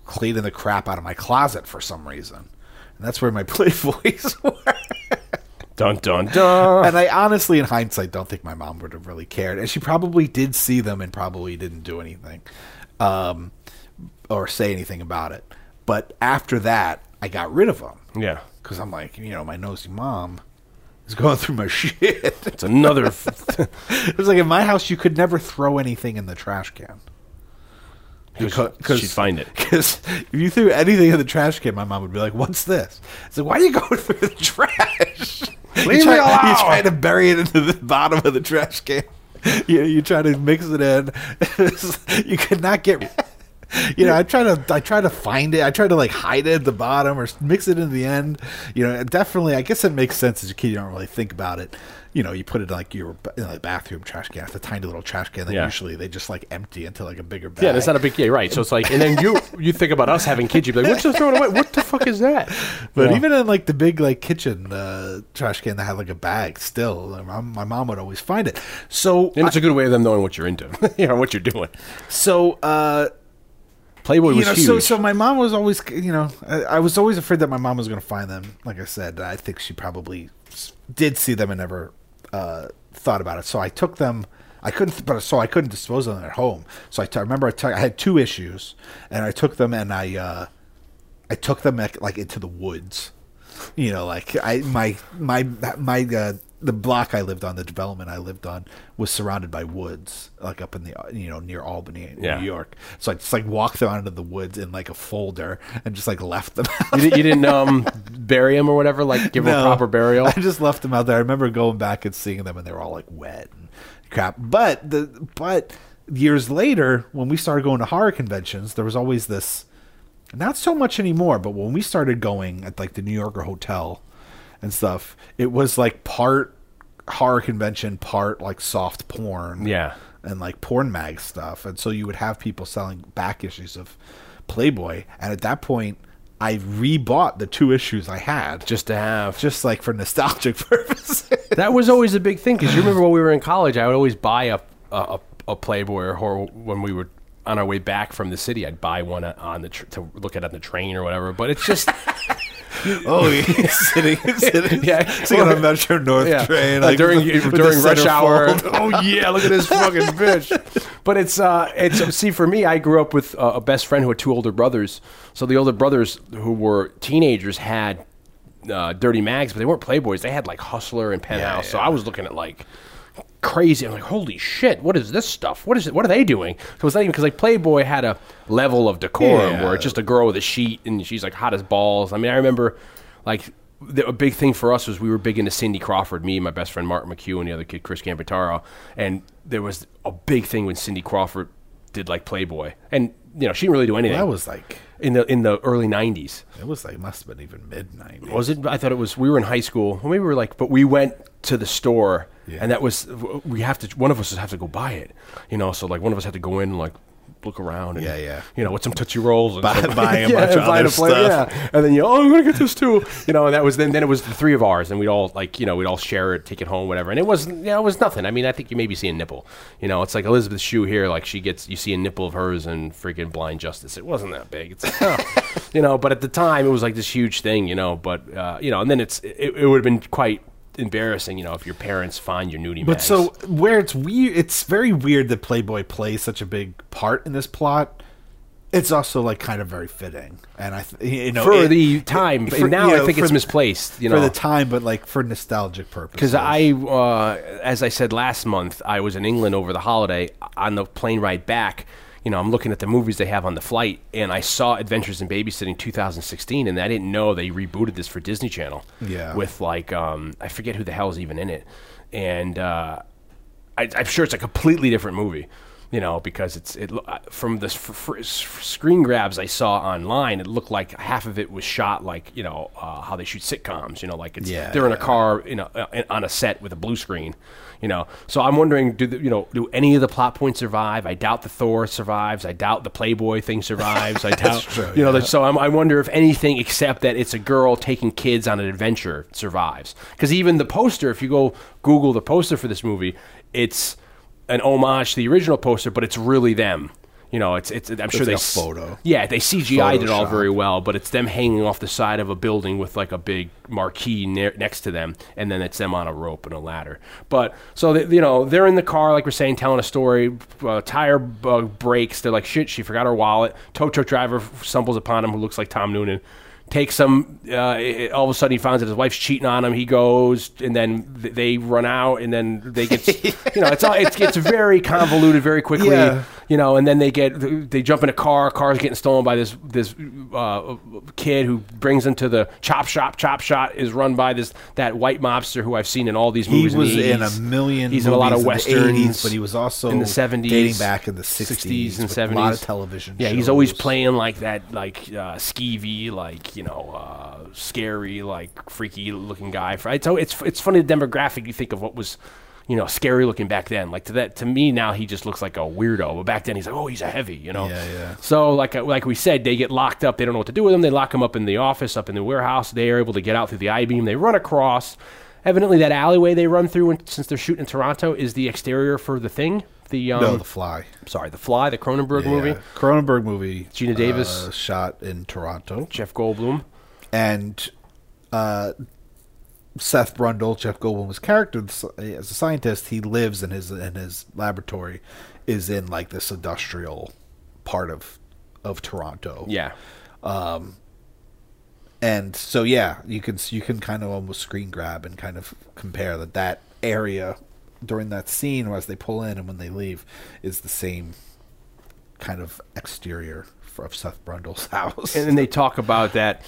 Speaker 5: cleaning the crap out of my closet for some reason. And that's where my Playboys were.
Speaker 4: Dun dun dun.
Speaker 5: And I honestly, in hindsight, don't think my mom would have really cared. And she probably did see them and probably didn't do anything um, or say anything about it. But after that, I got rid of them
Speaker 4: yeah,
Speaker 5: because I'm like, you know, my nosy mom is going through my shit.
Speaker 4: it's another. f-
Speaker 5: it was like in my house, you could never throw anything in the trash can. Because
Speaker 4: she'd find it.
Speaker 5: Because if you threw anything in the trash can, my mom would be like, "What's this?" It's like, "Why are you going through the trash? Leave
Speaker 4: me alone!"
Speaker 5: You try to bury it into the bottom of the trash can. You, you try to mix it in. you could not get. You know, I try to I try to find it. I try to like hide it at the bottom or mix it in the end. You know, it definitely. I guess it makes sense as a kid. You don't really think about it. You know, you put it like your in the bathroom trash can. It's a tiny little trash can that
Speaker 4: Yeah.
Speaker 5: usually they just like empty into like a bigger bag.
Speaker 4: Yeah, that's not a big yeah, right? So it's like, and then you you think about us having kids, you'd be like, "What's just throwing away? What the fuck is that?"
Speaker 5: But
Speaker 4: Yeah.
Speaker 5: even in like the big like kitchen uh, trash can that had like a bag, still like, my, my mom would always find it. So uh,
Speaker 4: and it's a good way of them knowing what you're into, you know, what you're doing.
Speaker 5: so uh,
Speaker 4: Playboy
Speaker 5: you
Speaker 4: was
Speaker 5: know
Speaker 4: huge.
Speaker 5: so so my mom was always you know I, I was always afraid that my mom was going to find them. Like I said, I think she probably s- did see them and never uh, thought about it. So I took them. I couldn't, but so I couldn't dispose of them at home. So I t- I remember I t- I had two issues, and I took them and I uh, I took them like, like into the woods. You know, like I my my my uh, the block I lived on, the development I lived on, was surrounded by woods, like up in the uh, you know near Albany, in
Speaker 4: Yeah.
Speaker 5: New York. So I just like walked them out into the woods in like a folder and just like left them. out
Speaker 4: you, di- you didn't um bury him or whatever, like give him a
Speaker 5: no.
Speaker 4: proper burial.
Speaker 5: I just left them out there. I remember going back and seeing them, and they were all like wet and crap. But the but years later, when we started going to horror conventions, there was always this. Not so much anymore, but when we started going at like the New Yorker Hotel and stuff, it was like part horror convention, part like soft porn,
Speaker 4: Yeah.
Speaker 5: and like porn mag stuff. And so you would have people selling back issues of Playboy, and at that point. I rebought the two issues I had
Speaker 4: Just to have.
Speaker 5: just like for nostalgic purposes.
Speaker 4: that was always a big thing because you remember when we were in college, I would always buy a a, a, a Playboy or hor- when we were on our way back from the city, I'd buy one on the tr- to look at on the train or whatever. But it's just
Speaker 5: oh, he's sitting, sitting,
Speaker 4: Yeah.
Speaker 5: sitting on Metro North
Speaker 4: yeah.
Speaker 5: train
Speaker 4: Uh,
Speaker 5: like,
Speaker 4: during
Speaker 5: with the- with
Speaker 4: during
Speaker 5: the
Speaker 4: rush hour.
Speaker 5: centerfold.
Speaker 4: oh yeah, look at this fucking bitch. But it's uh, it's see for me, I grew up with uh, a best friend who had two older brothers. So the older brothers who were teenagers had uh, dirty mags, but they weren't Playboys. They had like Hustler and Penthouse. So I was looking at like crazy. I'm like, holy shit, what is this stuff? What is it? What are they doing? So it's not even because like Playboy had a level of decorum
Speaker 5: Yeah.
Speaker 4: where it's just a girl with a sheet and she's like hot as balls. I mean, I remember like the, a big thing for us was we were big into Cindy Crawford, me and my best friend Martin McHugh and the other kid Chris Gambitaro, and there was a big thing when Cindy Crawford did like Playboy, and you know she didn't really do anything.
Speaker 5: That was like
Speaker 4: in the in the early '90s.
Speaker 5: it was like must have been even midnight.
Speaker 4: Was it? I thought it was. We were in high school. Well, maybe we were like, but we went to the store, and that was we have to. One of us would have to go buy it, you know. So like one of us had to go in and like look around. And,
Speaker 5: Yeah, yeah.
Speaker 4: You know, with some tootsie rolls and
Speaker 5: Buy-
Speaker 4: some-
Speaker 5: buy a bunch of
Speaker 4: buy
Speaker 5: other
Speaker 4: the flavor,
Speaker 5: stuff.
Speaker 4: Yeah, and then you oh I'm gonna get this too, you know. And that was then. Then it was the three of ours, and we'd all like you know we'd all share it, take it home, whatever. And it was you know, it was nothing. I mean, I think you maybe see a nipple. You know, it's like Elizabeth Shue here, like she gets you see a nipple of hers in freaking Blind Justice. It wasn't that big. It's like, oh. you know, but at the time it was like this huge thing, you know. But uh, you know, and then it's it, it would have been quite embarrassing, you know, if your parents find your nudie.
Speaker 5: But
Speaker 4: mags.
Speaker 5: so where it's weird, it's very weird that Playboy plays such a big part in this plot. It's also like kind of very fitting, and I th- you know
Speaker 4: for
Speaker 5: it-
Speaker 4: the time,
Speaker 5: for-
Speaker 4: but now
Speaker 5: you
Speaker 4: I
Speaker 5: know,
Speaker 4: think
Speaker 5: for
Speaker 4: it's
Speaker 5: the-
Speaker 4: misplaced. You
Speaker 5: for
Speaker 4: know,
Speaker 5: the time, but like for nostalgic purposes.
Speaker 4: Because I, uh, as I said last month, I was in England over the holiday. On the plane ride back, you know, I'm looking at the movies they have on the flight, and I saw Adventures in Babysitting 2016, and I didn't know they rebooted this for Disney Channel.
Speaker 5: Yeah.
Speaker 4: With like, um, I forget who the hell's even in it, and uh, I, I'm sure it's a completely different movie. you know, because it's it lo- I- from the s- fr- fr- s- screen grabs I saw online, it looked like half of it was shot like you know uh, how they shoot sitcoms, you know, like it's
Speaker 5: Yeah,
Speaker 4: they're in a
Speaker 5: yeah.
Speaker 4: car, you know, uh, in- on a set with a blue screen, you know. So I'm wondering, do the, you know, do any of the plot points survive? I doubt the Thor survives. I doubt the Playboy thing survives. I doubt,
Speaker 5: true,
Speaker 4: you know. that- So I'm, I wonder if anything except that it's a girl taking kids on an adventure survives. Because even the poster, if you go Google the poster for this movie, it's an homage to the original poster, but it's really them. You know, it's it's. I'm sure
Speaker 5: like
Speaker 4: they
Speaker 5: a
Speaker 4: s-
Speaker 5: photo.
Speaker 4: Yeah, they CGI'd it all
Speaker 5: Photoshopped.
Speaker 4: very well, but it's them hanging off the side of a building with like a big marquee ne- next to them, and then it's them on a rope and a ladder. But so they, you know they're in the car, like we're saying, telling a story. Uh, tire uh, breaks. They're like, shit, she forgot her wallet. Tow truck driver stumbles upon him, who looks like Tom Noonan. Takes some. Uh, it- all of a sudden, he finds that his wife's cheating on him. He goes, and then th- they run out, and then they get. you know, it's all it's it's very convoluted very quickly
Speaker 5: Yeah.
Speaker 4: you know, and then they get they jump in a car. Car's getting stolen by this this uh, kid who brings them to the chop shop. Chop shop is run by this that white mobster who I've seen in all these
Speaker 5: He
Speaker 4: movies.
Speaker 5: was
Speaker 4: the
Speaker 5: in a
Speaker 4: 80s.
Speaker 5: million.
Speaker 4: He's in a lot of
Speaker 5: movies in the
Speaker 4: westerns,
Speaker 5: 80s, but he was also
Speaker 4: in the seventies,
Speaker 5: dating back in the 60s,
Speaker 4: and
Speaker 5: with a lot of
Speaker 4: seventies.
Speaker 5: television
Speaker 4: Yeah, he's always
Speaker 5: shows.
Speaker 4: playing like that, like uh, skeevy, like you know, uh, scary, like freaky looking guy. Right? So it's it's funny the demographic you think of what was. You know, scary looking back then. Like to that, to me now, he just looks like a weirdo. But back then, he's like, oh, he's a heavy. You know.
Speaker 5: Yeah, yeah.
Speaker 4: So, like uh, like we said, they get locked up. They don't know what to do with them. They lock them up in the office, up in the warehouse. They are able to get out through the I beam. They run across. Evidently, that alleyway they run through, and since they're shooting in Toronto, is the exterior for the thing. The um,
Speaker 5: No, The Fly
Speaker 4: sorry, the Fly, the Cronenberg
Speaker 5: Yeah,
Speaker 4: movie.
Speaker 5: yeah. Cronenberg movie.
Speaker 4: Gina Davis.
Speaker 5: uh, shot in Toronto,
Speaker 4: Jeff Goldblum.
Speaker 5: and uh, Seth Brundle, Jeff Goldblum's character as a scientist, he lives in his in his laboratory, is in like this industrial part of of Toronto.
Speaker 4: Yeah.
Speaker 5: and so yeah, you can you can kind of almost screen grab and kind of compare that that area during that scene, or as they pull in and when they leave, is the same kind of exterior for- of Seth Brundle's house.
Speaker 4: And, and they talk about that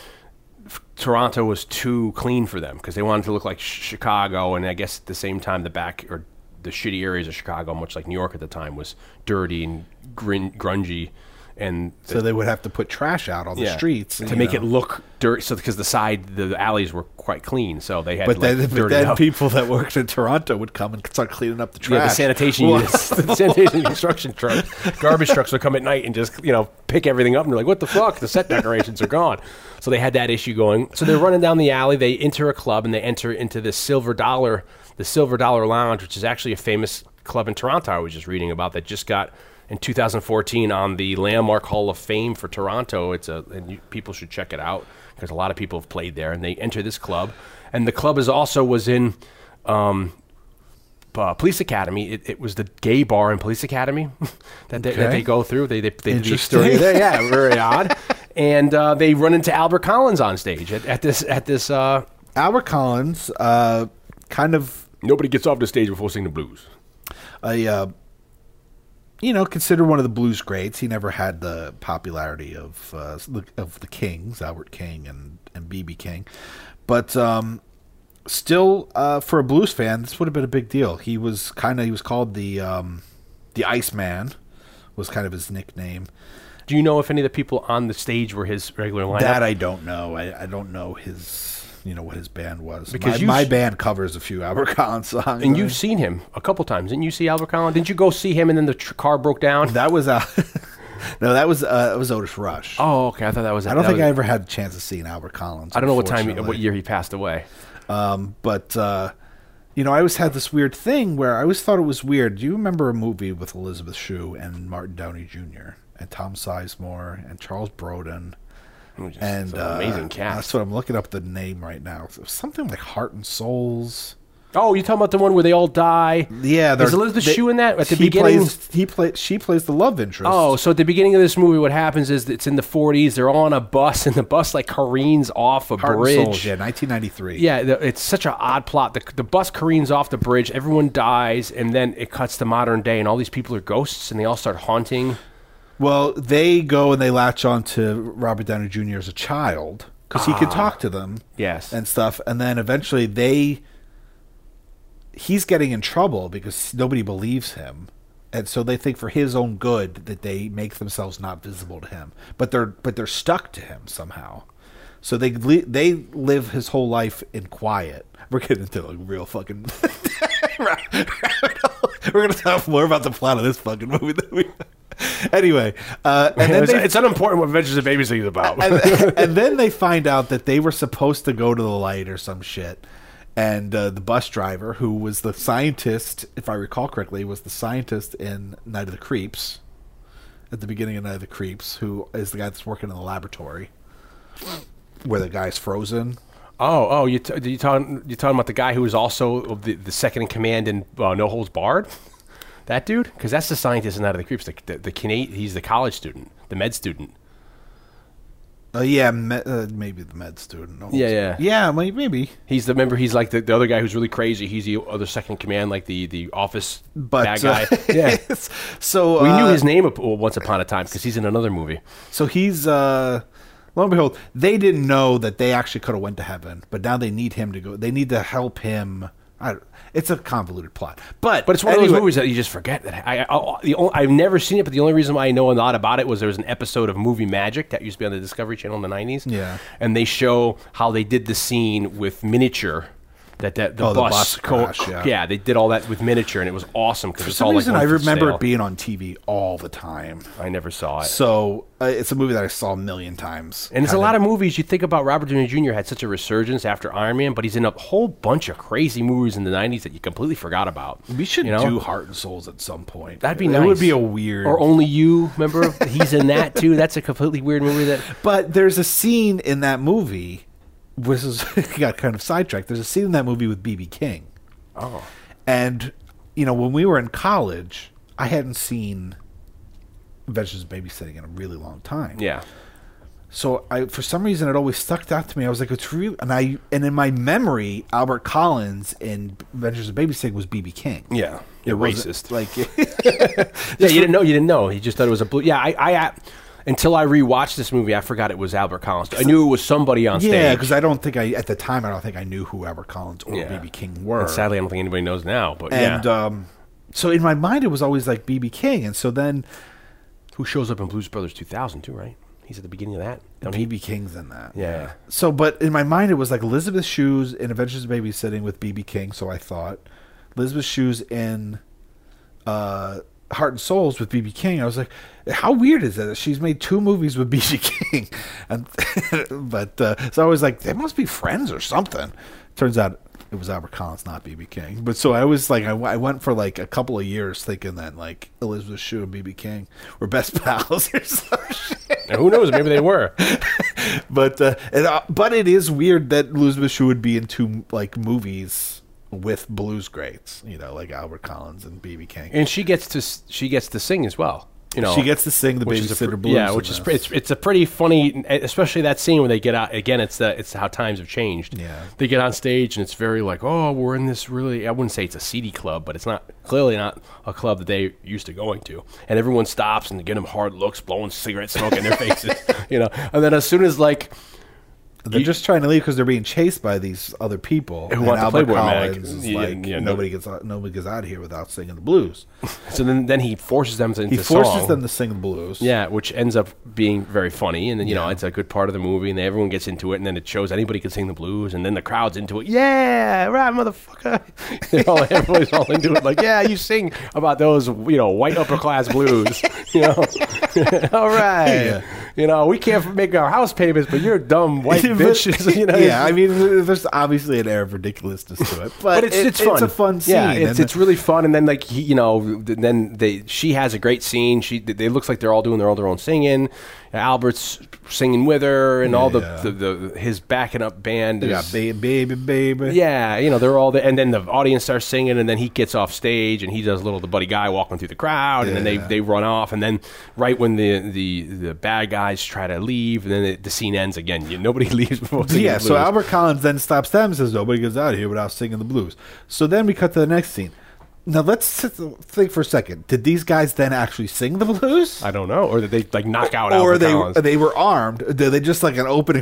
Speaker 4: f- Toronto was too clean for them because they wanted to look like sh- Chicago, and I guess at the same time the back or the shitty areas of Chicago, much like New York at the time, was dirty and grin- grungy, and
Speaker 5: so they would have to put trash out on the
Speaker 4: yeah,
Speaker 5: streets
Speaker 4: to
Speaker 5: you
Speaker 4: make
Speaker 5: know.
Speaker 4: it look dirty. So because the side the alleys were quite clean, so they had
Speaker 5: But
Speaker 4: to, like,
Speaker 5: then, but
Speaker 4: dirty it
Speaker 5: then
Speaker 4: up.
Speaker 5: people that worked in Toronto would come and start cleaning up the trash.
Speaker 4: Yeah, the sanitation
Speaker 5: Well,
Speaker 4: units, the sanitation and construction trucks, garbage trucks would come at night and just you know pick everything up, and they're like, "What the fuck? The set decorations are gone." So they had that issue going. So they're running down the alley. They enter a club and they enter into the Silver Dollar, the Silver Dollar Lounge, which is actually a famous club in Toronto. I was just reading about that just got in 2014 on the landmark Hall of Fame for Toronto. It's a and you, people should check it out because a lot of people have played there, and they enter this club, and the club is also was in uh, Police Academy. It, it was the gay bar in Police Academy that, they, that
Speaker 5: Okay.
Speaker 4: they go through. They they, they do the
Speaker 5: Interesting.
Speaker 4: story there. Yeah, very odd. And uh, they run into Albert Collins on stage at, at this at this. Uh,
Speaker 5: Albert Collins, uh, kind of
Speaker 4: Nobody gets off the stage before singing the blues.
Speaker 5: a uh, you know considered one of the blues greats. He never had the popularity of uh, the- of the Kings, Albert King and and BB King, but um, still uh, for a blues fan, this would have been a big deal. He was kind of he was called the um, the Iceman was kind of his nickname.
Speaker 4: Do you know if any of the people on the stage were his regular lineup?
Speaker 5: That I don't know. I, I don't know his you know what his band was.
Speaker 4: Because
Speaker 5: Because
Speaker 4: you
Speaker 5: my, my
Speaker 4: s-
Speaker 5: band covers a few Albert Collins songs.
Speaker 4: and you've seen him a couple times, didn't you? See Albert Collins? Didn't you go see him and then the tr- car broke down?
Speaker 5: that was uh no that was uh it was Otis Rush.
Speaker 4: oh, okay. I thought that was.
Speaker 5: I don't
Speaker 4: that
Speaker 5: think
Speaker 4: was-
Speaker 5: I ever had a chance of seeing Albert Collins.
Speaker 4: I don't know what time, what
Speaker 5: unfortunately.
Speaker 4: year he passed away.
Speaker 5: Um, but uh, you know, I always had this weird thing where I always thought it was weird. Do you remember a movie with Elizabeth Shue and Martin Downey Jr. and Tom Sizemore and Charles Broden?
Speaker 4: Which is-
Speaker 5: And
Speaker 4: it's an
Speaker 5: uh,
Speaker 4: amazing cast.
Speaker 5: That's what I'm looking up the name right now. It was something like Heart and Souls.
Speaker 4: Oh, you talking about the one where they all die?
Speaker 5: Yeah,
Speaker 4: there's
Speaker 5: they're-
Speaker 4: Elizabeth
Speaker 5: they-
Speaker 4: Shue in that at the
Speaker 5: he
Speaker 4: beginning.
Speaker 5: Plays, he plays. She plays the love interest.
Speaker 4: Oh, so at the beginning of this movie, what happens is it's in the 40s. They're all on a bus, and the bus like careens off a
Speaker 5: Heart
Speaker 4: bridge.
Speaker 5: and Souls. Yeah, 1993.
Speaker 4: Yeah, the, it's such an odd plot. The, the bus careens off the bridge. Everyone dies, and then it cuts to modern day, and all these people are ghosts, and they all start haunting.
Speaker 5: Well, they go and they latch on to Robert Downey Jr. as a child because he could talk to them.
Speaker 4: Ah. Yes.
Speaker 5: And stuff. And then eventually they. He's getting in trouble because nobody believes him. and so they think for his own good that they make themselves not visible to him but they're but they're stuck to him somehow so they li- they live his whole life in quiet we're getting into like real fucking rabbit hole. we're gonna talk more about the plot of this fucking movie than we anyway uh and then
Speaker 4: it's,
Speaker 5: they,
Speaker 4: it's unimportant what Adventures of Babysitting is about.
Speaker 5: and, and then they find out that they were supposed to go to the light or some shit. And uh, the bus driver, who was the scientist, if I recall correctly, was the scientist in Night of the Creeps, at the beginning of Night of the Creeps, who is the guy that's working in the laboratory, where the guy's frozen.
Speaker 4: oh, oh, you t- you talking you talking about the guy who was also of the, the second in command in uh, No Holds Barred? That dude, because that's the scientist in Out of the Creeps. The the, the Cana- he's the college student, the med student.
Speaker 5: Uh, yeah, me- uh, maybe the med student. No,
Speaker 4: Yeah, yeah.
Speaker 5: yeah, may- maybe.
Speaker 4: He's the member. He's like the, the other guy who's really crazy. He's the other second in command, like the the office
Speaker 5: But
Speaker 4: bad
Speaker 5: uh,
Speaker 4: guy. yeah,
Speaker 5: so
Speaker 4: we knew
Speaker 5: uh,
Speaker 4: his name up- once upon a time because he's in another movie.
Speaker 5: So he's uh lo and behold, they didn't know that they actually could have went to heaven, but now they need him to go. They need to help him. I don't, it's a convoluted plot, but
Speaker 4: But it's one of
Speaker 5: anyway,
Speaker 4: those movies that you just forget that I, I, I the only, I've never seen it, but the only reason why I know a lot about it was there was an episode of Movie Magic that used to be on the Discovery Channel in the nineties.
Speaker 5: Yeah.
Speaker 4: and they show how they did the scene with miniature. That, that the,
Speaker 5: Oh, the
Speaker 4: bus,
Speaker 5: bus
Speaker 4: co-
Speaker 5: crash, yeah.
Speaker 4: they did all that with miniature, and it was awesome because
Speaker 5: For
Speaker 4: it's
Speaker 5: some
Speaker 4: all
Speaker 5: reason,
Speaker 4: like
Speaker 5: I
Speaker 4: one for
Speaker 5: remember
Speaker 4: sale.
Speaker 5: it being on TV all the time.
Speaker 4: I never saw it.
Speaker 5: So uh, it's a movie that I saw a million times,
Speaker 4: And it's a
Speaker 5: Kinda-
Speaker 4: lot of movies. You think about Robert Downey Jr. had such a resurgence after Iron Man, but he's in a whole bunch of crazy movies in the '90s that you completely forgot about.
Speaker 5: We should
Speaker 4: you know?
Speaker 5: do Heart and Souls at some point.
Speaker 4: That'd be
Speaker 5: that
Speaker 4: nice.
Speaker 5: would be a weird
Speaker 4: Or only you. Remember, he's in that too. That's a completely weird movie. That
Speaker 5: But there's a scene in that movie. This is got kind of sidetracked. There's a scene in that movie with BB King. Oh. And you know, when we were in college, I hadn't seen Adventures of Babysitting in a really long time.
Speaker 4: yeah,
Speaker 5: So I, for some reason, it always stuck out to me. I was like, it's real. And I, and in my memory, Albert Collins in Adventures of Babysitting was BB King.
Speaker 4: yeah. You're racist.
Speaker 5: Like,
Speaker 4: yeah, you didn't know. You didn't know. You just thought it was a blue. Yeah, I, I, I until I rewatched this movie, I forgot it was Albert Collins. I knew it was somebody on
Speaker 5: yeah,
Speaker 4: stage.
Speaker 5: because I don't think I at the time I don't think I knew who Albert Collins or
Speaker 4: Yeah.
Speaker 5: BB King were.
Speaker 4: And sadly, I don't think anybody knows now. But
Speaker 5: And
Speaker 4: yeah,
Speaker 5: um, so in my mind, it was always like BB King. And so then
Speaker 4: who shows up in Blues Brothers 2000 too? Right? He's at the beginning of that. Don't he?
Speaker 5: BB King's in that.
Speaker 4: Yeah.
Speaker 5: So, but in my mind, it was like Elizabeth Shoes in Adventures of Babysitting with BB King. So I thought Elizabeth Shoes in uh, Heart and Souls with BB King. I was like, how weird is that? She's made two movies with BB King. and But uh, so I was like, they must be friends or something. Turns out it was Albert Collins, not BB King. But so I was like, I, w- I went for like a couple of years thinking that like Elizabeth Shue and BB King were best pals or some shit.
Speaker 4: And who knows? Maybe they were.
Speaker 5: But uh, and, uh, but it is weird that Elizabeth Shue would be into like movies with blues greats, you know, like Albert Collins and BB King.
Speaker 4: and she gets to s- she gets to sing as well. You know,
Speaker 5: She gets to sing the
Speaker 4: which is a
Speaker 5: Babysitter
Speaker 4: pr-
Speaker 5: Blues
Speaker 4: Yeah,
Speaker 5: in
Speaker 4: which is
Speaker 5: this.
Speaker 4: pre- it's, it's a pretty funny, especially that scene when they get out. Again, it's the it's how times have changed.
Speaker 5: Yeah.
Speaker 4: they get on stage and it's very like, oh, we're in this really. I wouldn't say it's a seedy club, but it's not clearly not a club that they used to going to. And everyone stops and they get them hard looks, blowing cigarette smoke in their faces. You know, and then as soon as like
Speaker 5: they're just trying to leave because they're being chased by these other people.
Speaker 4: Who want the
Speaker 5: Albert
Speaker 4: Playboy mag.
Speaker 5: Collins is
Speaker 4: Yeah,
Speaker 5: like
Speaker 4: yeah, no-
Speaker 5: nobody gets out, nobody gets out of here without singing the blues.
Speaker 4: so then then he forces them to into
Speaker 5: He forces
Speaker 4: song.
Speaker 5: them to sing the blues.
Speaker 4: Yeah, which ends up being very funny, and then you know it's a good part of the movie, and everyone gets into it, and then it shows anybody can sing the blues, and then the crowd's into it. Yeah, right, motherfucker! You know, everybody's all into it, like yeah, you sing about those you know white upper class blues. You know, all right.
Speaker 5: Yeah.
Speaker 4: You know, we can't make our house payments, but you're dumb white bitches. You know,
Speaker 5: yeah, I mean, there's obviously an air of ridiculousness to it, but,
Speaker 4: but it's
Speaker 5: it-
Speaker 4: it's fun.
Speaker 5: It's a fun scene.
Speaker 4: Yeah, it's
Speaker 5: and
Speaker 4: it's really fun. And then like he, you know, th- then they she has a great scene. She they- they looks like they're all doing their all their own singing. Albert's singing with her, and all the,
Speaker 5: Yeah.
Speaker 4: the, the his backing up band.
Speaker 5: you got
Speaker 4: is-
Speaker 5: baby, baby, baby.
Speaker 4: yeah, you know they're all there, and then the audience starts singing, and then he gets off stage, and he does little the buddy guy walking through the crowd, and then they,
Speaker 5: Yeah.
Speaker 4: they run off, and then right when the the, the bad guys try to leave, and then it, the scene ends again. You, nobody leaves before singing
Speaker 5: yeah,
Speaker 4: the
Speaker 5: so
Speaker 4: blues.
Speaker 5: Albert Collins then stops them and says, Nobody gets out of here without singing the blues. So then we cut to the next scene. Now let's sit- think for a second. Did these guys then actually sing the blues?
Speaker 4: I don't know, or did they like knock out?
Speaker 5: or
Speaker 4: Albert
Speaker 5: they
Speaker 4: Collins?
Speaker 5: they were armed? Did they just like an opening?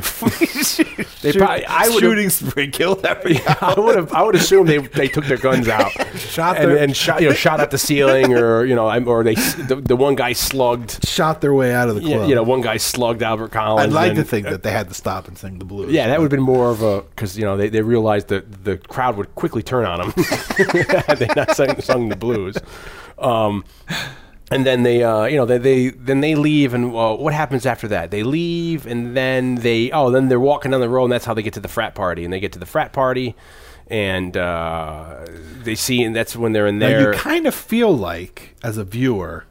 Speaker 5: they
Speaker 4: probably- I would've-
Speaker 5: shooting spree killed every.
Speaker 4: I would have. I would assume they they took their guns out,
Speaker 5: Shot
Speaker 4: and,
Speaker 5: their-
Speaker 4: and shot you know shot at the ceiling, or you know, I'm- or they s- the, the one guy slugged.
Speaker 5: Shot their way out of the
Speaker 4: You
Speaker 5: club.
Speaker 4: you know, one guy slugged Albert Collins.
Speaker 5: I'd like
Speaker 4: and- uh,
Speaker 5: to think that they had to stop and sing the blues.
Speaker 4: Yeah, that would have been more of a because you know they, they realized that the crowd would quickly turn on them had they not sung, sung the blues, um, and then they uh, you know they, they then they leave and uh, what happens after that? They leave and then they oh then they're walking down the road and that's how they get to the frat party and they get to the frat party and uh, they see and that's when they're in
Speaker 5: Now,
Speaker 4: there
Speaker 5: you kind of feel like as a viewer.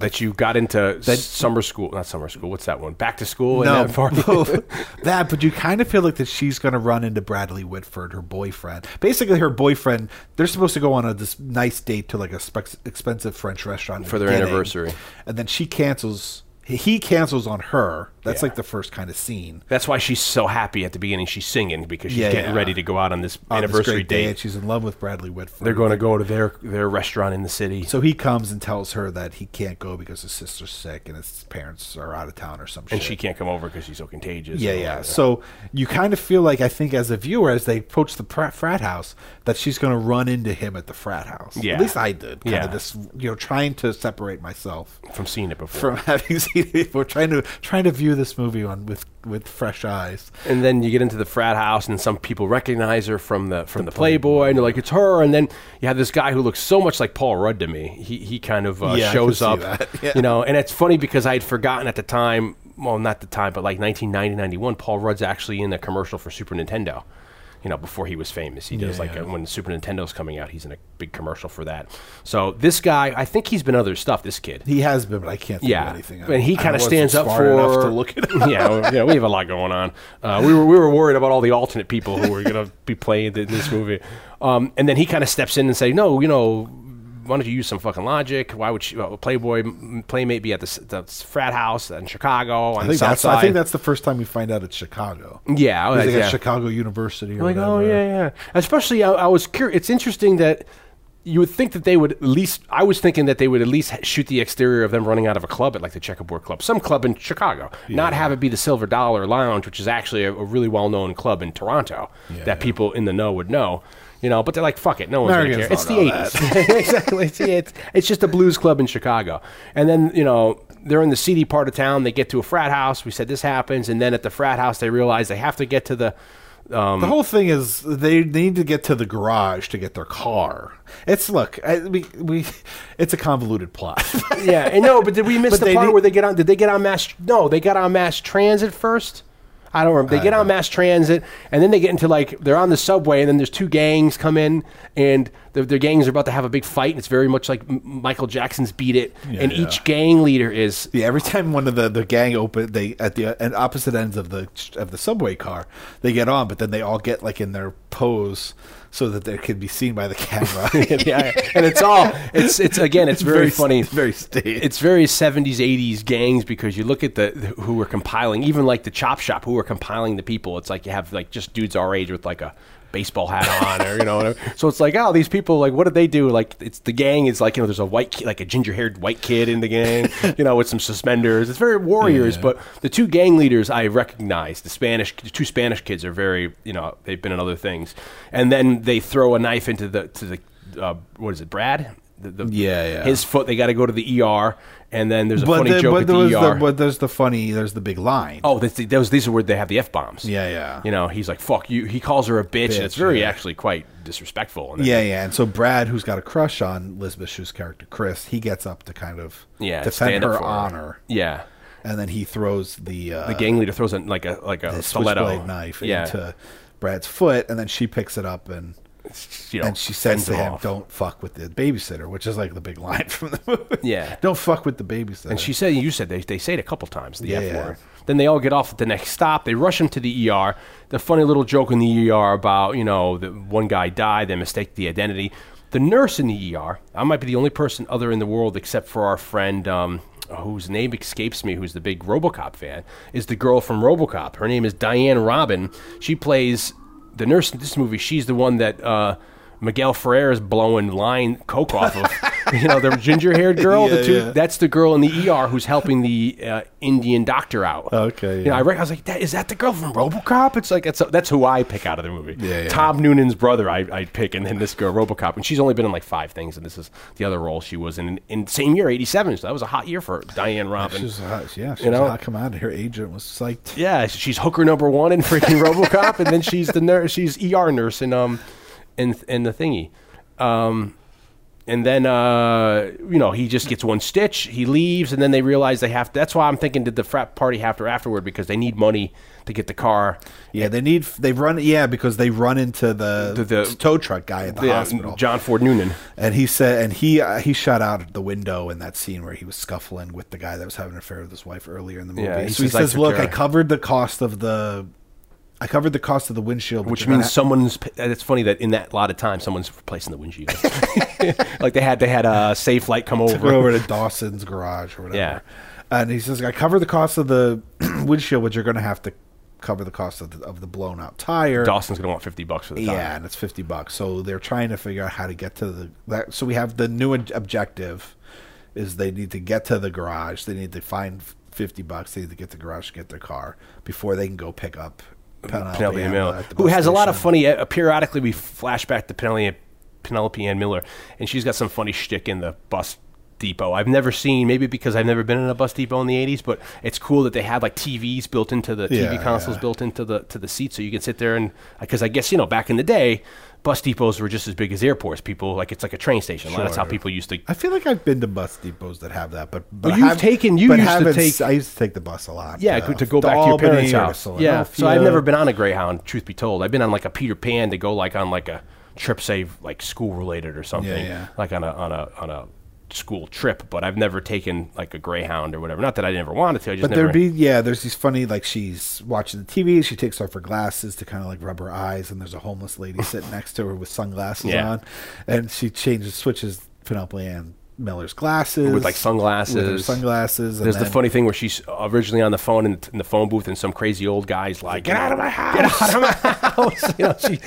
Speaker 4: that you got into summer school not summer school what's that one back to school and
Speaker 5: No,
Speaker 4: that party.
Speaker 5: that, but you kind of feel like that she's going to run into Bradley Whitford, her boyfriend. Basically, her boyfriend. They're supposed to go on a this nice date to like a spex expensive French restaurant in
Speaker 4: For
Speaker 5: the
Speaker 4: their
Speaker 5: beginning,
Speaker 4: anniversary.
Speaker 5: and then she cancels. He cancels on her. That's
Speaker 4: Yeah.
Speaker 5: like the first kind of scene.
Speaker 4: That's why she's so happy at the beginning. She's singing because she's
Speaker 5: Yeah,
Speaker 4: getting
Speaker 5: yeah.
Speaker 4: ready to go out on this
Speaker 5: on this
Speaker 4: anniversary
Speaker 5: great
Speaker 4: date.
Speaker 5: and she's in love with Bradley Whitford.
Speaker 4: They're going to go to their their restaurant in the city.
Speaker 5: So he comes and tells her that he can't go because his sister's sick and his parents are out of town or some shit.
Speaker 4: and she can't come over because she's so contagious.
Speaker 5: Yeah,
Speaker 4: and all
Speaker 5: yeah.
Speaker 4: that.
Speaker 5: So you kind of feel like I think as a viewer, as they approach the pra- frat house, that she's going to run into him at the frat house.
Speaker 4: Yeah.
Speaker 5: At least I did. Kind
Speaker 4: Yeah.
Speaker 5: of this, you know, trying to separate myself
Speaker 4: from seeing it before.
Speaker 5: from having seen it before, trying to trying to view this movie on with with fresh eyes.
Speaker 4: and then you get into the frat house, and some people recognize her from the from the, Playboy, and they're like, "It's her." And then you have this guy who looks so much like Paul Rudd to me. He he kind of uh,
Speaker 5: Yeah, I
Speaker 4: shows
Speaker 5: can
Speaker 4: up,
Speaker 5: see that. Yeah.
Speaker 4: you know. And it's funny because I had forgotten at the time, well, not the time, but like 1990, 91, Paul Rudd's actually in a commercial for Super Nintendo. You know, before he was famous, he does
Speaker 5: Yeah,
Speaker 4: like
Speaker 5: yeah.
Speaker 4: a, when Super Nintendo's coming out, he's in a big commercial for that. So this guy, I think he's been other stuff. This kid,
Speaker 5: He has been, but I can't think
Speaker 4: yeah,
Speaker 5: of anything. I-
Speaker 4: and he
Speaker 5: I
Speaker 4: kind of
Speaker 5: wasn't
Speaker 4: stands up
Speaker 5: smart
Speaker 4: for.
Speaker 5: enough to look at
Speaker 4: yeah, yeah, we have a lot going on. Uh, we were we were worried about all the alternate people who were going to be playing in this movie, um, and then he kind of steps in and say, "No, you know, why don't you use some fucking logic? Why would she, uh, Playboy m- playmate be at the, s- the s- frat house in Chicago on
Speaker 5: I
Speaker 4: the
Speaker 5: think
Speaker 4: South
Speaker 5: that's.
Speaker 4: Side?"
Speaker 5: I think that's the first time we find out it's Chicago.
Speaker 4: yeah, Oh,
Speaker 5: He's like
Speaker 4: yeah.
Speaker 5: at Chicago University. Or
Speaker 4: like, oh
Speaker 5: whatever.
Speaker 4: yeah, yeah. Especially, I, I was curious. It's interesting that you would think that they would at least. I was thinking that they would at least h- shoot the exterior of them running out of a club at like the Checkerboard Club, some club in Chicago, not have it be the Silver Dollar Lounge, which is actually a, a really well-known club in Toronto that people in the know would know. You know, but they're like, fuck it, no one's gonna
Speaker 5: Americans
Speaker 4: care. It's the
Speaker 5: don't know that.
Speaker 4: '80s. exactly. It's, it's, it's just a blues club in Chicago. And then, you know, they're in the seedy part of town. They get to a frat house. We said this happens. And then at the frat house, they realize they have to get to the.
Speaker 5: The whole thing is they need to get to the garage to get their car. It's look, I, we, we it's a convoluted plot.
Speaker 4: Yeah, and no, but did we miss
Speaker 5: But
Speaker 4: the
Speaker 5: they
Speaker 4: part
Speaker 5: need-
Speaker 4: where they get on? Did they get on mass? No, they got on mass transit first. I don't remember. They get on mass transit, and then they get into like they're on the subway, and then there's two gangs come in, and the, their gangs are about to have a big fight, and it's very much like M- Michael Jackson's "Beat It,"
Speaker 5: Yeah,
Speaker 4: and
Speaker 5: yeah.
Speaker 4: each gang leader is
Speaker 5: yeah, every time one of the, the gang open, they at the and opposite ends of the of the subway car, they get on, but then they all get like in their pose so that they can be seen by the camera.
Speaker 4: yeah, and it's all it's it's again it's very,
Speaker 5: Very s-
Speaker 4: funny,
Speaker 5: very staged.
Speaker 4: It's very seventies eighties gangs because you look at the who were compiling, even like the Chop Shop, who were compiling the people. It's like you have like just dudes our age with like a baseball hat on or you know whatever. so it's like oh these people like what did they do like it's the gang is like you know there's a white ki- like a ginger haired white kid in the gang you know with some suspenders it's very warriors but the two gang leaders i recognize the spanish the two spanish kids are very you know they've been in other things and then they throw a knife into the to the uh, what is it, Brad? The, the,
Speaker 5: Yeah, yeah.
Speaker 4: His foot. They got to go to the ER, and then there's a
Speaker 5: but
Speaker 4: funny
Speaker 5: the,
Speaker 4: joke
Speaker 5: but
Speaker 4: at
Speaker 5: there
Speaker 4: the
Speaker 5: was
Speaker 4: ER.
Speaker 5: the, but there's the funny there's the big line.
Speaker 4: oh, that's the, those these are where they have the f bombs.
Speaker 5: Yeah, yeah.
Speaker 4: You know, he's like, "Fuck you." He calls her a bitch, and it's
Speaker 5: Bitch,
Speaker 4: very
Speaker 5: yeah.
Speaker 4: actually quite disrespectful. And then-
Speaker 5: Yeah, yeah, and so Brad, who's got a crush on Lisbeth Shue's character Chris, he gets up to kind of
Speaker 4: yeah.
Speaker 5: defend
Speaker 4: stand up
Speaker 5: her
Speaker 4: for
Speaker 5: honor,
Speaker 4: Yeah.
Speaker 5: and then he throws the uh,
Speaker 4: The gang leader throws a, like a like a
Speaker 5: a
Speaker 4: stiletto
Speaker 5: switchblade knife
Speaker 4: Yeah.
Speaker 5: into Brad's foot, and then she picks it up and
Speaker 4: you know,
Speaker 5: and she says
Speaker 4: fends
Speaker 5: to
Speaker 4: him
Speaker 5: him,
Speaker 4: off.
Speaker 5: "Don't fuck with the babysitter," which is like the big line from the movie.
Speaker 4: Yeah.
Speaker 5: don't fuck with the babysitter.
Speaker 4: And she said, you said they, they say it a couple times, the
Speaker 5: Yeah,
Speaker 4: F
Speaker 5: yeah.
Speaker 4: word. Then they all get off at the next stop. They rush him to the ER. The funny little joke in the ER about, you know, the one guy died, they mistake the identity. The nurse in the ER, I might be the only person other in the world except for our friend, um, whose name escapes me, who's the big Robocop fan, is the girl from Robocop. Her name is Diane Robin. She plays the nurse in this movie. She's the one that. Uh, Miguel Ferrer is blowing line coke off of. you know, the ginger-haired girl.
Speaker 5: Yeah,
Speaker 4: the two,
Speaker 5: yeah.
Speaker 4: That's the girl in the ER who's helping the uh, Indian doctor out.
Speaker 5: Okay,
Speaker 4: You
Speaker 5: yeah.
Speaker 4: know, I, rec- I was like, that, is that the girl from RoboCop? It's like that's that's who I pick out of the movie.
Speaker 5: Yeah, yeah.
Speaker 4: Tom Noonan's brother, I I pick, and then this girl RoboCop, and she's only been in like five things, and this is the other role she was in. In same year, '87, so that was a hot year for Diane Robin.
Speaker 5: She was a hot, yeah, "Ah, she
Speaker 4: You
Speaker 5: was
Speaker 4: know?
Speaker 5: a hot commodity. Her agent was psyched.
Speaker 4: Yeah, she's hooker number one in freaking RoboCop, and then she's the nurse. She's ER nurse in um, in in the thingy, um, and then uh, you know he just gets one stitch. He leaves, and then they realize they have. that's why I'm thinking, did the frat party have to afterward because they need money to get the car.
Speaker 5: Yeah, they need they run. Yeah, because they run into the,
Speaker 4: The- the-
Speaker 5: tow truck guy at the
Speaker 4: Yeah,
Speaker 5: hospital.
Speaker 4: uh, John Ford Noonan.
Speaker 5: And he said, and he uh, he shot out the window in that scene where he was scuffling with the guy that was having an affair with his wife earlier in the movie.
Speaker 4: Yeah, he
Speaker 5: so he
Speaker 4: says, "I
Speaker 5: says,
Speaker 4: took
Speaker 5: "Look,
Speaker 4: care
Speaker 5: I
Speaker 4: of it."
Speaker 5: covered the cost of the, I covered the cost of the windshield,
Speaker 4: Which
Speaker 5: you're gonna
Speaker 4: means
Speaker 5: ha-
Speaker 4: someone's. p- and It's funny that in that lot of time, someone's replacing the windshield. like they had they had a safe light come
Speaker 5: took her over to Dawson's garage or whatever.
Speaker 4: Yeah.
Speaker 5: And he says, "I cover the cost of the windshield, but you're going to have to cover the cost of the, of the blown out tire."
Speaker 4: Dawson's gonna want fifty bucks for the tire.
Speaker 5: Yeah, and it's fifty bucks. So they're trying to figure out how to get to the. That, so we have the new ob- objective, is they need to get to the garage. They need to find f- fifty bucks. They need to get the garage to get their car before they can go pick up Penelope,
Speaker 4: Penelope Ann
Speaker 5: Ann
Speaker 4: Miller,
Speaker 5: at the
Speaker 4: who
Speaker 5: bus
Speaker 4: has a lot Uh, of
Speaker 5: station.
Speaker 4: funny. Uh, periodically, we flash back to Penelope, Penelope Ann Miller, and she's got some funny shtick in the bus depot. I've never seen, maybe because I've never been in a bus depot in the '80s, but it's cool that they had like TVs built into the
Speaker 5: Yeah,
Speaker 4: TV consoles
Speaker 5: yeah.
Speaker 4: built into the to the seat, so you can sit there and because I guess you know back in the day, bus depots were just as big as airports. People like it's like a train station. That's how
Speaker 5: Sure.
Speaker 4: people used to.
Speaker 5: I feel like I've been to bus depots that have that, but but
Speaker 4: Well, you've
Speaker 5: have-
Speaker 4: taken- you
Speaker 5: but
Speaker 4: used to
Speaker 5: haven't s-
Speaker 4: take-
Speaker 5: I used to take the bus a lot.
Speaker 4: Yeah,
Speaker 5: uh,
Speaker 4: go- to go back to your
Speaker 5: Albany
Speaker 4: parents'
Speaker 5: or
Speaker 4: house.
Speaker 5: Philadelphia.
Speaker 4: Yeah, so I've never been on a Greyhound. Truth be told, I've been on like a Peter Pan to go like on like a trip, save like school related or something,
Speaker 5: yeah.
Speaker 4: like on a on a on a school trip. But I've never taken like a Greyhound or whatever. Not that I never wanted to. I just
Speaker 5: But
Speaker 4: never.
Speaker 5: there'd be yeah, there's these funny like she's watching the TV, she takes off her glasses to kind of like rub her eyes, and there's a homeless lady sitting next to her with sunglasses
Speaker 4: Yeah.
Speaker 5: on, and she changes switches Penelope Ann Miller's glasses
Speaker 4: With, like,
Speaker 5: with her
Speaker 4: sunglasses.
Speaker 5: sunglasses. and
Speaker 4: there's the
Speaker 5: then-
Speaker 4: funny thing where she's originally on the phone in, in the phone booth, and some crazy old guy's like, "Get out of my house! Get out of my house!" you know, she,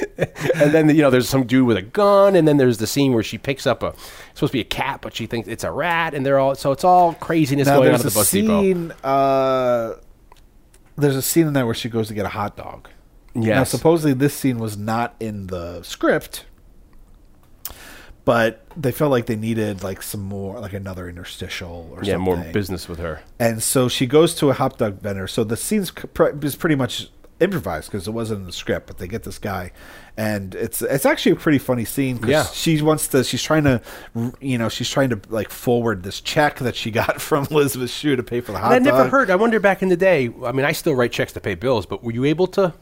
Speaker 4: and then you know, there's some dude with a gun, and then there's the scene where she picks up a it's supposed to be a cat, but she thinks it's a rat, and they're all so it's all craziness
Speaker 5: Now
Speaker 4: going on
Speaker 5: there's
Speaker 4: at
Speaker 5: a
Speaker 4: the bus depot.
Speaker 5: scene. Uh, there's a scene in there where she goes to get a hot dog. Now,
Speaker 4: Yes.
Speaker 5: supposedly this scene was not in the script, but they felt like they needed like some more, like another interstitial or
Speaker 4: yeah,
Speaker 5: something.
Speaker 4: more business with her.
Speaker 5: And so she goes to a hot dog vendor. So the scene's c- pr- is pretty much improvised because it wasn't in the script. But they get this guy, and it's it's actually a pretty funny scene. 'cause
Speaker 4: Yeah.
Speaker 5: she wants to. She's trying to, r- you know, she's trying to like forward this check that she got from Elizabeth Shue to pay for the hot
Speaker 4: I
Speaker 5: dog.
Speaker 4: never heard. I wonder back in the day. I mean, I still write checks to pay bills, but were you able to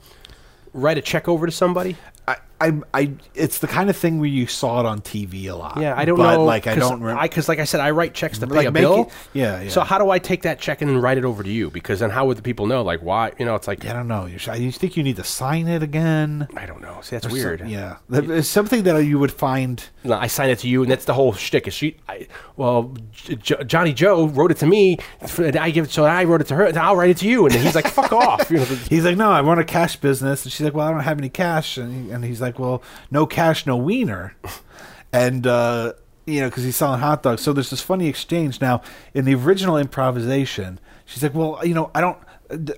Speaker 4: write a check over to somebody?
Speaker 5: I, I, I, it's the kind of thing where you saw it on TV a lot.
Speaker 4: Yeah, I don't
Speaker 5: but,
Speaker 4: know.
Speaker 5: Like I
Speaker 4: 'cause
Speaker 5: don't remember.
Speaker 4: Because, like I said, I write checks to pay
Speaker 5: Like,
Speaker 4: a
Speaker 5: make
Speaker 4: bill.
Speaker 5: it- yeah, yeah.
Speaker 4: So how do I take that check and write it over to you? Because then how would the people know? Like why? You know, it's like
Speaker 5: I don't know. You, sh- you think you need to sign it again?
Speaker 4: I don't know. See, that's
Speaker 5: Or
Speaker 4: weird.
Speaker 5: some- yeah, That- it's something that you would find.
Speaker 4: No, I sign it to you, and that's the whole shtick. Is she? I, well, J- J- Johnny Joe wrote it to me. f- and I give it, so I wrote it to her. And I'll write it to you, and then he's like, "Fuck off." You know, the-
Speaker 5: He's like, no, I run a cash business, and she's like, well, I don't have any cash, and, he, and he's like, well, no cash, no wiener, and uh, you know, because he's selling hot dogs. So there's this funny exchange. Now, in the original improvisation, she's like, well, you know, I don't.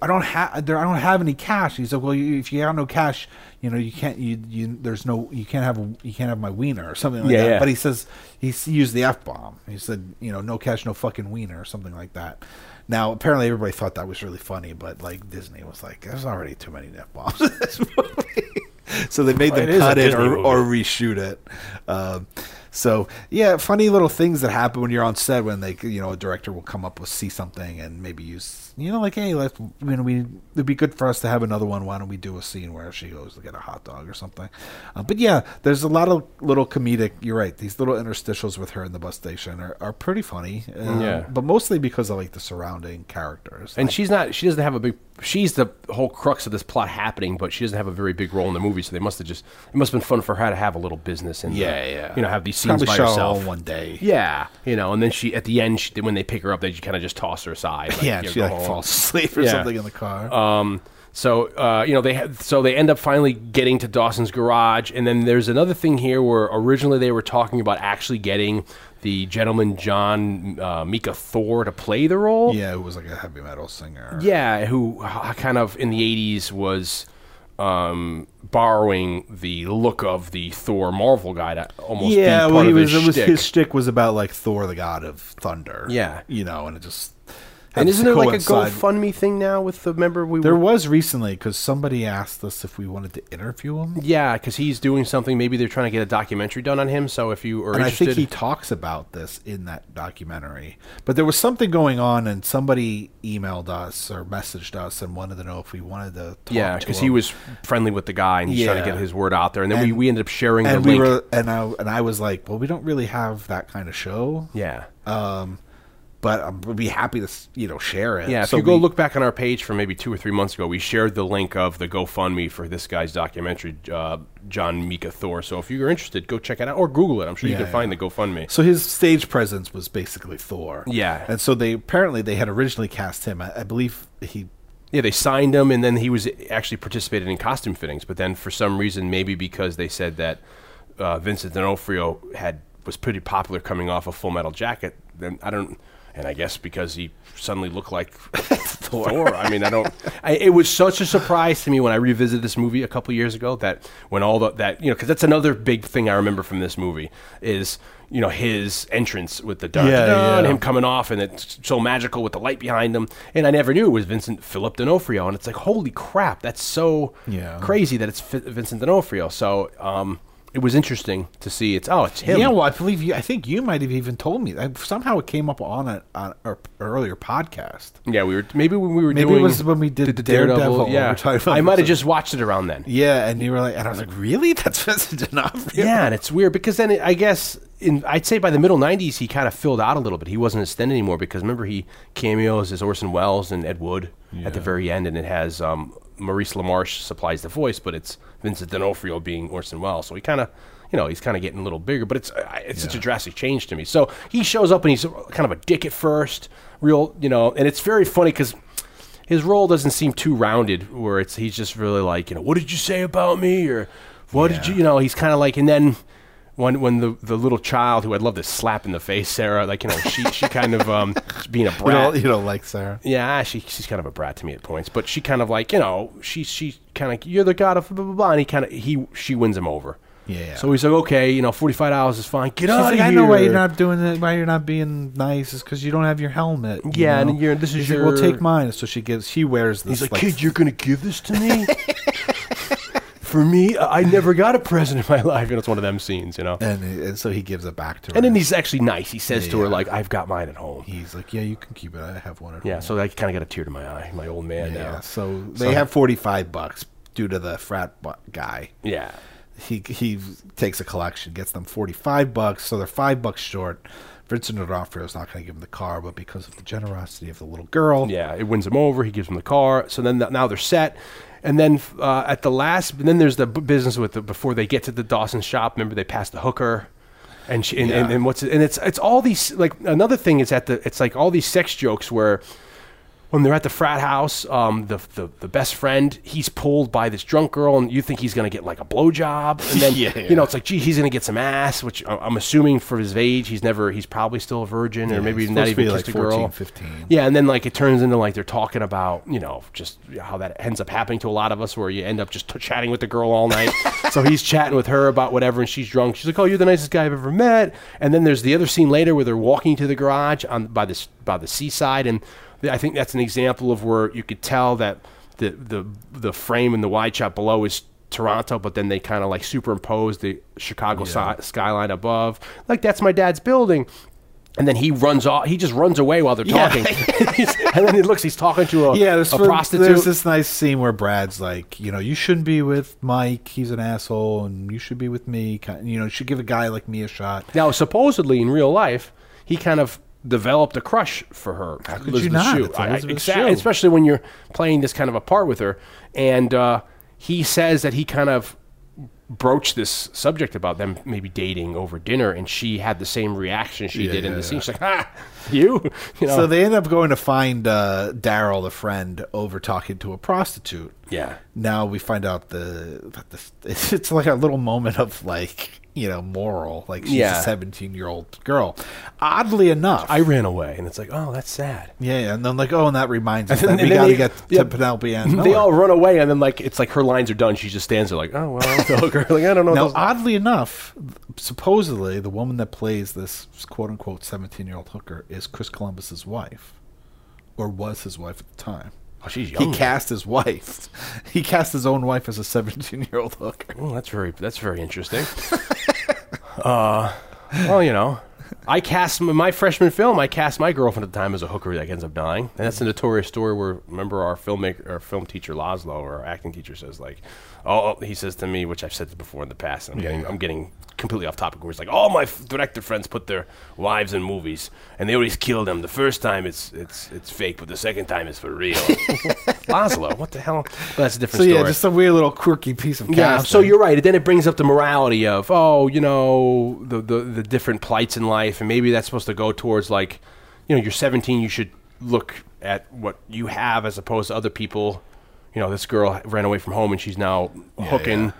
Speaker 5: I don't have there. I don't have any cash. He's like, well, you, if you have no cash, you know, you can't. You, you there's no. You can't have. a- You can't have my wiener or something like
Speaker 4: Yeah,
Speaker 5: that.
Speaker 4: yeah.
Speaker 5: But he says he s- used the f bomb. He said, you know, no cash, no fucking wiener or something like that. Now, apparently, everybody thought that was really funny, but like Disney was like, there's already too many f bombs in this movie, so they made them
Speaker 4: It is a
Speaker 5: cut it
Speaker 4: Disney
Speaker 5: or,
Speaker 4: movie.
Speaker 5: or reshoot it. Um, so yeah, funny little things that happen when you're on set when they, you know, a director will come up with see something and maybe use, you know, like hey, let's, you know, we it'd be good for us to have another one. Why don't we do a scene where she goes to get a hot dog or something? Uh, but yeah, there's a lot of little comedic. You're right. These little interstitials with her in the bus station are, are pretty funny. uh,
Speaker 4: Yeah.
Speaker 5: but mostly because I like the surrounding characters.
Speaker 4: And she's not. She doesn't have a big. She's the whole crux of this plot happening, but she doesn't have a very big role in the movie. So they must have just. It must have been fun for her to have a little business and
Speaker 5: Yeah, yeah.
Speaker 4: You know, have these scenes
Speaker 5: probably
Speaker 4: by
Speaker 5: show all
Speaker 4: herself.
Speaker 5: one day.
Speaker 4: Yeah, you know, and then she at the end she, when they pick her up, they kind of just toss her aside.
Speaker 5: Yeah,
Speaker 4: you know,
Speaker 5: she
Speaker 4: go
Speaker 5: like
Speaker 4: home.
Speaker 5: falls asleep or
Speaker 4: Yeah.
Speaker 5: something in the car.
Speaker 4: Um, So uh, you know they had, so they end up finally getting to Dawson's garage, and then there's another thing here where originally they were talking about actually getting the gentleman John uh, Mika Thor to play the role.
Speaker 5: Yeah, who was like a heavy metal singer.
Speaker 4: Yeah, who uh, kind of in the 80s was um, borrowing the look of the Thor Marvel guy to almost
Speaker 5: yeah.
Speaker 4: be part
Speaker 5: Well, he
Speaker 4: of
Speaker 5: was.
Speaker 4: his
Speaker 5: It was
Speaker 4: shtick.
Speaker 5: his shtick was about like Thor, the god of thunder.
Speaker 4: Yeah.
Speaker 5: you know, and it just. had
Speaker 4: And
Speaker 5: to
Speaker 4: isn't there like a
Speaker 5: coincide-
Speaker 4: GoFundMe thing now with the member we
Speaker 5: There
Speaker 4: were?
Speaker 5: was recently because somebody asked us if we wanted to interview him,
Speaker 4: Yeah, because he's doing something. Maybe they're trying to get a documentary done on him. So if you are
Speaker 5: and I
Speaker 4: interested,
Speaker 5: think he talks about this in that documentary. But there was something going on, and somebody emailed us or messaged us and wanted to know if we wanted to. talk
Speaker 4: yeah,
Speaker 5: to
Speaker 4: because he
Speaker 5: him.
Speaker 4: was friendly with the guy and he's trying to
Speaker 5: Yeah.
Speaker 4: get his word out there. And then we,
Speaker 5: And-
Speaker 4: we ended up sharing the
Speaker 5: and we
Speaker 4: link.
Speaker 5: were, and I and I was like, well, we don't really have that kind of show.
Speaker 4: yeah.
Speaker 5: uh, but um, we'd be happy to s- you know share it.
Speaker 4: Yeah, if
Speaker 5: So
Speaker 4: you go
Speaker 5: we-
Speaker 4: look back on our page from maybe two or three months ago, we shared the link of the GoFundMe for this guy's documentary, uh, John Mika Thor. So if you're interested, go check it out or Google it. I'm sure you
Speaker 5: Yeah,
Speaker 4: can
Speaker 5: yeah.
Speaker 4: find the GoFundMe.
Speaker 5: So his stage presence was basically Thor.
Speaker 4: Yeah.
Speaker 5: and so they apparently they had originally cast him. I, I believe he.
Speaker 4: Yeah, they signed him, and then he was actually participated in costume fittings. But then for some reason, maybe because they said that uh, Vincent D'Onofrio had was pretty popular coming off of Full Metal Jacket, then I don't. And I guess because he suddenly looked like Thor. I mean, I don't. I, it was such a surprise to me when I revisited this movie a couple years ago that when all the that you know because that's another big thing I remember from this movie is you know his entrance with the dun,
Speaker 5: Yeah,
Speaker 4: dun,
Speaker 5: yeah.
Speaker 4: him coming off and it's so magical with the light behind him and i never knew it was vincent philip d'onofrio and it's like holy crap that's so
Speaker 5: Yeah.
Speaker 4: crazy that it's Fi vincent d'onofrio so um, it was interesting to see it's oh it's him
Speaker 5: Yeah, well, I believe you. I think you might have even told me. I, somehow it came up on a on our p- earlier podcast.
Speaker 4: Yeah, we were maybe when we were
Speaker 5: Maybe it
Speaker 4: doing
Speaker 5: was when we did Daredevil, we were talking
Speaker 4: yeah
Speaker 5: about
Speaker 4: i might have
Speaker 5: Vincent.
Speaker 4: just watched it around then
Speaker 5: Yeah, and you were like, and I was like, really? That's Vincent D'Onofrio.
Speaker 4: Yeah, and it's weird because then it, I guess in I'd say by the middle '90s he kind of filled out a little bit. He wasn't as thin anymore because remember he cameos as Orson Welles and Ed Wood at the very end, and it has um, Maurice LaMarche supplies the voice, but it's Vincent D'Onofrio being Orson Welles. So he kind of. You know he's kind of getting a little bigger, but it's I- it's such a drastic change to me. So he shows up and he's kind of a dick at first, real you know, and it's very funny because his role doesn't seem too rounded where it's he's just really like you know what did you say about me or what did you you know he's kind of like and then when when the the little child who I'd love to slap in the face Sarah like you know she she kind of um being a
Speaker 5: You
Speaker 4: brat
Speaker 5: don't, you don't like Sarah.
Speaker 4: yeah, ah, she she's kind of a brat to me at points, but she kind of like you know she she kind of you're the god of blah blah blah, and he kind of he she wins him over.
Speaker 5: Yeah.
Speaker 4: So he's like, okay, you know, forty five hours is fine. Get
Speaker 5: She's
Speaker 4: out of
Speaker 5: like,
Speaker 4: here.
Speaker 5: I know why you're not doing it. Why you're not being nice is because you don't have your helmet. you
Speaker 4: Yeah, and
Speaker 5: know?
Speaker 4: you're- this is
Speaker 5: He's like, well,
Speaker 4: your-
Speaker 5: take mine. So she gives. She wears this.
Speaker 4: He's like, kid, you're gonna give this to me? For me, I I never got a present in my life, and it's one of them scenes, you know.
Speaker 5: and, and so he gives it back to her.
Speaker 4: And then he's actually nice. He says to her
Speaker 5: Yeah.
Speaker 4: like, "I've got mine at home."
Speaker 5: he's like, yeah, you can keep it. I have one at
Speaker 4: Yeah,
Speaker 5: home.
Speaker 4: so I kind of got a tear to my eye, my old man
Speaker 5: yeah.
Speaker 4: now.
Speaker 5: So they have forty five bucks due to the frat bu- guy.
Speaker 4: Yeah,
Speaker 5: He he takes a collection, gets them forty five bucks. So they're five bucks short. Vincent D'Onofrio is not going to give him the car, but because of the generosity of the little girl,
Speaker 4: yeah, it wins him over. He gives him the car. So then th- now they're set. And then f- uh, at the last, and then there's the b- business with the, before they get to the Dawson shop. Remember they pass the hooker, and she, and, and,
Speaker 5: Yeah.
Speaker 4: and what's it, and it's it's all these like another thing is at the it's like all these sex jokes where when they're at the frat house, um, the, the the best friend he's pulled by this drunk girl, and you think he's gonna get like a blowjob, and then
Speaker 5: Yeah.
Speaker 4: you know it's like, gee, he's gonna get some ass, which I- I'm assuming for his age, he's never, he's probably still a virgin, or maybe
Speaker 5: he's
Speaker 4: not
Speaker 5: supposed to
Speaker 4: even
Speaker 5: be,
Speaker 4: kissed
Speaker 5: like,
Speaker 4: a girl.
Speaker 5: 14, 15.
Speaker 4: Yeah, and then like it turns into like they're talking about you know just how that ends up happening to a lot of us, where you end up just t- chatting with the girl all night. so he's chatting with her about whatever, and she's drunk. She's like, "Oh, you're the nicest guy I've ever met." And then there's the other scene later where they're walking to the garage on by this by the seaside, and th- I think that's an example of where you could tell that the the the frame and the wide shot below is. Toronto, but then they kind of like superimpose the Chicago si- skyline above. Like that's my dad's building, and then he runs off. He just runs away while they're
Speaker 5: Yeah.
Speaker 4: talking. and then he looks. He's talking to a,
Speaker 5: Yeah,
Speaker 4: a
Speaker 5: there's, for-
Speaker 4: prostitute.
Speaker 5: there's this nice scene where Brad's like, you know, you shouldn't be with Mike. He's an asshole, and you should be with me. Kind you know, you should give a guy like me a shot.
Speaker 4: now, supposedly in real life, he kind of developed a crush for her. How
Speaker 5: could you not? It's Elizabeth Shue.
Speaker 4: Especially when you're playing this kind of a part with her. And uh, he says that he kind of broached this subject about them maybe dating over dinner, and she had the same reaction she
Speaker 5: Yeah,
Speaker 4: did in
Speaker 5: yeah,
Speaker 4: the scene.
Speaker 5: yeah.
Speaker 4: She's like, "Ah, you." you know?
Speaker 5: So they end up going to find uh, Daryl, the friend, over talking to a prostitute.
Speaker 4: Yeah.
Speaker 5: Now we find out the, that the it's, it's like a little moment of like you know moral, like she's
Speaker 4: Yeah.
Speaker 5: a seventeen year old girl. Oddly enough,
Speaker 4: I ran away, and it's like, oh, that's sad.
Speaker 5: yeah, yeah, and then like oh, and that reminds us that
Speaker 4: And
Speaker 5: we
Speaker 4: then
Speaker 5: got to
Speaker 4: they-
Speaker 5: get
Speaker 4: yeah,
Speaker 5: to Penelope and
Speaker 4: They
Speaker 5: Miller.
Speaker 4: all run away, and then like it's like her lines are done. She just stands there like, oh well, I'm the hooker. like I don't know. what
Speaker 5: Now,
Speaker 4: else-
Speaker 5: oddly enough, supposedly the woman that plays this quote unquote 17 year old hooker is Chris Columbus's wife, or was his wife at the time.
Speaker 4: Oh, she's
Speaker 5: He
Speaker 4: young.
Speaker 5: cast his wife. He cast his own wife as a 17 year old hooker.
Speaker 4: Well, Hmm, that's very that's very interesting. uh, well, you know, I cast m- my freshman film. I cast my girlfriend at the time as a hooker that ends up dying. And that's a notorious story where remember our filmmaker, our film teacher Laszlo, or our acting teacher says like, oh, he says to me, which I've said this before in the past. And I'm getting I'm getting completely off topic. Where it's like all my f- director friends put their wives in movies, and they always kill them. The first time it's it's it's fake, but the second time it's for real. Laszlo, what the hell? But that's a
Speaker 5: So,
Speaker 4: different story.
Speaker 5: yeah, just a weird little quirky piece of casting.
Speaker 4: Yeah, so you're right. Then it brings up the morality of, oh, you know, the, the the different plights in life, and maybe that's supposed to go towards like, you know, you're 17, you should look at what you have as opposed to other people. You know, this girl ran away from home and she's now hooking,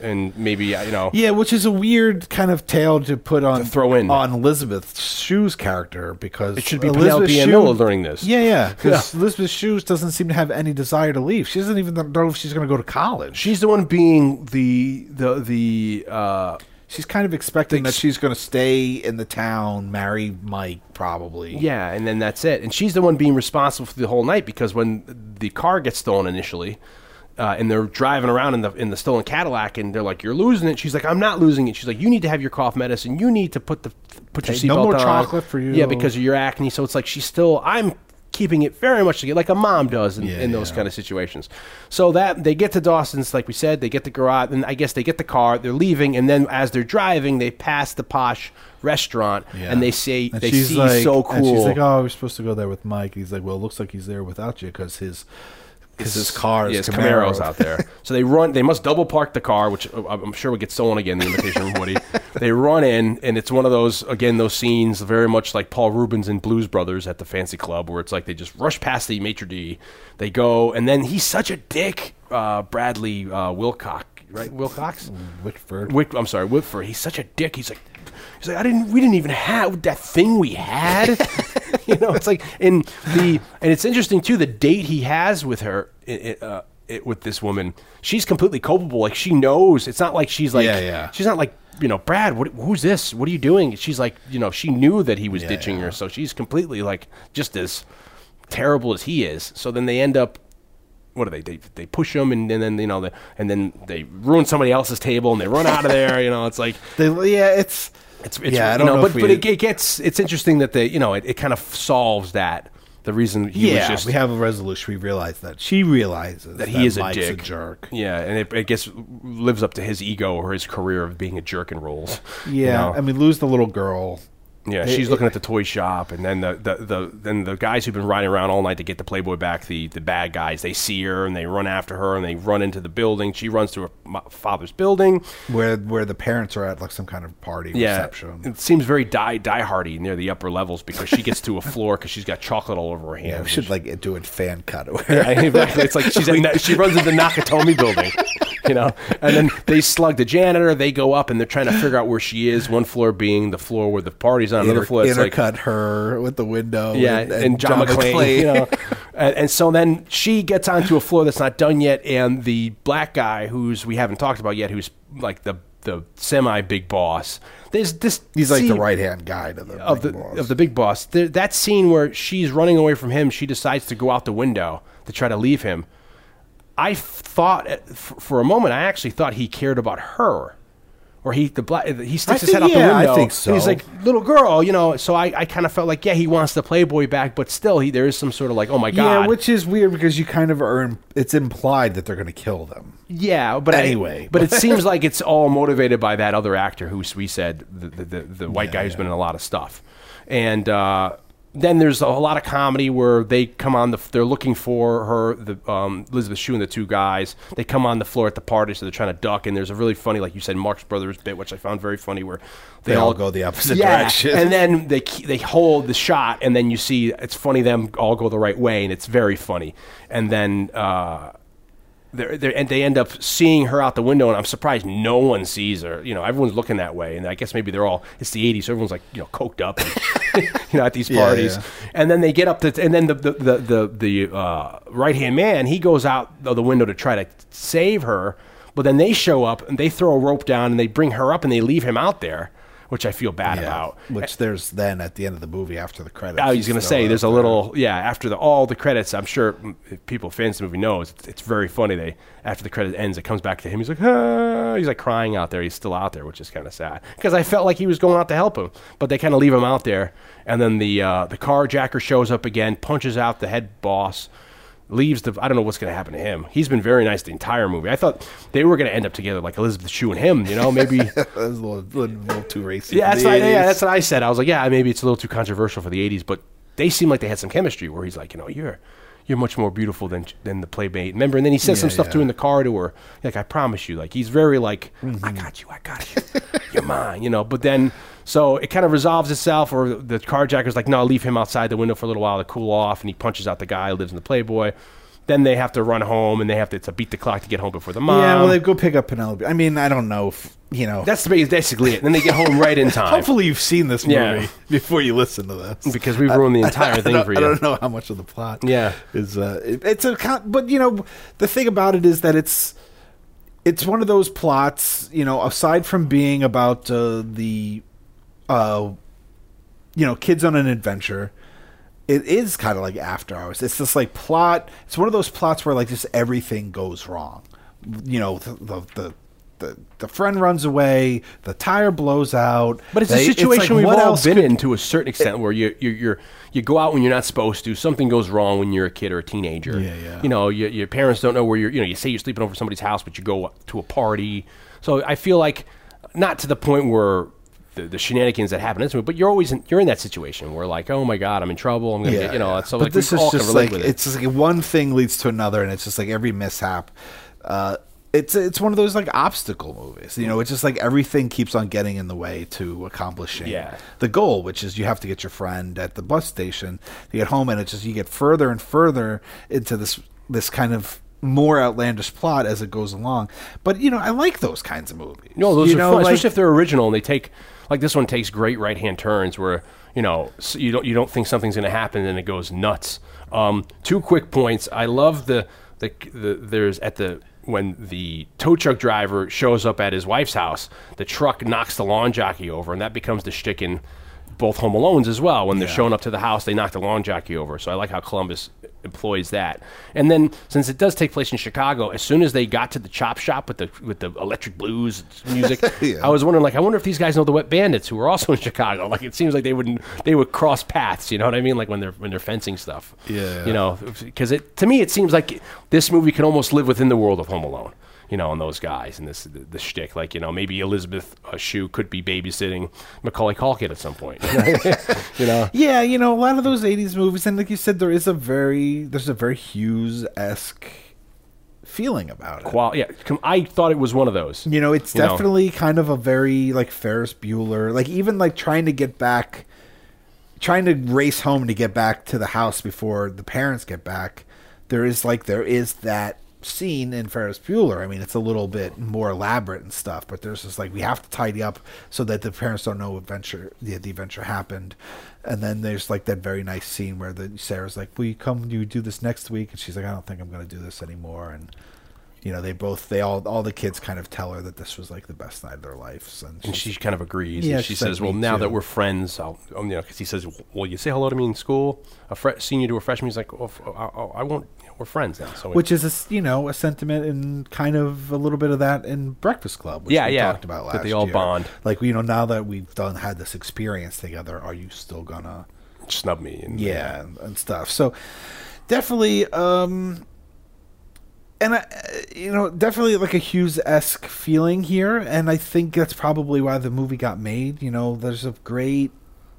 Speaker 4: and maybe uh, you know,
Speaker 5: Yeah, which is a weird kind of tale to put on
Speaker 4: To throw in.
Speaker 5: on Elizabeth Shue's character because
Speaker 4: it should be
Speaker 5: Elizabeth
Speaker 4: Penelope and
Speaker 5: Shue-
Speaker 4: Noah learning this.
Speaker 5: Yeah, yeah, because Elizabeth Shoes doesn't seem to have any desire to leave. She doesn't even know if she's going to go to college.
Speaker 4: she's the one being the the the. Uh,
Speaker 5: She's kind of expecting that she's going to stay in the town, marry Mike, probably.
Speaker 4: Yeah, and then that's it. And she's the one being responsible for the whole night because when the car gets stolen initially, uh, and they're driving around in the in the stolen Cadillac, and they're like, "You're losing it." She's like, "I'm not losing it." She's like, "You need to have your cough medicine. You need to put the put your
Speaker 5: Okay,
Speaker 4: seatbelt
Speaker 5: no more
Speaker 4: on."
Speaker 5: chocolate for you.
Speaker 4: Yeah, because of your acne. So it's like she's still. I'm keeping it very much together, like a mom does in,
Speaker 5: Yeah,
Speaker 4: in those
Speaker 5: yeah.
Speaker 4: kind of situations. So that they get to Dawson's, like we said, they get the garage, and I guess they get the car. They're leaving, and then as they're driving, they pass the posh restaurant,
Speaker 5: Yeah.
Speaker 4: and they say
Speaker 5: And
Speaker 4: they
Speaker 5: she's
Speaker 4: see
Speaker 5: like-
Speaker 4: so
Speaker 5: And
Speaker 4: cool.
Speaker 5: she's like, "Oh, we're supposed to go there with Mike." He's like, "Well, it looks like he's there without you because his because his car
Speaker 4: Yeah,
Speaker 5: is
Speaker 4: his
Speaker 5: Camaro.
Speaker 4: Camaro's out there. So they run. They must double park the car, which uh, I'm sure would get stolen again. The invitation from Woody. They run in, and it's one of those again those scenes very much like Paul Rubens in Blues Brothers at the fancy club, where it's like they just rush past the maitre d. They go, and then he's such a dick, uh, Bradley uh, Wilcock, right? Wilcox.
Speaker 5: Whitford.
Speaker 4: Whit, I'm sorry, Whitford. He's such a dick. He's like, he's like, I didn't. We didn't even have that thing we had. you know, it's like in the and it's interesting too. The date he has with her, it, uh, it, with this woman, she's completely culpable. Like she knows. It's not like she's like,
Speaker 5: Yeah, yeah.
Speaker 4: she's not like. You know, Brad, what, who's this? What are you doing? She's like, you know, she knew that he was
Speaker 5: Yeah,
Speaker 4: ditching
Speaker 5: yeah.
Speaker 4: her, so she's completely like just as terrible as he is. So then they end up what do they they they push them and, and then you know the, and then they ruin somebody else's table and they run out of there you know it's like
Speaker 5: They, yeah, it's
Speaker 4: it's, it's
Speaker 5: yeah. I
Speaker 4: you
Speaker 5: don't know,
Speaker 4: but
Speaker 5: if we-
Speaker 4: but it, it gets it's interesting that they you know it, it kind of solves that the reason he was
Speaker 5: yeah,
Speaker 4: just
Speaker 5: we have a resolution. We realize that she realizes
Speaker 4: that he is
Speaker 5: Mike's
Speaker 4: a dick
Speaker 5: jerk.
Speaker 4: yeah and it, it gets lives up to his ego or his career of being a jerk and roles you
Speaker 5: Yeah,
Speaker 4: know?
Speaker 5: and we lose the little girl.
Speaker 4: Yeah, she's looking at the toy shop, and then the, the, the then the guys who've been riding around all night to get the Playboy back, the, the bad guys, they see her and they run after her and they run into the building. She runs through her mo- father's building.
Speaker 5: where where the parents are at like some kind of party
Speaker 4: Yeah,
Speaker 5: reception.
Speaker 4: it seems very die diehardy near the upper levels because she gets to a floor because she's got chocolate all over her hands.
Speaker 5: Yeah, we should like do a fan cut.
Speaker 4: Yeah, exactly. It's like she's at, Na- she runs into Nakatomi building, you know. And then they slug the janitor. They go up and they're trying to figure out where she is. One floor being the floor where the party's on. Another
Speaker 5: Inter-
Speaker 4: floor, it's like
Speaker 5: intercut her with the window.
Speaker 4: yeah, and, John, McClane. You know? and, and so then she gets onto a floor that's not done yet, and the black guy who's we haven't talked about yet, who's like the the semi big boss. There's this.
Speaker 5: He's like the
Speaker 4: scene
Speaker 5: right hand guy to the
Speaker 4: of the
Speaker 5: big boss.
Speaker 4: of the big boss. There, that scene where she's running away from him, she decides to go out the window to try to leave him. I f- thought at- f- for a moment, I actually thought he cared about her. Or he the black he sticks his head
Speaker 5: think-
Speaker 4: out
Speaker 5: yeah,
Speaker 4: the
Speaker 5: I
Speaker 4: window.
Speaker 5: think
Speaker 4: and he's
Speaker 5: so.
Speaker 4: like, little girl, you know. So I, I kind of felt like, yeah, he wants the Playboy back, but still, he there is some sort of like, oh my god,
Speaker 5: Yeah, which is weird because you kind of are. im- It's implied that they're going to kill them.
Speaker 4: yeah. But I-
Speaker 5: Anyway.
Speaker 4: but it seems like it's all motivated by that other actor who we said the the, the, the white guy who's been in a lot of stuff, and uh, then there's a lot of comedy where they come on the they're looking for her the um, Elizabeth Shue and the two guys they come on the floor at the party so they're trying to duck and there's a really funny like you said Marx Brothers bit which I found very funny where
Speaker 5: They all go the opposite direction.
Speaker 4: and then they ke- they hold the shot and then you see it's funny them all go the right way and it's very funny and then uh, they're, they're, and they end up seeing her out the window, and I'm surprised no one sees her. You know, everyone's looking that way, and I guess maybe they're all it's the '80s, so everyone's like you know coked up, and, you know, at these
Speaker 5: Yeah,
Speaker 4: parties.
Speaker 5: yeah.
Speaker 4: And then they get up to, and then the the the the, the uh, right hand man he goes out of the window to try to save her, but then they show up and they throw a rope down and they bring her up and they leave him out there, which I feel bad
Speaker 5: Yeah,
Speaker 4: about.
Speaker 5: which there's then at the end of the movie after the credits.
Speaker 4: I was going to
Speaker 5: still
Speaker 4: Oh, say, there's a
Speaker 5: there.
Speaker 4: little, yeah, after the, all the credits, I'm sure mm, if people, fans of the movie knows, it's, it's very funny. They, after the credit ends, it comes back to him. He's like, ah, he's like crying out there. He's still out there, which is kind of sad because I felt like he was going out to help him, but they kind of leave him out there. And then the, uh, the carjacker shows up again, punches out the head boss, leaves the, I don't know what's going to happen to him. He's been very nice the entire movie. I thought they were going to end up together like Elizabeth Shue and him, you know, maybe.
Speaker 5: That was a little, little, little too racy.
Speaker 4: Yeah,
Speaker 5: for
Speaker 4: that's
Speaker 5: the
Speaker 4: what, I- yeah,
Speaker 5: 80s.
Speaker 4: that's what I said. I was like, yeah, maybe it's a little too controversial for the '80s, but they seem like they had some chemistry. Where he's like, you know, you're you're much more beautiful than than the playmate. Remember? And then he says some
Speaker 5: Yeah,
Speaker 4: stuff to her
Speaker 5: yeah.
Speaker 4: in the car to her, like, I promise you. Like he's very like, I
Speaker 5: Mm-hmm.
Speaker 4: got you, I got you, you're mine, you know. But then. So it kind of resolves itself, or the carjacker's like, "No, leave him outside the window for a little while to cool off," and he punches out the guy who lives in the Playboy. Then they have to run home, and they have to, to beat the clock to get home before the mom.
Speaker 5: yeah, well, they go pick up Penelope. I mean, I don't know if you know.
Speaker 4: that's basically it. And then they get home right in time.
Speaker 5: hopefully you've seen this movie
Speaker 4: Yeah.
Speaker 5: before you listen to this.
Speaker 4: because we've ruined the entire
Speaker 5: I
Speaker 4: thing
Speaker 5: don't-
Speaker 4: for you.
Speaker 5: I don't know how much of the plot.
Speaker 4: Yeah.
Speaker 5: is uh, it- it's a con- but you know the thing about it is that it's it's one of those plots. You know, aside from being about uh, the uh, you know kids on an adventure. It is kind of like After Hours. It's this like plot. It's one of those plots where like just everything goes wrong. You know, the the the, the, the friend runs away. The tire blows out.
Speaker 4: But it's
Speaker 5: they-
Speaker 4: a
Speaker 5: like,
Speaker 4: situation we've
Speaker 5: what
Speaker 4: all
Speaker 5: else
Speaker 4: been
Speaker 5: could-
Speaker 4: in to a certain extent, where you you you're, you go out when you're not supposed to. Something goes wrong when you're a kid or a teenager.
Speaker 5: Yeah, yeah.
Speaker 4: You know, your your parents don't know where you're. You know, you say you're sleeping over somebody's house, but you go to a party. So I feel like not to the point where the, the shenanigans that happen in this movie, but you're always in, you're in that situation where like, oh my god, I'm in trouble. I'm gonna get you know. So
Speaker 5: but
Speaker 4: like,
Speaker 5: this
Speaker 4: we
Speaker 5: is
Speaker 4: all can
Speaker 5: just
Speaker 4: relate
Speaker 5: like
Speaker 4: with it.
Speaker 5: it's just like one thing leads to another, and it's just like every mishap. Uh, it's it's one of those like obstacle movies, you know. It's just like everything keeps on getting in the way to accomplishing
Speaker 4: Yeah.
Speaker 5: the goal, which is you have to get your friend at the bus station to get home, and it's just you get further and further into this this kind of more outlandish plot as it goes along. But you know, I like those kinds of movies.
Speaker 4: No, those
Speaker 5: you
Speaker 4: are
Speaker 5: know,
Speaker 4: fun,
Speaker 5: like-
Speaker 4: especially if they're original and they take like this one takes great right hand turns where you know s- you don't you don't think something's going to happen and it goes nuts. Um, two quick points. I love the, the the there's at the when the tow truck driver shows up at his wife's house, the truck knocks the lawn jockey over, and that becomes the shtick in both Home Alones as well. When they're showing up to the house, they knock the lawn jockey over. So I like how Columbus employs that. And then since it does take place in Chicago, as soon as they got to the chop shop with the with the electric blues music, I was wondering like I wonder if these guys know the Wet Bandits who are also in Chicago. Like it seems like they wouldn't they would cross paths, you know what I mean? Like when they're when they're fencing stuff.
Speaker 5: Yeah.
Speaker 4: You know, cuz it to me it seems like this movie can almost live within the world of Home Alone. You know, and those guys and this the, the shtick, like you know, maybe Elizabeth uh, Shue could be babysitting Macaulay Culkin at some point. you know,
Speaker 5: Yeah, you know, a lot of those '80s movies, and like you said, there is a very there's a very Hughes esque feeling about it.
Speaker 4: qual- yeah, com- I thought it was one of those.
Speaker 5: You know, it's
Speaker 4: You know.
Speaker 5: definitely kind of a very like Ferris Bueller, like even like trying to get back, trying to race home to get back to the house before the parents get back. There is like there is that scene in Ferris Bueller. I mean, it's a little bit more elaborate and stuff, but there's just like we have to tidy up so that the parents don't know adventure the, the adventure happened. And then there's like that very nice scene where the Sarah's like, "Will you come? You do this next week?" And she's like, "I don't think I'm going to do this anymore." And you know, they both, they all, all the kids kind of tell her that this was like the best night of their lives. And,
Speaker 4: and she
Speaker 5: she's-
Speaker 4: kind of agrees.
Speaker 5: Yeah,
Speaker 4: and she
Speaker 5: she's like,
Speaker 4: says, "Well,
Speaker 5: "Me
Speaker 4: now that
Speaker 5: too."
Speaker 4: we're friends, I'll, um, you know." Because he says, "Well, you say hello to me in school, a fre- senior to a freshman." He's like, "Well, f- I, I- I won't. you know, we're friends now." So
Speaker 5: which is a, s- you know, a sentiment and kind of a little bit of that in Breakfast Club, which
Speaker 4: Yeah,
Speaker 5: we
Speaker 4: yeah,
Speaker 5: talked about last
Speaker 4: that they all
Speaker 5: year.
Speaker 4: bond.
Speaker 5: Like, you know, now that we've done, had this experience together, are you still gonna,
Speaker 4: snub me. And,
Speaker 5: yeah, and, and stuff. So definitely, um, and I, you know, definitely like a Hughes esque feeling here, and I think that's probably why the movie got made. You know, there's a great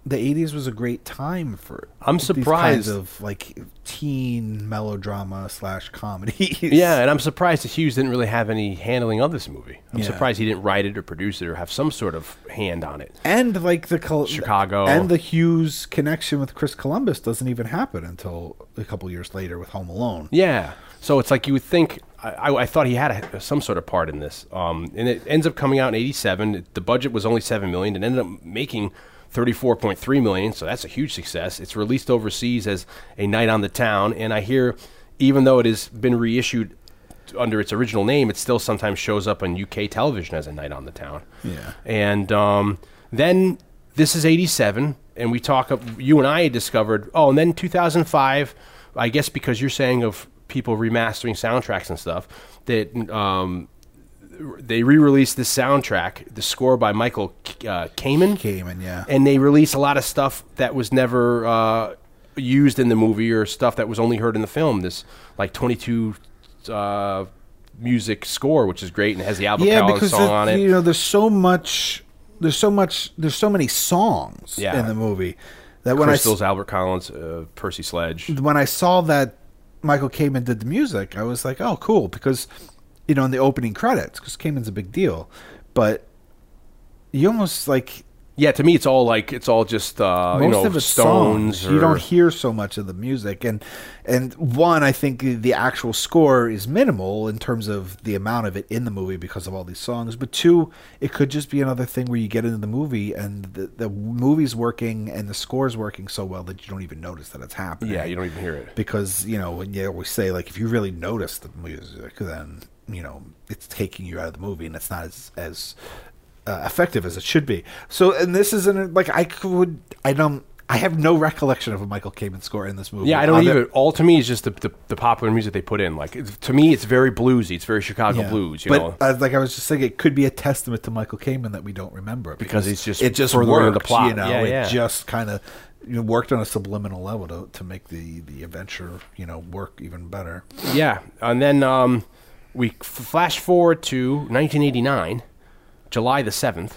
Speaker 5: the eighties was a great time for.
Speaker 4: I'm
Speaker 5: these kinds
Speaker 4: surprised.
Speaker 5: of like teen melodrama slash comedy.
Speaker 4: Yeah, and I'm surprised that Hughes didn't really have any handling of this movie. I'm
Speaker 5: Yeah.
Speaker 4: surprised he didn't write it or produce it or have some sort of hand on it.
Speaker 5: and like the Col-
Speaker 4: Chicago.
Speaker 5: and the Hughes connection with Chris Columbus doesn't even happen until a couple years later with Home Alone.
Speaker 4: Yeah. So it's like you would think. I, I, I thought he had a, some sort of part in this, um, and it ends up coming out in '87. It- The budget was only seven million, and ended up making thirty-four point three million. So that's a huge success. It's released overseas as a Night on the Town, and I hear, even though it has been reissued under its original name, it still sometimes shows up on UK television as a Night on the Town.
Speaker 5: Yeah.
Speaker 4: And um, then this is 87, and we talk, of, you and I had discovered, oh, and then 2005, I guess because you're saying of people remastering soundtracks and stuff, that um, they re released this soundtrack, the score by Michael uh, Kamen.
Speaker 5: Kamen, yeah.
Speaker 4: And they released a lot of stuff that was never uh, used in the movie or stuff that was only heard in the film. This, like, 22. Uh, music score which is great and has the album
Speaker 5: yeah,
Speaker 4: Powell
Speaker 5: because
Speaker 4: song
Speaker 5: the-
Speaker 4: on it
Speaker 5: you know there's so much, there's so much, there's so many songs
Speaker 4: Yeah.
Speaker 5: in the movie that when I s-
Speaker 4: Crystals, Albert Collins, uh, Percy Sledge.
Speaker 5: when I saw that Michael Kamen did the music, I was like, oh, cool, because you know in the opening credits, because Kamen's a big deal, but you almost like
Speaker 4: Yeah, to me, it's all like it's all just uh,
Speaker 5: most
Speaker 4: you know
Speaker 5: of it's
Speaker 4: Stones.
Speaker 5: songs.
Speaker 4: or-
Speaker 5: You don't hear so much of the music, and and one, I think the actual score is minimal in terms of the amount of it in the movie because of all these songs. But two, it could just be another thing where you get into the movie and the, the movie's working and the score's working so well that you don't even notice that it's happening.
Speaker 4: Yeah, you don't even hear it.
Speaker 5: because you know when you always say like if you really notice the music then you know it's taking you out of the movie and it's not as as uh, effective as it should be so and this isn't like i could i don't i have no recollection of a michael kamen score in this movie
Speaker 4: Yeah, I don't
Speaker 5: Other-
Speaker 4: even. All to me is just the, the, the popular music they put in. Like it's- to me, it's very bluesy. It's very Chicago
Speaker 5: Yeah.
Speaker 4: blues. You
Speaker 5: but
Speaker 4: know,
Speaker 5: uh, like I was just saying, it could be a testament to Michael Kamen that we don't remember it
Speaker 4: Because it's just
Speaker 5: it just
Speaker 4: furthering
Speaker 5: worked.
Speaker 4: the plot.
Speaker 5: You know,
Speaker 4: Yeah,
Speaker 5: it
Speaker 4: yeah.
Speaker 5: just kind of you know, worked on a subliminal level to, to make the the adventure you know work even better.
Speaker 4: yeah. And then um, we f- flash forward to 1989, July the seventh.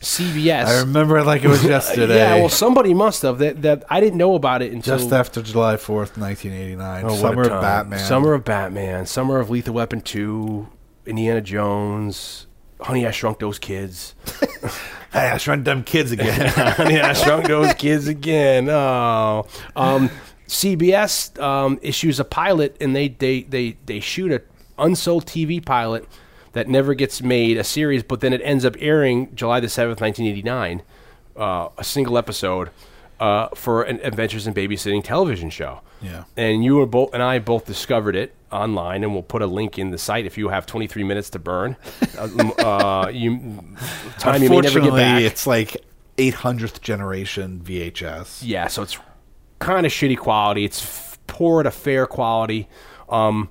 Speaker 4: CBS.
Speaker 5: I remember it like it was yesterday.
Speaker 4: Yeah, well, somebody must have that that I didn't know about it until
Speaker 5: Just after July 4th, 1989.
Speaker 4: Oh, what a
Speaker 5: Summer
Speaker 4: time.
Speaker 5: of Batman.
Speaker 4: Summer of Batman. Summer of Lethal Weapon 2, Indiana Jones, Honey, I Shrunk Those Kids.
Speaker 5: Hey, I shrunk them kids again.
Speaker 4: Honey, I Shrunk Those Kids again. Oh. Um, CBS um, issues a pilot, and they, they, they, they shoot a unsold TV pilot that never gets made a series, but then it ends up airing July the 7th, 1989, uh, a single episode uh, for an Adventures in Babysitting television show.
Speaker 5: Yeah.
Speaker 4: And you were both and I both discovered it online, and we'll put a link in the site if you have 23 minutes to burn. Uh, m- uh, you time you may never get
Speaker 5: Unfortunately,
Speaker 4: back.
Speaker 5: it's like 800th generation VHS.
Speaker 4: yeah, so it's kind of shitty quality. It's f- poor to fair quality. Um,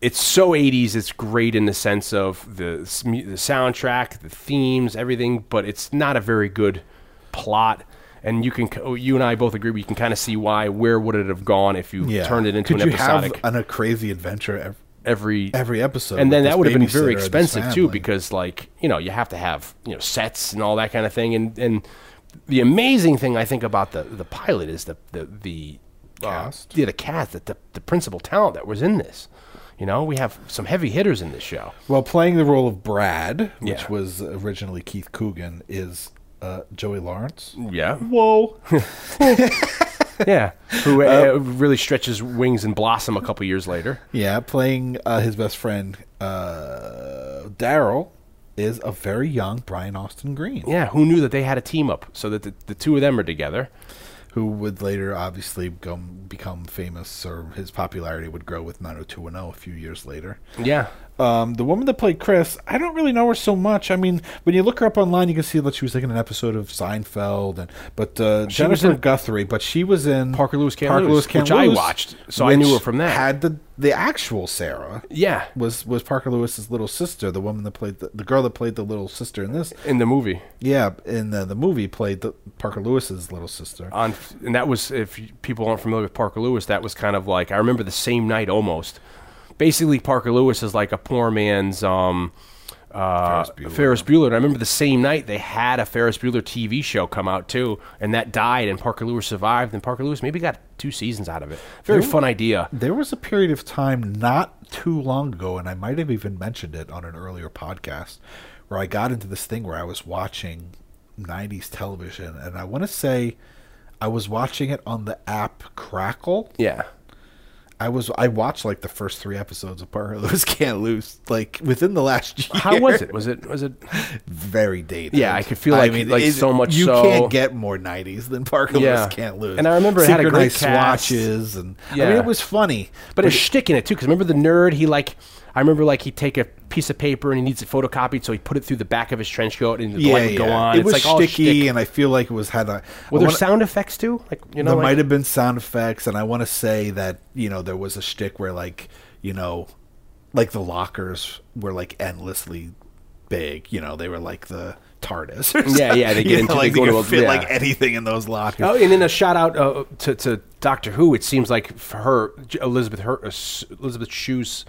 Speaker 4: it's so 80s. It's great in the sense of the s- mu- the soundtrack, the themes, everything, but it's not a very good plot. And you can, c- oh, you and I both agree. We can kind of see why. Where would it have gone if you turned it into
Speaker 5: Could
Speaker 4: an
Speaker 5: you
Speaker 4: episodic?
Speaker 5: have an, a crazy adventure ev-
Speaker 4: every
Speaker 5: every episode
Speaker 4: and then
Speaker 5: with
Speaker 4: that
Speaker 5: this
Speaker 4: would have been very
Speaker 5: babysitter and this
Speaker 4: expensive too
Speaker 5: family.
Speaker 4: because like you know you have to have you know sets and all that kind of thing and and the amazing thing i think about the the pilot is the the the
Speaker 5: Cast?
Speaker 4: uh, yeah, the cast the, the, the principal talent that was in this you know we have some heavy hitters in this show
Speaker 5: Well, playing the role of Brad, which
Speaker 4: Yeah.
Speaker 5: was originally Keith Coogan, is uh, Joey Lawrence.
Speaker 4: yeah whoa yeah who uh, really stretches wings and blossom a couple years later
Speaker 5: Yeah, playing uh, his best friend, uh, Daryl, is a very young Brian Austin Green.
Speaker 4: yeah who knew that they had a team up so that the, the two of them are together
Speaker 5: who would later obviously become, become famous or his popularity would grow with 90210 a few years later.
Speaker 4: yeah
Speaker 5: Um, the woman that played Chris, I don't really know her so much. I mean, when you look her up online, you can see that she was like in an episode of Seinfeld, and but uh,
Speaker 4: She was
Speaker 5: Jennifer
Speaker 4: in-
Speaker 5: Guthrie, but she was in
Speaker 4: Parker Lewis Can't Lose,
Speaker 5: Can't
Speaker 4: which I
Speaker 5: Lose,
Speaker 4: watched, so I knew
Speaker 5: which
Speaker 4: her from that.
Speaker 5: Had the the actual Sarah
Speaker 4: yeah
Speaker 5: was was Parker Lewis's little sister, the woman that played the, the girl that played the little sister in this,
Speaker 4: in the movie
Speaker 5: yeah, in the, the movie played the Parker Lewis's little sister.
Speaker 4: on and that was if you- people aren't familiar with Parker Lewis, that was kind of like I remember the same night almost. Basically, Parker Lewis is like a poor man's um, uh,
Speaker 5: Ferris Bueller.
Speaker 4: Ferris Bueller. And I remember the same night they had a Ferris Bueller TV show come out too, and that died, and Parker Lewis survived, and Parker Lewis maybe got two seasons out of it. Very fun idea.
Speaker 5: There was a period of time not too long ago, and I might have even mentioned it on an earlier podcast, where I got into this thing where I was watching 90s television, and I want to say I was watching it on the app Crackle.
Speaker 4: Yeah.
Speaker 5: I was I watched like the first three episodes of Parker Lewis Can't Lose, like within the last year.
Speaker 4: How was it? Was it was it
Speaker 5: Very dated.
Speaker 4: Yeah, I could feel like- like so much
Speaker 5: You
Speaker 4: so-
Speaker 5: can't get more '90s than Parker
Speaker 4: Yeah.
Speaker 5: Lewis Can't Lose.
Speaker 4: And I remember it had a great cast.
Speaker 5: swatches, and I
Speaker 4: Yeah.
Speaker 5: mean it was funny,
Speaker 4: But there's shtick in it too, because remember the nerd? He like, I remember like he'd take a piece of paper and he needs it photocopied, so he put it through the back of his trench coat and the light would go on.
Speaker 5: It
Speaker 4: it's
Speaker 5: was
Speaker 4: like all
Speaker 5: sticky,
Speaker 4: shtick.
Speaker 5: and I feel like it was had a.
Speaker 4: Were
Speaker 5: I
Speaker 4: there
Speaker 5: wanna-
Speaker 4: sound effects too? Like you know,
Speaker 5: there
Speaker 4: like-
Speaker 5: might have been sound effects, and I want to say that you know there was a shtick where like you know, like the lockers were like endlessly big. You know, they were like the TARDIS. Or
Speaker 4: Yeah, yeah, they
Speaker 5: something,
Speaker 4: get
Speaker 5: you
Speaker 4: into-
Speaker 5: know,
Speaker 4: they
Speaker 5: like
Speaker 4: go
Speaker 5: you
Speaker 4: to
Speaker 5: could
Speaker 4: a-
Speaker 5: fit
Speaker 4: yeah.
Speaker 5: like anything in those lockers.
Speaker 4: Oh, and then a shout out uh, to, to Doctor Who. It seems like for her, J- Elizabeth her uh, S- Elizabeth Shue's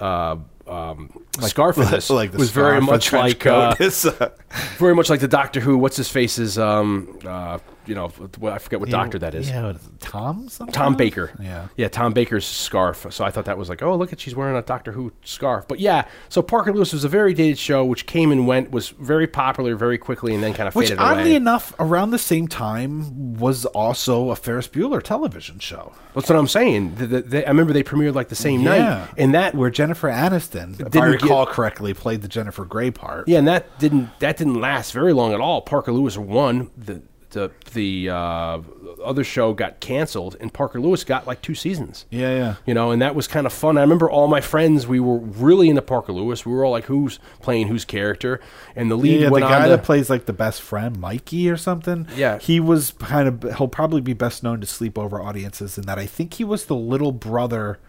Speaker 4: uh, um, scarf in this
Speaker 5: Like the
Speaker 4: was very
Speaker 5: scarf, the
Speaker 4: much
Speaker 5: trench
Speaker 4: like uh,
Speaker 5: coat. It's, uh,
Speaker 4: very much like the Doctor Who. What's his face's um uh you know what- I forget what doctor that is.
Speaker 5: Yeah, what is it, Tom. Something?
Speaker 4: Tom Baker.
Speaker 5: Yeah.
Speaker 4: Yeah, Tom Baker's scarf. So I thought that was like, oh, look at she's wearing a Doctor Who scarf. But yeah, so Parker Lewis was a very dated show which came and went, was very popular very quickly and then kind of
Speaker 5: Which,
Speaker 4: faded
Speaker 5: oddly
Speaker 4: away.
Speaker 5: enough, around the same time was also a Ferris Bueller television show.
Speaker 4: That's what I'm saying. The, the, they, I remember they premiered like the same night. And that
Speaker 5: where Jennifer Aniston, if I
Speaker 4: Didn't get-
Speaker 5: recall correctly, played the Jennifer Grey part.
Speaker 4: Yeah, and that didn't that didn't last very long at all. Parker Lewis won the the the uh, other show got canceled, and Parker Lewis got like two seasons.
Speaker 5: Yeah, yeah.
Speaker 4: You know, and that was kind of fun. I remember all my friends. We were really into Parker Lewis. We were all like, "Who's playing whose character?" And the lead
Speaker 5: Yeah, the
Speaker 4: went
Speaker 5: guy
Speaker 4: on.
Speaker 5: that
Speaker 4: to-
Speaker 5: plays like the best friend, Mikey or something.
Speaker 4: Yeah.
Speaker 5: he was kind of. He'll probably be best known to sleepover audiences in that I think he was the little brother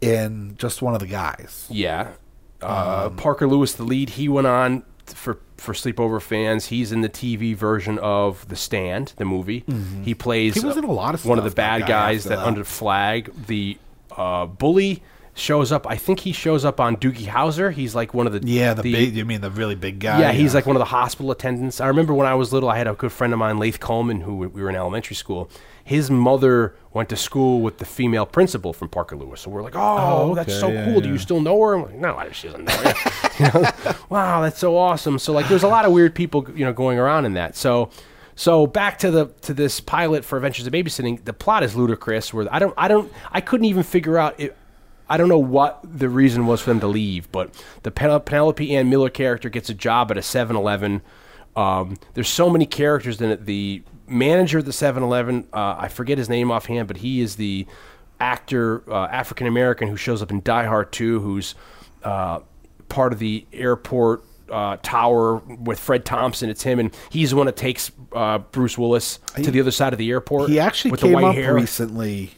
Speaker 5: in just one of the guys.
Speaker 4: yeah, uh, Parker Lewis, the lead. He went on for for sleepover fans. He's in the TV version of The Stand, the movie. He plays.
Speaker 5: Mm-hmm. He was in a lot of
Speaker 4: one of the
Speaker 5: stuff, that
Speaker 4: bad
Speaker 5: guy,
Speaker 4: guys
Speaker 5: after
Speaker 4: that,
Speaker 5: that.
Speaker 4: under flag. The uh, bully shows up. I think he shows up on Doogie Howser. He's like one of the
Speaker 5: Yeah, the, big. You mean the really big guy?
Speaker 4: yeah, he's like one of the hospital attendants. I remember when I was little, I had a good friend of mine, Laith Coleman, who we were in elementary school. His mother went to school with the female principal from Parker Lewis. So we're like, oh,
Speaker 5: Oh,
Speaker 4: that's
Speaker 5: okay,
Speaker 4: so
Speaker 5: yeah,
Speaker 4: cool. Do you
Speaker 5: yeah.
Speaker 4: still know her? I'm like, no, I- she doesn't know her. You know? Wow, that's so awesome. So like, there's a lot of weird people, you know, going around in that. So. So back to the to this pilot for Adventures of Babysitting, the plot is ludicrous. Where I don't I don't I couldn't even figure out it, I don't know what the reason was for them to leave, but the Pen- Penelope Ann Miller character gets a job at a 7 Eleven. Um, there's so many characters in it. The manager of the 7 Eleven, uh, I forget his name offhand, but he is the actor, uh, African American, who shows up in Die Hard 2, who's uh, part of the airport uh, tower with Fred Thompson. It's him, and he's the one that takes uh, Bruce Willis to the other side of the airport.
Speaker 5: He actually
Speaker 4: with
Speaker 5: came
Speaker 4: the white
Speaker 5: up
Speaker 4: hair.
Speaker 5: recently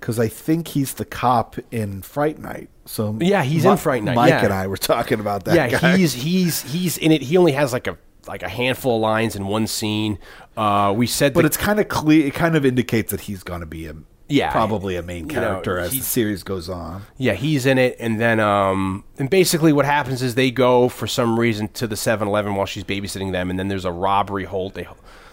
Speaker 5: because I think he's the cop in Fright Night. So
Speaker 4: Yeah, he's in Fright Night,
Speaker 5: Mike
Speaker 4: yeah.
Speaker 5: and I were talking about that.
Speaker 4: yeah,
Speaker 5: guy.
Speaker 4: he's he's he's in it. He only has like a like a handful of lines in one scene. Uh, we said,
Speaker 5: But
Speaker 4: the-
Speaker 5: it's kind of clear. It kind of indicates that he's going to be a
Speaker 4: Yeah,
Speaker 5: probably a main
Speaker 4: you know,
Speaker 5: character as
Speaker 4: he-
Speaker 5: the series goes on.
Speaker 4: yeah, he's in it, and then um, and basically what happens is they go for some reason to the 7-Eleven while she's babysitting them, and then there's a robbery hold. They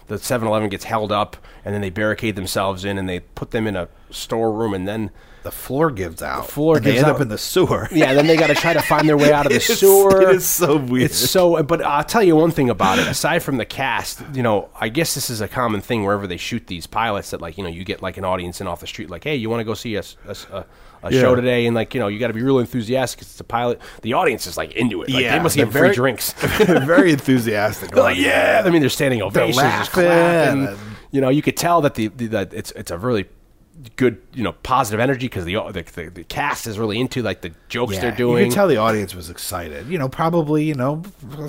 Speaker 4: the 7-Eleven gets held up, and then they barricade themselves in, and they put them in a storeroom, and then
Speaker 5: The floor gives out. The
Speaker 4: floor
Speaker 5: they
Speaker 4: gives
Speaker 5: end
Speaker 4: out.
Speaker 5: up in the sewer.
Speaker 4: yeah, then they got to try to find their way out of the
Speaker 5: It is-
Speaker 4: sewer.
Speaker 5: it is so weird.
Speaker 4: It's so. But I'll tell you one thing about it. Aside from the cast, you know, I guess this is a common thing wherever they shoot these pilots that like you know you get like an audience in off the street like hey you want to go see a s- a s- a- a
Speaker 5: Yeah.
Speaker 4: show today and like you know you got to be real enthusiastic 'cause it's a pilot. The audience is like into it. Like, they must
Speaker 5: they're
Speaker 4: get free
Speaker 5: very-
Speaker 4: drinks.
Speaker 5: very enthusiastic.
Speaker 4: They're like, Oh, yeah. I mean, they're standing ovations, just
Speaker 5: laughing
Speaker 4: clapping.
Speaker 5: and-
Speaker 4: You know, you could tell that the, the that it's it's a really good you know positive energy because the, the the the cast is really into like the jokes
Speaker 5: Yeah,
Speaker 4: they're doing.
Speaker 5: You can tell the audience was excited. You know, probably you know,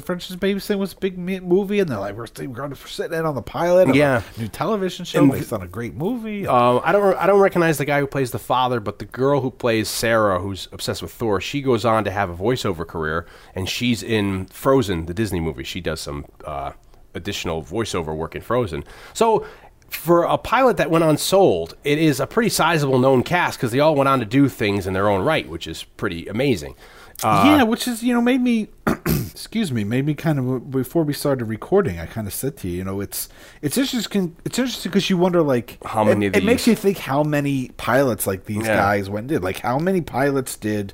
Speaker 5: French's Babysitting was a big mi- movie, and they're like, we're, sitting- we're sitting in on the pilot. of a
Speaker 4: Yeah.
Speaker 5: new television show
Speaker 4: And-
Speaker 5: based on a great movie.
Speaker 4: Um, I don't I don't recognize the guy who plays the father, but the girl who plays Sarah, who's obsessed with Thor, she goes on to have a voiceover career, and she's in Frozen, the Disney movie. She does some uh, additional voiceover work in Frozen. So for a pilot that went unsold, it is a pretty sizable known cast because they all went on to do things in their own right, which is pretty amazing.
Speaker 5: yeah, which is you know made me, excuse me, made me kind of before we started recording, I kind of said to you, you know, it's it's interesting, it's interesting because you wonder like
Speaker 4: How many
Speaker 5: It,
Speaker 4: of
Speaker 5: it makes
Speaker 4: these?
Speaker 5: you think how many pilots like these
Speaker 4: Yeah.
Speaker 5: guys went and did like how many pilots did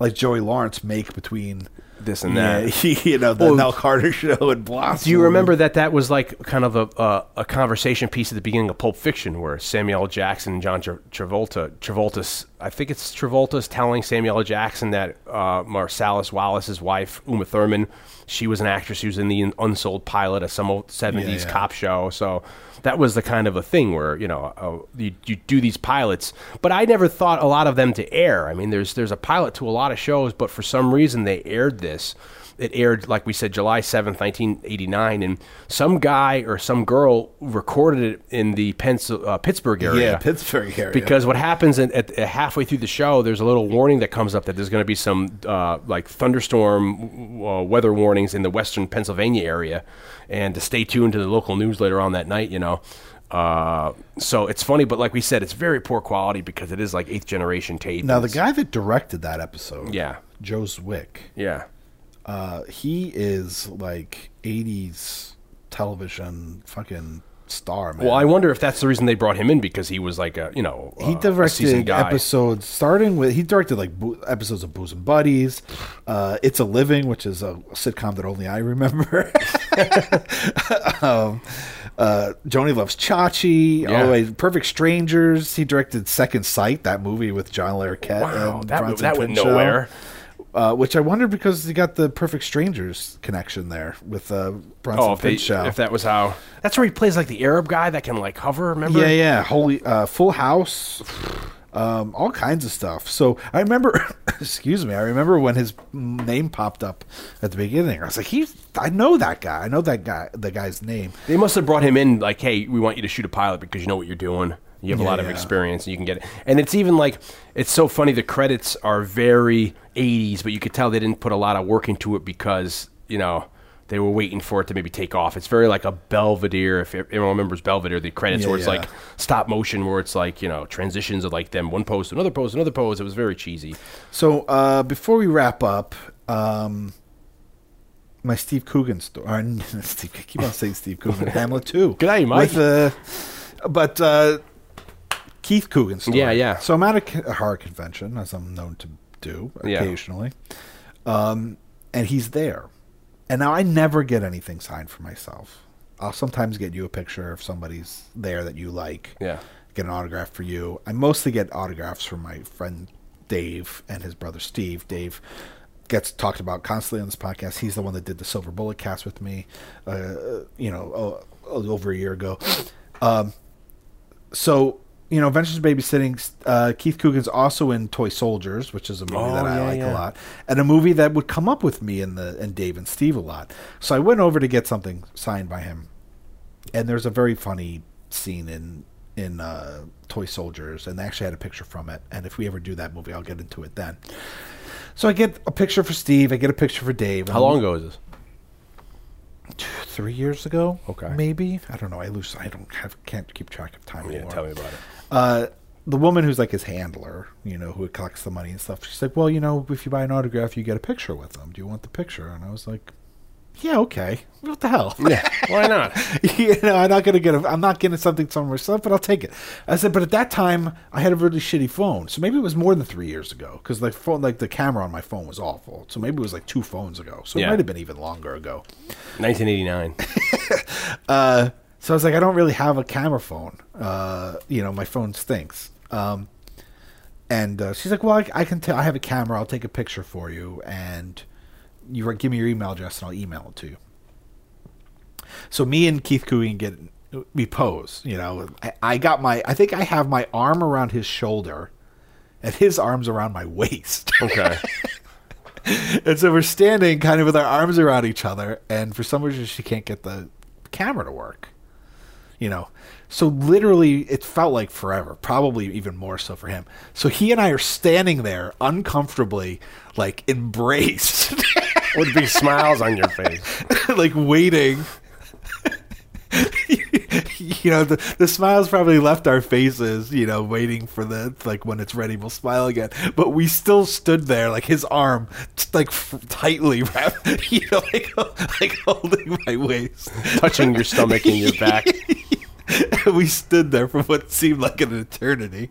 Speaker 5: like Joey Lawrence make between
Speaker 4: This and
Speaker 5: yeah,
Speaker 4: that.
Speaker 5: you know, the
Speaker 4: Well,
Speaker 5: Nell Carter show and Blossom.
Speaker 4: Do you remember that that was like kind of a uh, a conversation piece at the beginning of Pulp Fiction, where Samuel L. Jackson and John Tra- Travolta, Travolta's, I think it's Travolta's telling Samuel L. Jackson that uh, Marsalis Wallace, his wife Uma Thurman, she was an actress who was in the Unsold Pilot, of some old seventies
Speaker 5: Yeah, yeah.
Speaker 4: cop show. So that was the kind of a thing where you know uh, you, you do these pilots, but I never thought a lot of them to air. I mean, there's there's a pilot to a lot of shows, but for some reason they aired this. It aired like we said, July seventh, nineteen eighty nine, and some guy or some girl recorded it in the Pencil, uh, Pittsburgh area.
Speaker 5: Yeah, Pittsburgh area.
Speaker 4: Because what happens in, at, at halfway through the show, there's a little warning that comes up that there's going to be some uh, like thunderstorm uh, weather warnings in the western Pennsylvania area, and to stay tuned to the local news later on that night, you know. Uh, so it's funny, but like we said, it's very poor quality because it is like eighth generation tape.
Speaker 5: now the
Speaker 4: It's-
Speaker 5: guy that directed that episode,
Speaker 4: Yeah.
Speaker 5: Joe Zwick,
Speaker 4: yeah,
Speaker 5: uh, he is like '80s television fucking star man.
Speaker 4: well, I wonder if that's the reason they brought him in because he was like a you know uh,
Speaker 5: he
Speaker 4: a seasoned
Speaker 5: directed
Speaker 4: guy.
Speaker 5: episodes starting with he directed like bo- episodes of Booze and Buddies, uh, It's a Living, which is a sitcom that only I remember. um, uh, Joni loves Chachi.
Speaker 4: Yeah.
Speaker 5: Always Perfect Strangers. He directed Second Sight, that movie with John Larroquette.
Speaker 4: Wow,
Speaker 5: and
Speaker 4: that
Speaker 5: Bronson
Speaker 4: that went
Speaker 5: Pinchot.
Speaker 4: nowhere.
Speaker 5: Uh, which I wonder because he got the Perfect Strangers connection there with uh, Bronson
Speaker 4: Oh, if, they,
Speaker 5: Pinchot.
Speaker 4: if that was how. That's where he plays like the Arab guy that can like hover. Remember?
Speaker 5: Yeah, yeah. Holy uh, Full House, um, all kinds of stuff. So I remember, excuse me, I remember when his name popped up at the beginning. I was like, he's, I know that guy. I know that guy, the guy's name.
Speaker 4: They must have brought him in like, hey, we want you to shoot a pilot because you know what you're doing. You have a
Speaker 5: Yeah,
Speaker 4: lot of
Speaker 5: yeah.
Speaker 4: experience and you can get it. And it's even like, it's so funny. The credits are very 80s, but you could tell they didn't put a lot of work into it because, you know, they were waiting for it to maybe take off. It's very like a Belvedere. If e-, everyone remembers Belvedere, the credits
Speaker 5: Yeah,
Speaker 4: where it's
Speaker 5: yeah.
Speaker 4: like stop motion, where it's like, you know, transitions of like them, one pose, another pose, another pose. It was very cheesy.
Speaker 5: So uh, before we wrap up, um, my Steve Coogan story. Steve, I keep on saying Steve Coogan. Hamlet too.
Speaker 4: Good day, Mike.
Speaker 5: With, uh, but uh, Keith Coogan story.
Speaker 4: Yeah, yeah.
Speaker 5: So I'm at a, c- a horror convention, as I'm known to do
Speaker 4: Yeah.
Speaker 5: occasionally, um, and he's there. And now I never get anything signed for myself. I'll sometimes get you a picture if somebody's there that you like
Speaker 4: Yeah.
Speaker 5: get an autograph for you. I mostly get autographs from my friend Dave and his brother Steve. Dave gets talked about constantly on this podcast. He's the one that did the Silver Bullet cast with me, uh, you know, o- over a year ago. Um, so, you know, Adventures in Babysitting, uh, Keith Coogan's also in Toy Soldiers, which is a movie
Speaker 4: Oh,
Speaker 5: that I
Speaker 4: yeah,
Speaker 5: like
Speaker 4: yeah.
Speaker 5: a lot, and a movie that would come up with me and, the, and Dave and Steve a lot. So I went over to get something signed by him and there's a very funny scene in in uh, Toy Soldiers, and they actually had a picture from it. And if we ever do that movie, I'll get into it then. So I get a picture for Steve. I get a picture for Dave.
Speaker 4: How long ago is this?
Speaker 5: Three years ago.
Speaker 4: Okay.
Speaker 5: Maybe I don't know. I lose. I don't have. Can't keep track of time
Speaker 4: Oh, Yeah,
Speaker 5: anymore.
Speaker 4: tell me about it.
Speaker 5: Uh, the woman who's like his handler, you know, who collects the money and stuff. She's like, "Well, you know, if you buy an autograph, you get a picture with them. Do you want the picture?" And I was like, "Yeah, okay. What the hell?"
Speaker 4: Yeah. Why not?
Speaker 5: you know, I'm not gonna get. A, I'm not getting something from myself, but I'll take it. I said, but at that time, I had a really shitty phone, so maybe it was more than three years ago because the phone, like the camera on my phone, was awful. So maybe it was like two phones ago. So
Speaker 4: Yeah.
Speaker 5: it might have been even longer ago.
Speaker 4: 1989.
Speaker 5: Uh, so I was like, I don't really have a camera phone. Uh, you know, my phone stinks. Um, and uh, she's like, well, I, I can tell. I have a camera. I'll take a picture for you, and you write- give me your email address, and I'll email it to you. So me and Keith Coogan get we pose. You know, I, I got my. I think I have my arm around his shoulder, and his arms around my waist.
Speaker 4: Okay.
Speaker 5: and so we're standing kind of with our arms around each other and for some reason she can't get the camera to work you know so literally it felt like forever probably even more so for him so he and i are standing there uncomfortably like embraced
Speaker 4: With big smiles on your face.
Speaker 5: like waiting you know, the, the smiles probably left our faces, you know, waiting for the, like, when it's ready, we'll smile again. But we still stood there, like, his arm, just, like, f- tightly wrapped, you know, like, like holding my waist.
Speaker 4: touching your stomach and your back.
Speaker 5: we stood there for what seemed like an eternity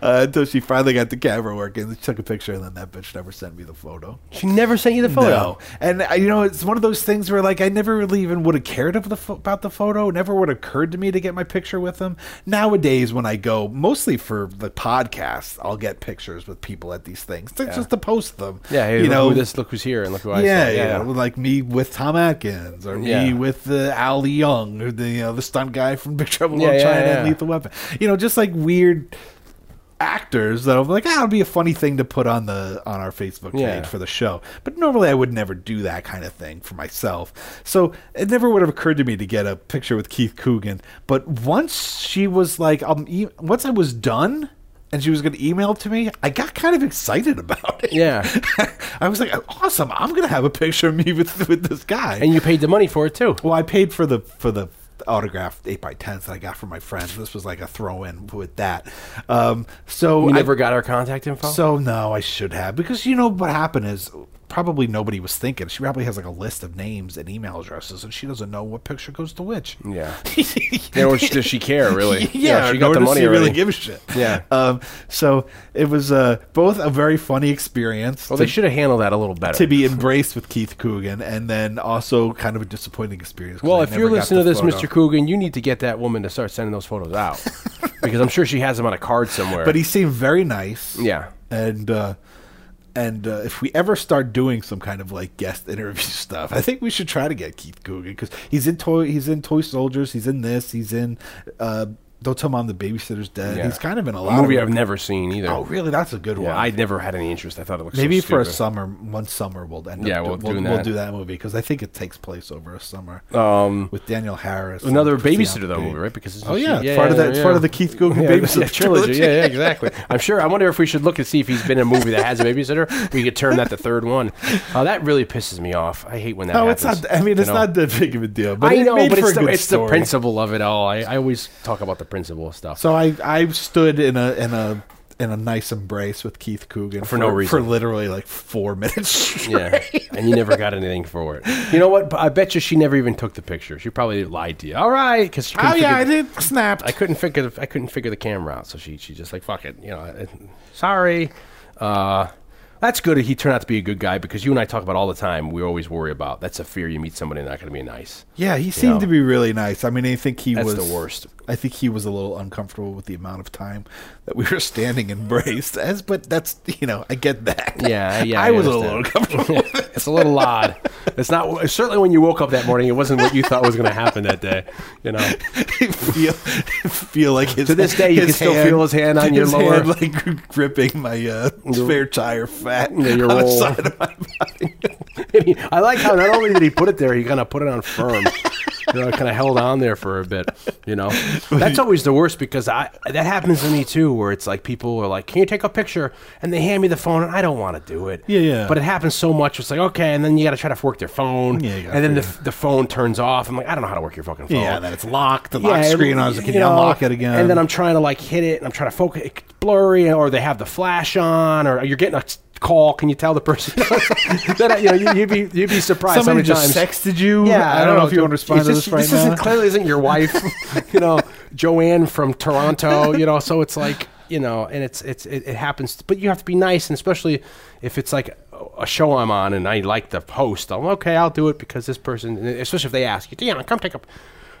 Speaker 5: uh, until she finally got the camera working. She took a picture, and then that bitch never sent me the photo.
Speaker 4: She never sent you the photo.
Speaker 5: No. And I, you know, it's one of those things where like I never really even would have cared of the pho- about the photo. It never would have occurred to me to get my picture with them. Nowadays, when I go mostly for the podcast, I'll get pictures with people at these things to- just to post them.
Speaker 4: Yeah, hey,
Speaker 5: you
Speaker 4: look
Speaker 5: know
Speaker 4: who this look who's here and look who I
Speaker 5: yeah,
Speaker 4: saw.
Speaker 5: yeah, like me with Tom Atkins or
Speaker 4: Yeah.
Speaker 5: me with uh, Al Young or the you know, the stunt guy from Big Trouble in
Speaker 4: Yeah,
Speaker 5: Little
Speaker 4: yeah,
Speaker 5: China
Speaker 4: yeah.
Speaker 5: and Lethal Weapon. You know, just like weird actors that I'm like, ah, it'll be a funny thing to put on the on our Facebook page
Speaker 4: Yeah.
Speaker 5: for the show. But normally I would never do that kind of thing for myself. So it never would have occurred to me to get a picture with Keith Coogan. But once she was like, um, e- once I was done. And she was going to email it to me. I got kind of excited about it.
Speaker 4: Yeah.
Speaker 5: I was like, awesome! I'm gonna have a picture of me with with this guy.
Speaker 4: And you paid the money for it too.
Speaker 5: well, I paid for the for the autographed eight by tens that I got from my friends. This was like a throw in with that. Um, so
Speaker 4: We
Speaker 5: I-
Speaker 4: never got our contact info.
Speaker 5: so no, I should have because you know what happened is probably nobody was thinking. She probably has like a list of names and email addresses, and she doesn't know what picture goes to which.
Speaker 4: yeah. yeah or does she care really?
Speaker 5: yeah,
Speaker 4: she got the money
Speaker 5: she really
Speaker 4: already.
Speaker 5: give a shit.
Speaker 4: Yeah.
Speaker 5: Um, so it was uh, both a very funny experience.
Speaker 4: well, they
Speaker 5: to-
Speaker 4: should have handled that a little better.
Speaker 5: to be embraced with Keith Coogan, and then also kind of a disappointing experience. 'cause
Speaker 4: well,
Speaker 5: I
Speaker 4: if
Speaker 5: never
Speaker 4: you're
Speaker 5: got
Speaker 4: listening to
Speaker 5: the
Speaker 4: this,
Speaker 5: photo.
Speaker 4: Mr. Coogan, you need to get that woman to start sending those photos out because I'm sure she has them on a card somewhere.
Speaker 5: but he seemed very nice.
Speaker 4: Yeah.
Speaker 5: and uh, and uh, if we ever start doing some kind of like guest interview stuff, I think we should try to get Keith Coogan because he's in toy, he's in Toy Soldiers, he's in this, he's in. Uh, Don't tell mom the babysitter's dead.
Speaker 4: Yeah.
Speaker 5: He's kind of in a lot.
Speaker 4: a movie
Speaker 5: of
Speaker 4: I've never seen either.
Speaker 5: Oh, really? That's a good one.
Speaker 4: Yeah, I never had any interest. I thought it looked so
Speaker 5: Maybe for a
Speaker 4: stupid.
Speaker 5: summer, one summer we'll end.
Speaker 4: Yeah,
Speaker 5: up
Speaker 4: we'll
Speaker 5: do,
Speaker 4: do
Speaker 5: we'll, we'll
Speaker 4: that.
Speaker 5: do that movie because I think it takes place over a summer.
Speaker 4: Um,
Speaker 5: with Daniel Harris, and
Speaker 4: another
Speaker 5: Christina
Speaker 4: babysitter though
Speaker 5: Applegate.
Speaker 4: movie, right? Because it's
Speaker 5: Oh, yeah, it's part of that- it's part of the Keith Guggen babysitter
Speaker 4: trilogy.
Speaker 5: trilogy.
Speaker 4: Yeah, yeah, exactly. I'm sure. I wonder if we should look and see if he's been in a movie that has a babysitter. We could turn that the third one. Oh, that really pisses me off. I hate when that.
Speaker 5: No, it's
Speaker 4: happens,
Speaker 5: not. I mean,
Speaker 4: you
Speaker 5: it's
Speaker 4: know?
Speaker 5: not that big of a deal. But
Speaker 4: I
Speaker 5: it
Speaker 4: know,
Speaker 5: made
Speaker 4: but
Speaker 5: for
Speaker 4: it's,
Speaker 5: a
Speaker 4: the,
Speaker 5: good
Speaker 4: it's the
Speaker 5: story.
Speaker 4: principle of it all. I, I always talk about the principle of stuff.
Speaker 5: So I, I stood in a in a in a nice embrace with Keith Coogan
Speaker 4: For no
Speaker 5: for
Speaker 4: reason.
Speaker 5: literally like four minutes. straight.
Speaker 4: yeah, and you never got anything for it. You know what? I bet you she never even took the picture. She probably lied to you. All right, because
Speaker 5: Oh yeah, I did snap.
Speaker 4: I couldn't figure the, I couldn't figure the camera out, so she she just like fuck it, you know. I- Sorry. Uh, that's good. He turned out to be a good guy because you and I talk about all the time. We always worry about that's a fear you meet somebody not going to be nice.
Speaker 5: yeah, he seemed
Speaker 4: know.
Speaker 5: to be really nice. I mean, I think he
Speaker 4: That's
Speaker 5: was
Speaker 4: the worst.
Speaker 5: I think he was a little uncomfortable with the amount of time that we were standing embraced. As but that's you know I get that.
Speaker 4: Yeah, yeah.
Speaker 5: I, was a little
Speaker 4: understand.
Speaker 5: uncomfortable. with it.
Speaker 4: it's a little odd. It's not certainly when you woke up that morning, it wasn't what you thought was going to happen that day. You know,
Speaker 5: feel feel like his,
Speaker 4: To this day, you can still feel his hand on your
Speaker 5: his
Speaker 4: lower-
Speaker 5: hand, like gripping my uh, spare tire fat
Speaker 4: Yeah, your
Speaker 5: on the
Speaker 4: roll.
Speaker 5: side of my body.
Speaker 4: I like how not only did he put it there, he kind of put it on firm. You know, kind of held on there for a bit. You know, that's always the worst because I that happens to me too, where it's like people are like, "Can you take a picture?" and they hand me the phone, and I don't want to do it.
Speaker 5: Yeah, yeah.
Speaker 4: But it happens so much, it's like okay, and then you got to try to work their phone,
Speaker 5: Yeah, you gotta
Speaker 4: and then the,
Speaker 5: figure
Speaker 4: the phone turns off. I'm like, I don't know how to work your fucking phone.
Speaker 5: Yeah, and then it's locked. The
Speaker 4: Yeah,
Speaker 5: lock
Speaker 4: and,
Speaker 5: screen on. I was like, can
Speaker 4: you
Speaker 5: you
Speaker 4: know,
Speaker 5: unlock it again?
Speaker 4: And then I'm trying to like hit it, and I'm trying to focus. It's blurry, or they have the flash on, or you're getting a s- call. Can you tell the person? that, you know, you, would be you'd be surprised
Speaker 5: somebody
Speaker 4: how many
Speaker 5: just
Speaker 4: times.
Speaker 5: sexted you.
Speaker 4: Yeah,
Speaker 5: I don't know if you
Speaker 4: dude,
Speaker 5: want to respond
Speaker 4: it's
Speaker 5: to
Speaker 4: just-
Speaker 5: this right
Speaker 4: This
Speaker 5: now.
Speaker 4: isn't, clearly isn't your wife, you know, Joanne from Toronto, you know. So it's like, you know, and it's it's it, it happens, but you have to be nice, and especially if it's like a show I'm on and I like the host, I'm okay, I'll do it because this person, especially if they ask you, Dion, come take a.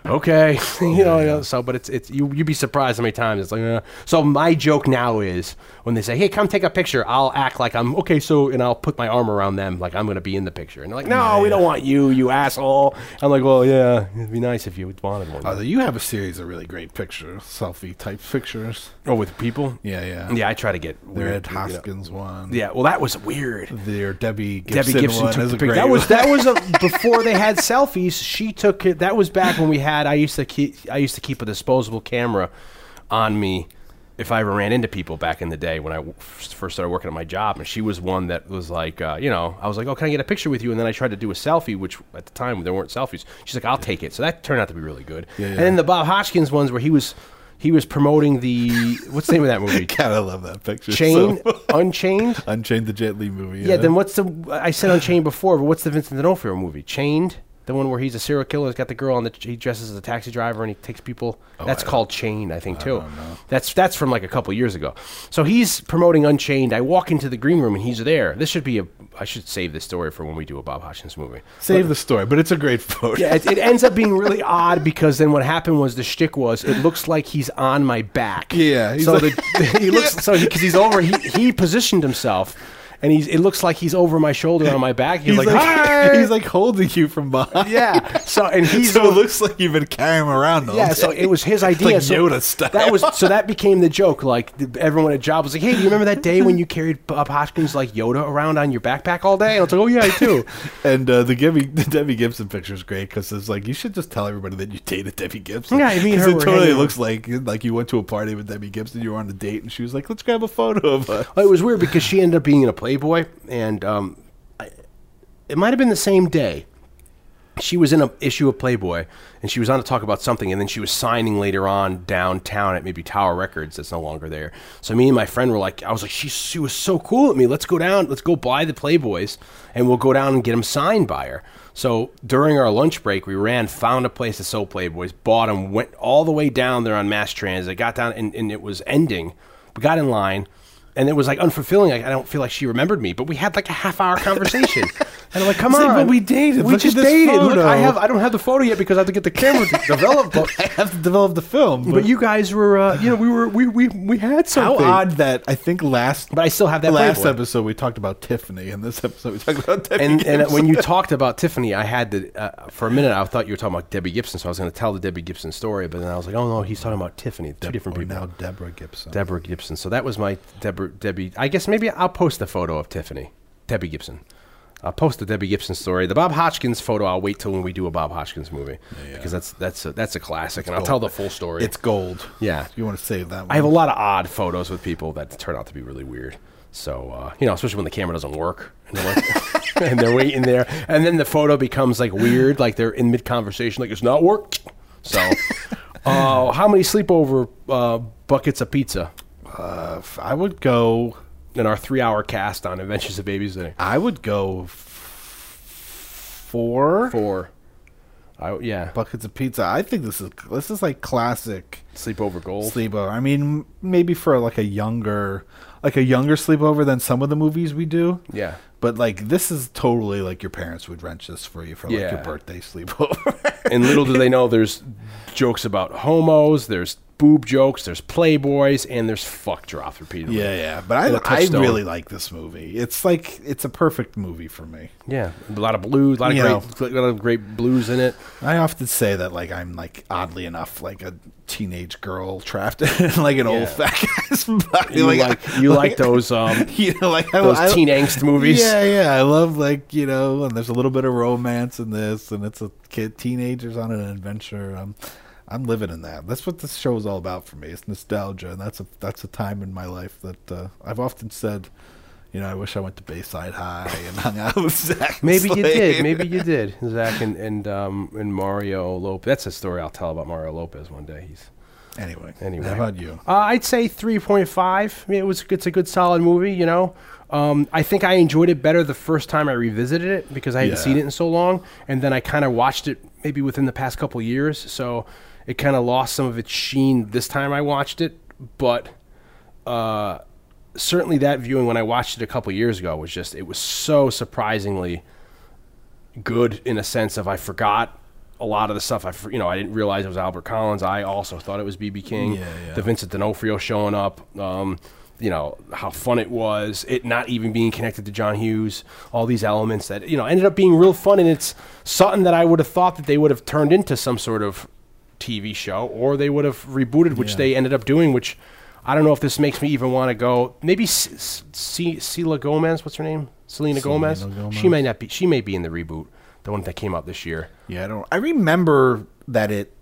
Speaker 4: Okay, you know, you know, so but it's it's you you'd be surprised how many times it's like uh, so. My joke now is when they say, "Hey, come take a picture," I'll act like I'm okay. So and I'll put my arm around them like I'm going to be in the picture, and they're like, "No, we don't want you, you asshole." I'm like, "Well, yeah, it'd be nice if you wanted one."
Speaker 5: Although you have a series of really great pictures, selfie type pictures.
Speaker 4: oh, with people?
Speaker 5: Yeah, yeah.
Speaker 4: yeah. I try to get
Speaker 5: The Ed
Speaker 4: weird. you know.
Speaker 5: Hoskins one.
Speaker 4: Yeah, well, that was weird.
Speaker 5: Their Debbie Gibson,
Speaker 4: Debbie Gibson
Speaker 5: one
Speaker 4: took
Speaker 5: is
Speaker 4: the
Speaker 5: a
Speaker 4: picture.
Speaker 5: great
Speaker 4: That was
Speaker 5: one.
Speaker 4: that was a, before they had selfies. She took it. That was back when we had. I used to keep. I used to keep a disposable camera on me if I ever ran into people back in the day when I w- first started working at my job, and she was one that was like, uh, you know, I was like, oh, can I get a picture with you? And then I tried to do a selfie, which at the time there weren't selfies. She's like, I'll take it. So that turned out to be really good. And then the Bob Hodgkins ones where he was he was promoting the what's the name of that movie?
Speaker 5: God, I love that picture.
Speaker 4: Chain,
Speaker 5: so-
Speaker 4: Unchained.
Speaker 5: Unchained the Jet Li movie.
Speaker 4: Yeah. Then what's the I said Unchained before, but what's the Vincent D'Onofrio movie? Chained. The one where he's a serial killer, he's got the girl, and the, he dresses as a taxi driver, and he takes people. that's called Chained, Oh, I think, too. That's that's from like a couple years ago. So he's promoting Unchained. I walk into the green room, and he's there. This should be a. I should save this story for when we do a Bob Hodgkins movie.
Speaker 5: Save the story, but it's a great photo.
Speaker 4: Yeah, it, it ends up being really odd because then what happened was the shtick was it looks like he's on my back.
Speaker 5: Yeah, he's
Speaker 4: So
Speaker 5: like-
Speaker 4: the, he looks so because he's over. He, he positioned himself, and he's it looks like he's over my shoulder on my back. He's,
Speaker 5: He's,
Speaker 4: like,
Speaker 5: like,
Speaker 4: "Hi!"
Speaker 5: he's like holding you from behind.
Speaker 4: yeah. So and he's
Speaker 5: so it looks like you've been carrying him around. the whole
Speaker 4: yeah, so
Speaker 5: day.
Speaker 4: it was his idea.
Speaker 5: Like
Speaker 4: so
Speaker 5: Yoda style.
Speaker 4: That was so that became the joke. Like th- everyone at job was like, "Hey, do you remember that day when you carried Bob Hodgkins like Yoda around on your backpack all day?" And I was like, "Oh yeah, I do."
Speaker 5: And uh, the Debbie, the Debbie Gibson picture is great because it's like you should just tell everybody that you dated Debbie Gibson.
Speaker 4: Yeah, me and
Speaker 5: 'Cause
Speaker 4: her
Speaker 5: It
Speaker 4: were
Speaker 5: totally
Speaker 4: hanging out.
Speaker 5: looks like like you went to a party with Debbie Gibson. You were on a date, and she was like, "Let's grab a photo of us."
Speaker 4: Well, it was weird because she ended up being in a Playboy, and um, I, it might have been the same day. She was in an issue of Playboy, and she was on to talk about something, and then she was signing later on downtown at maybe Tower Records that's no longer there. So me and my friend were like, I was like, she, she was so cool at me. Let's go down, let's go buy the Playboys, and we'll go down and get them signed by her. So during our lunch break, we ran, found a place that sold Playboys, bought them, went all the way down there on mass transit, got down, and, and it was ending. We got in line, and it was like unfulfilling. I, I don't feel like she remembered me, but we had like a half hour conversation. and I'm like, come
Speaker 5: It's
Speaker 4: on,
Speaker 5: like, but we dated.
Speaker 4: We
Speaker 5: Look at
Speaker 4: just
Speaker 5: this
Speaker 4: dated. Look, I
Speaker 5: photo.
Speaker 4: have. I don't have the photo yet because I have to get the camera to develop. But,
Speaker 5: I have to develop the film. But,
Speaker 4: but you guys were, uh, you know, we were, we we we had
Speaker 5: how
Speaker 4: something.
Speaker 5: odd that I think last
Speaker 4: But I still have that
Speaker 5: last
Speaker 4: Playboy.
Speaker 5: episode we talked about Tiffany, and this episode we talked about Debbie
Speaker 4: And,
Speaker 5: Gibson.
Speaker 4: and when you talked about Tiffany, I had to, uh, for a minute, I thought you were talking about Debbie Gibson, so I was going to tell the Debbie Gibson story, but then I was like, oh no, he's talking about Tiffany. Two different
Speaker 5: or
Speaker 4: people.
Speaker 5: now Deborah Gibson.
Speaker 4: Deborah Gibson. So that was my Deborah Debbie. I guess maybe I'll post the photo of Tiffany Debbie Gibson. I'll post the Debbie Gibson story. The Bob Hodgkins photo. I'll wait till when we do a Bob Hodgkins movie because that's that's a, that's a classic, and I'll tell the full story.
Speaker 5: it's gold.
Speaker 4: Yeah.
Speaker 5: you want to save that. One.
Speaker 4: I have a lot of odd photos with people that turn out to be really weird. So uh, you know, especially when the camera doesn't work, and they're, like, and they're waiting there, and then the photo becomes like weird, like they're in mid conversation, like it's not work. So, uh, how many sleepover uh, buckets of pizza?
Speaker 5: I would go.
Speaker 4: in our three hour cast on Adventures of Babysitting.
Speaker 5: I would go f- four,
Speaker 4: Four. I, yeah.
Speaker 5: buckets of pizza. I think this is this is like classic
Speaker 4: Sleepover Gold.
Speaker 5: sleepover. I mean, maybe for like a younger, like a younger sleepover than some of the movies we do.
Speaker 4: Yeah.
Speaker 5: But like this is totally like your parents would rent this for you for like
Speaker 4: Yeah.
Speaker 5: your birthday sleepover.
Speaker 4: and little do they know there's jokes about homos, there's boob jokes, there's playboys, and there's fuck drops repeatedly.
Speaker 5: yeah, yeah. But
Speaker 4: Little
Speaker 5: I I
Speaker 4: touchstone.
Speaker 5: really like this movie. It's like it's a perfect movie for me.
Speaker 4: Yeah. A lot of blues, a lot of,
Speaker 5: You
Speaker 4: great, lot of great blues in it.
Speaker 5: I often say that like I'm like oddly enough like a teenage girl trapped in like an old fat guy's body.
Speaker 4: You like, you like those. Um,
Speaker 5: you know, like I-
Speaker 4: Those
Speaker 5: I-
Speaker 4: teen angst movies.
Speaker 5: Yeah, yeah, I love like you know, and there's a little bit of romance in this, and it's a kid, teenagers on an adventure. I'm, I'm living in that. That's what this show is all about for me. It's nostalgia, and that's a that's a time in my life that uh, I've often said, you know, I wish I went to Bayside High and hung out with Zach.
Speaker 4: Maybe you
Speaker 5: Slade.
Speaker 4: did. Maybe you did. Zach and and, um, and Mario Lopez. That's a story I'll tell about Mario Lopez one day. He's
Speaker 5: Anyway,
Speaker 4: Anyway,
Speaker 5: how about you?
Speaker 4: Uh, I'd say three point five. I mean, it was it's a good solid movie. You know, um, I think I enjoyed it better the first time I revisited it because I hadn't
Speaker 5: Yeah.
Speaker 4: seen it in so long, and then I kind of watched it maybe within the past couple years, so it kind of lost some of its sheen this time I watched it. But uh, certainly that viewing when I watched it a couple years ago was just it was so surprisingly good in a sense of I forgot a lot of the stuff I for- you know I didn't realize it was Albert Collins. I also thought it was BB King.
Speaker 5: Yeah, yeah.
Speaker 4: The Vincent D'Onofrio showing up. Um, you know how fun it was. It not even being connected to John Hughes. All these elements that you know ended up being real fun, and it's something that I would have thought that they would have turned into some sort of TV show, or they would have rebooted, which
Speaker 5: Yeah.
Speaker 4: they ended up doing. Which I don't know if this makes me even want to go. Maybe C- C- C- Cela Gomez, what's her name? Selena Gomez.
Speaker 5: Gomez.
Speaker 4: She may not be. She may be in the reboot, the one that came out this year.
Speaker 5: Yeah, I don't. I remember that it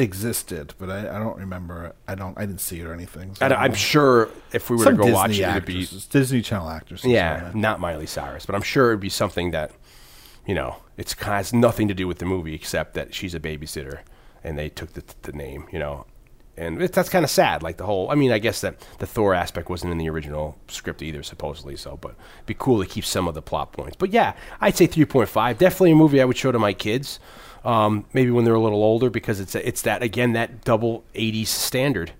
Speaker 5: existed, but I, I don't remember. I don't. I didn't see it or anything. so
Speaker 4: I,
Speaker 5: I don't
Speaker 4: am
Speaker 5: know.
Speaker 4: sure if we were
Speaker 5: Some
Speaker 4: to go
Speaker 5: Disney
Speaker 4: watch it, it'd be
Speaker 5: actresses, Disney Channel actors.
Speaker 4: yeah, not Miley Cyrus, but I'm sure it'd be something that you know it's has nothing to do with the movie except that she's a babysitter and they took the, the name, you know, and it, that's kind of sad. Like the whole, I mean, I guess that the Thor aspect wasn't in the original script either, supposedly. So, but it'd be cool to keep some of the plot points. But yeah, I'd say 3.5, definitely a movie I would show to my kids. Um, maybe when they're a little older, because it's it's that again that double '80s standard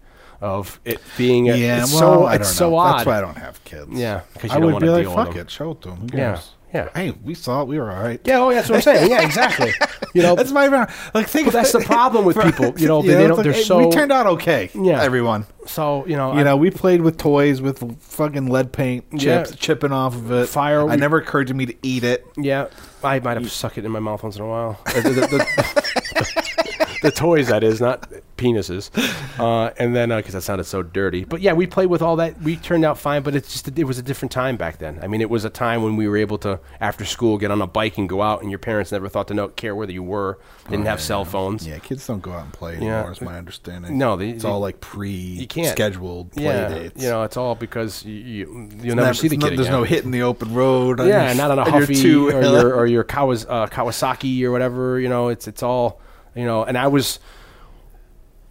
Speaker 4: of it being a,
Speaker 5: Yeah,
Speaker 4: it's
Speaker 5: well,
Speaker 4: so
Speaker 5: I
Speaker 4: it's
Speaker 5: don't
Speaker 4: so
Speaker 5: know.
Speaker 4: odd.
Speaker 5: That's why I don't have kids.
Speaker 4: Yeah, 'cause
Speaker 5: I
Speaker 4: you don't
Speaker 5: would
Speaker 4: wanna
Speaker 5: be like,
Speaker 4: deal with
Speaker 5: fuck
Speaker 4: them.
Speaker 5: it, show it to 'em, Who
Speaker 4: Yeah,
Speaker 5: cares?
Speaker 4: yeah.
Speaker 5: Hey, we saw it. We were all right.
Speaker 4: Yeah, oh, that's what I'm saying. Yeah, exactly. You know,
Speaker 5: that's my round. Like, think
Speaker 4: But that's
Speaker 5: of-
Speaker 4: the problem with people, you know, they- they
Speaker 5: it's
Speaker 4: don't- they're
Speaker 5: "Hey,
Speaker 4: so-
Speaker 5: We turned out okay.
Speaker 4: Yeah.
Speaker 5: everyone.
Speaker 4: so you know,
Speaker 5: You know, we played with toys with fucking lead paint
Speaker 4: Yeah.
Speaker 5: chips chipping off of it.
Speaker 4: Fire-
Speaker 5: I never occurred to me to eat it.
Speaker 4: yeah, I might have suck it in my mouth once in a while. The, the- the- the toys, that is, not penises. Uh, and then because that sounded so dirty, but yeah, we played with all that. We turned out fine, but it's just it was a different time back then. I mean, it was a time when we were able to after school get on a bike and go out, and your parents never thought to know care whether you were. Didn't have cell phones.
Speaker 5: Oh, Yeah, kids don't go out and play
Speaker 4: Yeah.
Speaker 5: anymore. Is my understanding.
Speaker 4: No, they-
Speaker 5: it's all like pre-scheduled play
Speaker 4: yeah,
Speaker 5: dates.
Speaker 4: you know, it's all because you, you you'll
Speaker 5: It's
Speaker 4: never
Speaker 5: not-
Speaker 4: see the
Speaker 5: it's
Speaker 4: kid
Speaker 5: not- There's
Speaker 4: again.
Speaker 5: no hit in the open road. and
Speaker 4: Yeah,
Speaker 5: you're-
Speaker 4: not on a
Speaker 5: and you're
Speaker 4: Huffy
Speaker 5: too-
Speaker 4: or your or your Kawas, uh, Kawasaki or whatever. You know, it's it's all you know. And I was,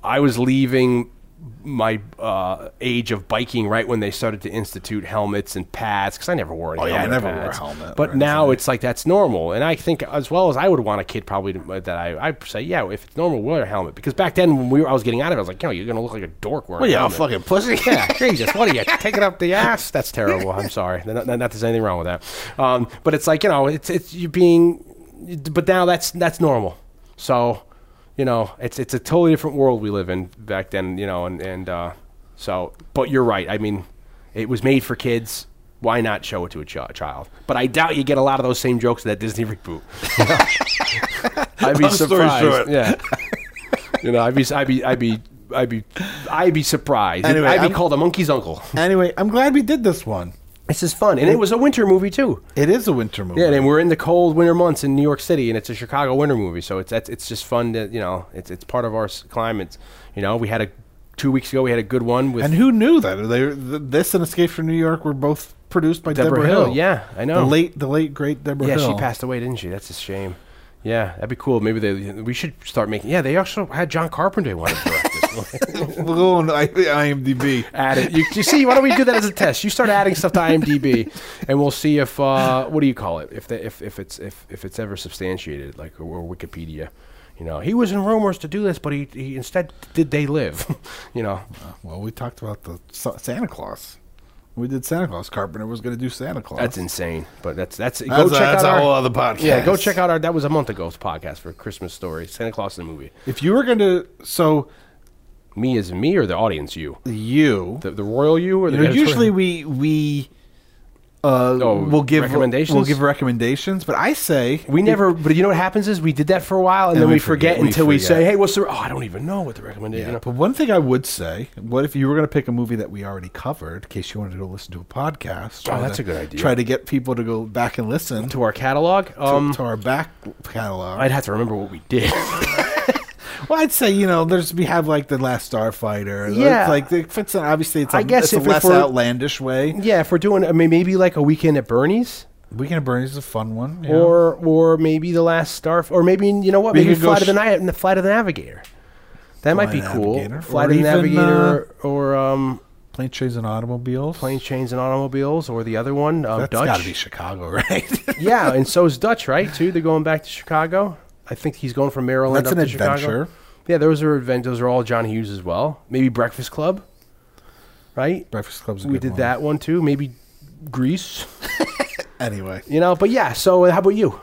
Speaker 4: I was leaving my uh, age of biking right when they started to institute helmets and pads because I never wore any.
Speaker 5: Oh, yeah, I
Speaker 4: helmet or
Speaker 5: never wore a
Speaker 4: pads.
Speaker 5: helmet or
Speaker 4: But
Speaker 5: anything.
Speaker 4: now it's like that's normal, and I think as well as I would want a kid probably to, that I I say yeah if it's normal wear a helmet because back then when we were, I was getting out of it I was like yo you're gonna look like a dork wearing
Speaker 5: Well,
Speaker 4: a
Speaker 5: yeah,
Speaker 4: helmet.
Speaker 5: fucking pussy.
Speaker 4: Yeah, Jesus, what are you taking up the ass? That's terrible. I'm sorry. Not, not, not there's anything wrong with that. Um, but it's like you know, it's it's you being, but now that's that's normal. So, you know, it's it's a totally different world we live in back then. You know, and and uh, so, but you're right. I mean, it was made for kids. Why not show it to a ch- child? But I doubt you get a lot of those same jokes in that Disney reboot. I'd be
Speaker 5: Long story
Speaker 4: surprised.
Speaker 5: short.
Speaker 4: Yeah. You know, I'd be, I'd be, I'd be, I'd be, I'd be surprised.
Speaker 5: Anyway,
Speaker 4: I'd be
Speaker 5: I'm-
Speaker 4: called a monkey's uncle.
Speaker 5: Anyway, I'm glad we did this one.
Speaker 4: This is fun, and it was a winter movie too.
Speaker 5: It is a winter movie.
Speaker 4: Yeah, and we're in the cold winter months in New York City, and it's a Chicago winter movie, so it's that's, it's just fun to you know, it's it's part of our s- climate. You know, we had a two weeks ago we had a good one with
Speaker 5: And who knew that they, th- this and Escape from New York were both produced by
Speaker 4: Deborah
Speaker 5: Deborah,
Speaker 4: Hill.
Speaker 5: Hill.
Speaker 4: Yeah, I know.
Speaker 5: the late the late great Deborah
Speaker 4: yeah,
Speaker 5: Hill.
Speaker 4: she passed away, didn't she? That's a shame. Yeah, that'd be cool. Maybe they we should start making. Yeah, they also had John Carpenter wanted to direct this one.
Speaker 5: Go on I- IMDb.
Speaker 4: add it. You, you see, why don't we do that as a test? You start adding stuff to IMDb, and we'll see if uh, what do you call it? If the, if if it's if if it's ever substantiated, like or, or Wikipedia. You know, he was in rumors to do this, but he, he instead did they live? you know,
Speaker 5: Well, we talked about the Sa- Santa Claus. We did Santa Claus. Carpenter was going to do Santa Claus.
Speaker 4: that's insane. But that's that's go
Speaker 5: That's a-
Speaker 4: check
Speaker 5: that's
Speaker 4: out
Speaker 5: a
Speaker 4: our,
Speaker 5: whole other podcast.
Speaker 4: Yeah, go check out our that was a month ago's podcast for Christmas story, Santa Claus in the movie.
Speaker 5: If you were going to, so
Speaker 4: Me is me or the audience you,
Speaker 5: you.
Speaker 4: the, the royal you or the
Speaker 5: you know,
Speaker 4: editorial-
Speaker 5: usually we we uh,
Speaker 4: Oh,
Speaker 5: we'll give
Speaker 4: recommendations?
Speaker 5: We'll give recommendations, but I say
Speaker 4: We never, but you know what happens is we did that for a while, and, then we, forget,
Speaker 5: we
Speaker 4: until we
Speaker 5: forget.
Speaker 4: say, "Hey, what's the?" Oh, I don't even know what the recommendation. you know.
Speaker 5: But one thing I would say, what if you were going to pick a movie that we already covered, in case you wanted to go listen to a podcast? try
Speaker 4: Oh, that's
Speaker 5: to-
Speaker 4: a good idea.
Speaker 5: Try to get people to go back and listen to,
Speaker 4: to our catalog. Um,
Speaker 5: to our back catalog.
Speaker 4: I'd have to remember what we did.
Speaker 5: well, I'd say you know, there's we have like the Last Starfighter.
Speaker 4: Yeah.
Speaker 5: it's like it fits in. Obviously, it's a-
Speaker 4: I guess
Speaker 5: it's
Speaker 4: if-
Speaker 5: a
Speaker 4: if
Speaker 5: less
Speaker 4: we're-
Speaker 5: outlandish way.
Speaker 4: yeah, if we're doing, I mean, maybe like a weekend at Bernie's,
Speaker 5: Weekend of Bernie's is a fun one. you know.
Speaker 4: or or maybe the last star, or maybe you know what,
Speaker 5: We
Speaker 4: maybe
Speaker 5: could go
Speaker 4: fly to the
Speaker 5: sh-
Speaker 4: night, the flight of the navigator. That might be
Speaker 5: Fly
Speaker 4: cool.
Speaker 5: Navigator,
Speaker 4: Flight
Speaker 5: or
Speaker 4: of the
Speaker 5: even, uh,
Speaker 4: navigator, or um,
Speaker 5: Plane Trains and Automobiles.
Speaker 4: planes, trains, and automobiles, or the other one, um,
Speaker 5: That's
Speaker 4: Dutch.
Speaker 5: got to be Chicago, right?
Speaker 4: yeah, and so is Dutch, right? Too. They're going back to Chicago. I think he's going from Maryland.
Speaker 5: That's
Speaker 4: up
Speaker 5: an
Speaker 4: to Chicago.
Speaker 5: adventure.
Speaker 4: Yeah, those are advent- Those are all John Hughes as well. Maybe Breakfast Club, right?
Speaker 5: Breakfast Club's. A
Speaker 4: we
Speaker 5: good
Speaker 4: did
Speaker 5: one.
Speaker 4: that one too. Maybe Greece,
Speaker 5: anyway.
Speaker 4: you know. But yeah. So how about you?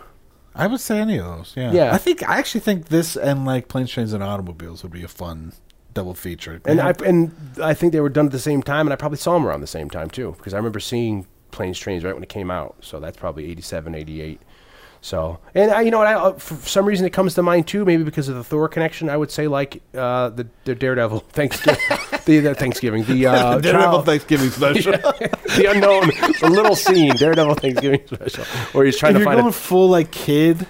Speaker 5: I would say any of those. Yeah.
Speaker 4: Yeah.
Speaker 5: I think I actually think this and like planes, trains, and automobiles would be a fun double feature.
Speaker 4: And
Speaker 5: Yeah.
Speaker 4: I and I think they were done at the same time, and I probably saw them around the same time too, because I remember seeing Planes, Trains right when it came out. So that's probably 87, 88. So and I, you know, what, I, uh, for some reason it comes to mind too, maybe because of the Thor connection. I would say like uh, the, the Daredevil Thanksgiving, the, the Thanksgiving, the uh,
Speaker 5: Daredevil
Speaker 4: child-
Speaker 5: Thanksgiving special.
Speaker 4: the unknown, the little scene, Daredevil Thanksgiving special, where he's trying
Speaker 5: If
Speaker 4: to
Speaker 5: you're
Speaker 4: find
Speaker 5: going
Speaker 4: a
Speaker 5: full like kid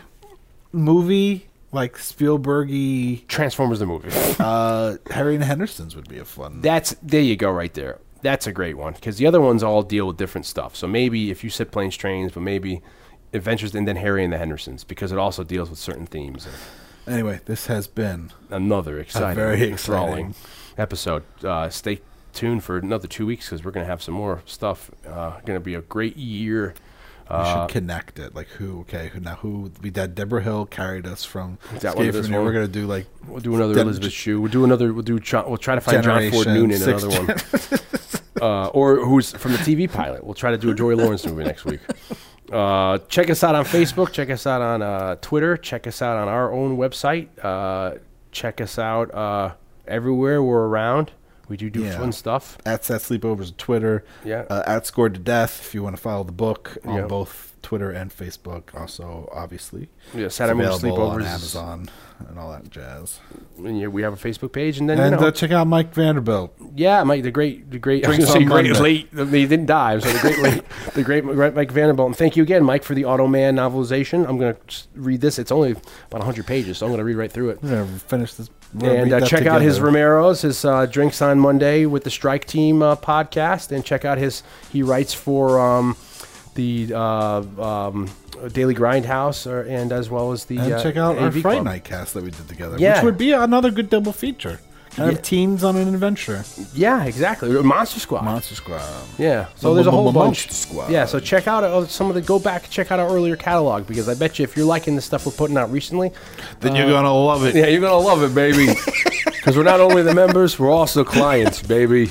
Speaker 5: movie, like Spielbergy
Speaker 4: Transformers the movie.
Speaker 5: uh, Harry and Henderson's would be a fun.
Speaker 4: That's there you go right there. That's a great one because the other ones all deal with different stuff. So maybe if you said planes, trains, but maybe adventures and then Harry and the Hendersons because it also deals with certain themes.
Speaker 5: Anyway, this has been
Speaker 4: Another exciting,
Speaker 5: very
Speaker 4: enthralling episode. Uh, stay tuned for another two weeks because we're gonna have some more stuff. Uh, gonna be a great year.
Speaker 5: we
Speaker 4: Uh,
Speaker 5: should connect it. Like who? Okay, who, now who? We did Deborah Hill carried us from
Speaker 4: Is that
Speaker 5: Escape
Speaker 4: one of
Speaker 5: from
Speaker 4: those
Speaker 5: New York. We're
Speaker 4: one?
Speaker 5: gonna do like
Speaker 4: We'll do another
Speaker 5: Dem-
Speaker 4: Elizabeth Shue. We'll do another. We'll do. John, we'll try to find John Ford
Speaker 5: Generation,
Speaker 4: Noonan another
Speaker 5: six-
Speaker 4: one, uh, or who's from the TV pilot. We'll try to do a Joy Lawrence movie next week. Uh, check us out on Facebook. Check us out on uh, Twitter. Check us out on our own website. Uh, check us out uh, everywhere we're around. We do do
Speaker 5: Yeah.
Speaker 4: fun stuff.
Speaker 5: at Sat Sleepovers on Twitter.
Speaker 4: Yeah.
Speaker 5: Uh, at Scored to Death if you want to follow the book on
Speaker 4: Yeah.
Speaker 5: both Twitter and Facebook. Also, obviously,
Speaker 4: Yeah,
Speaker 5: It's
Speaker 4: Saturday Moon
Speaker 5: available on
Speaker 4: Sleepovers is-
Speaker 5: Amazon and all that jazz.
Speaker 4: And, yeah, we have a Facebook page, and then
Speaker 5: And
Speaker 4: you know,
Speaker 5: uh, check out Mike Vanderbilt.
Speaker 4: yeah, Mike, the great, the great, I was
Speaker 5: Drinks
Speaker 4: gonna say
Speaker 5: on
Speaker 4: great
Speaker 5: Monday.
Speaker 4: late. He didn't die. So the great late, the great Mike Vanderbilt. And thank you again, Mike, for the Automan novelization. I'm gonna s- read this. It's only about 100 pages, so I'm gonna read right through it.
Speaker 5: We're gonna finish this. we're gonna
Speaker 4: And
Speaker 5: read
Speaker 4: uh,
Speaker 5: that
Speaker 4: check out his
Speaker 5: together.
Speaker 4: Romero's, his uh, Drinks on Monday with the Strike Team uh, podcast, and check out his. He writes for um, the uh, um, Daily Grindhouse, or, and as well as the
Speaker 5: And
Speaker 4: uh,
Speaker 5: check out our
Speaker 4: AV
Speaker 5: Fright
Speaker 4: Club.
Speaker 5: Night cast that we did together,
Speaker 4: Yeah.
Speaker 5: which would be another good double feature. Kind
Speaker 4: Yeah.
Speaker 5: of teens on an adventure.
Speaker 4: Yeah, exactly. Monster Squad.
Speaker 5: Monster Squad.
Speaker 4: Yeah. So
Speaker 5: Mo-
Speaker 4: there's a
Speaker 5: mo-
Speaker 4: whole
Speaker 5: mo-
Speaker 4: bunch.
Speaker 5: Monster Squad.
Speaker 4: Yeah. So check out uh, some of the. Go back. Check out our earlier catalog because I bet you if you're liking the stuff we're putting out recently,
Speaker 5: Then you're gonna love it.
Speaker 4: yeah, you're gonna love it, baby. Because we're not only the members, we're also clients, baby.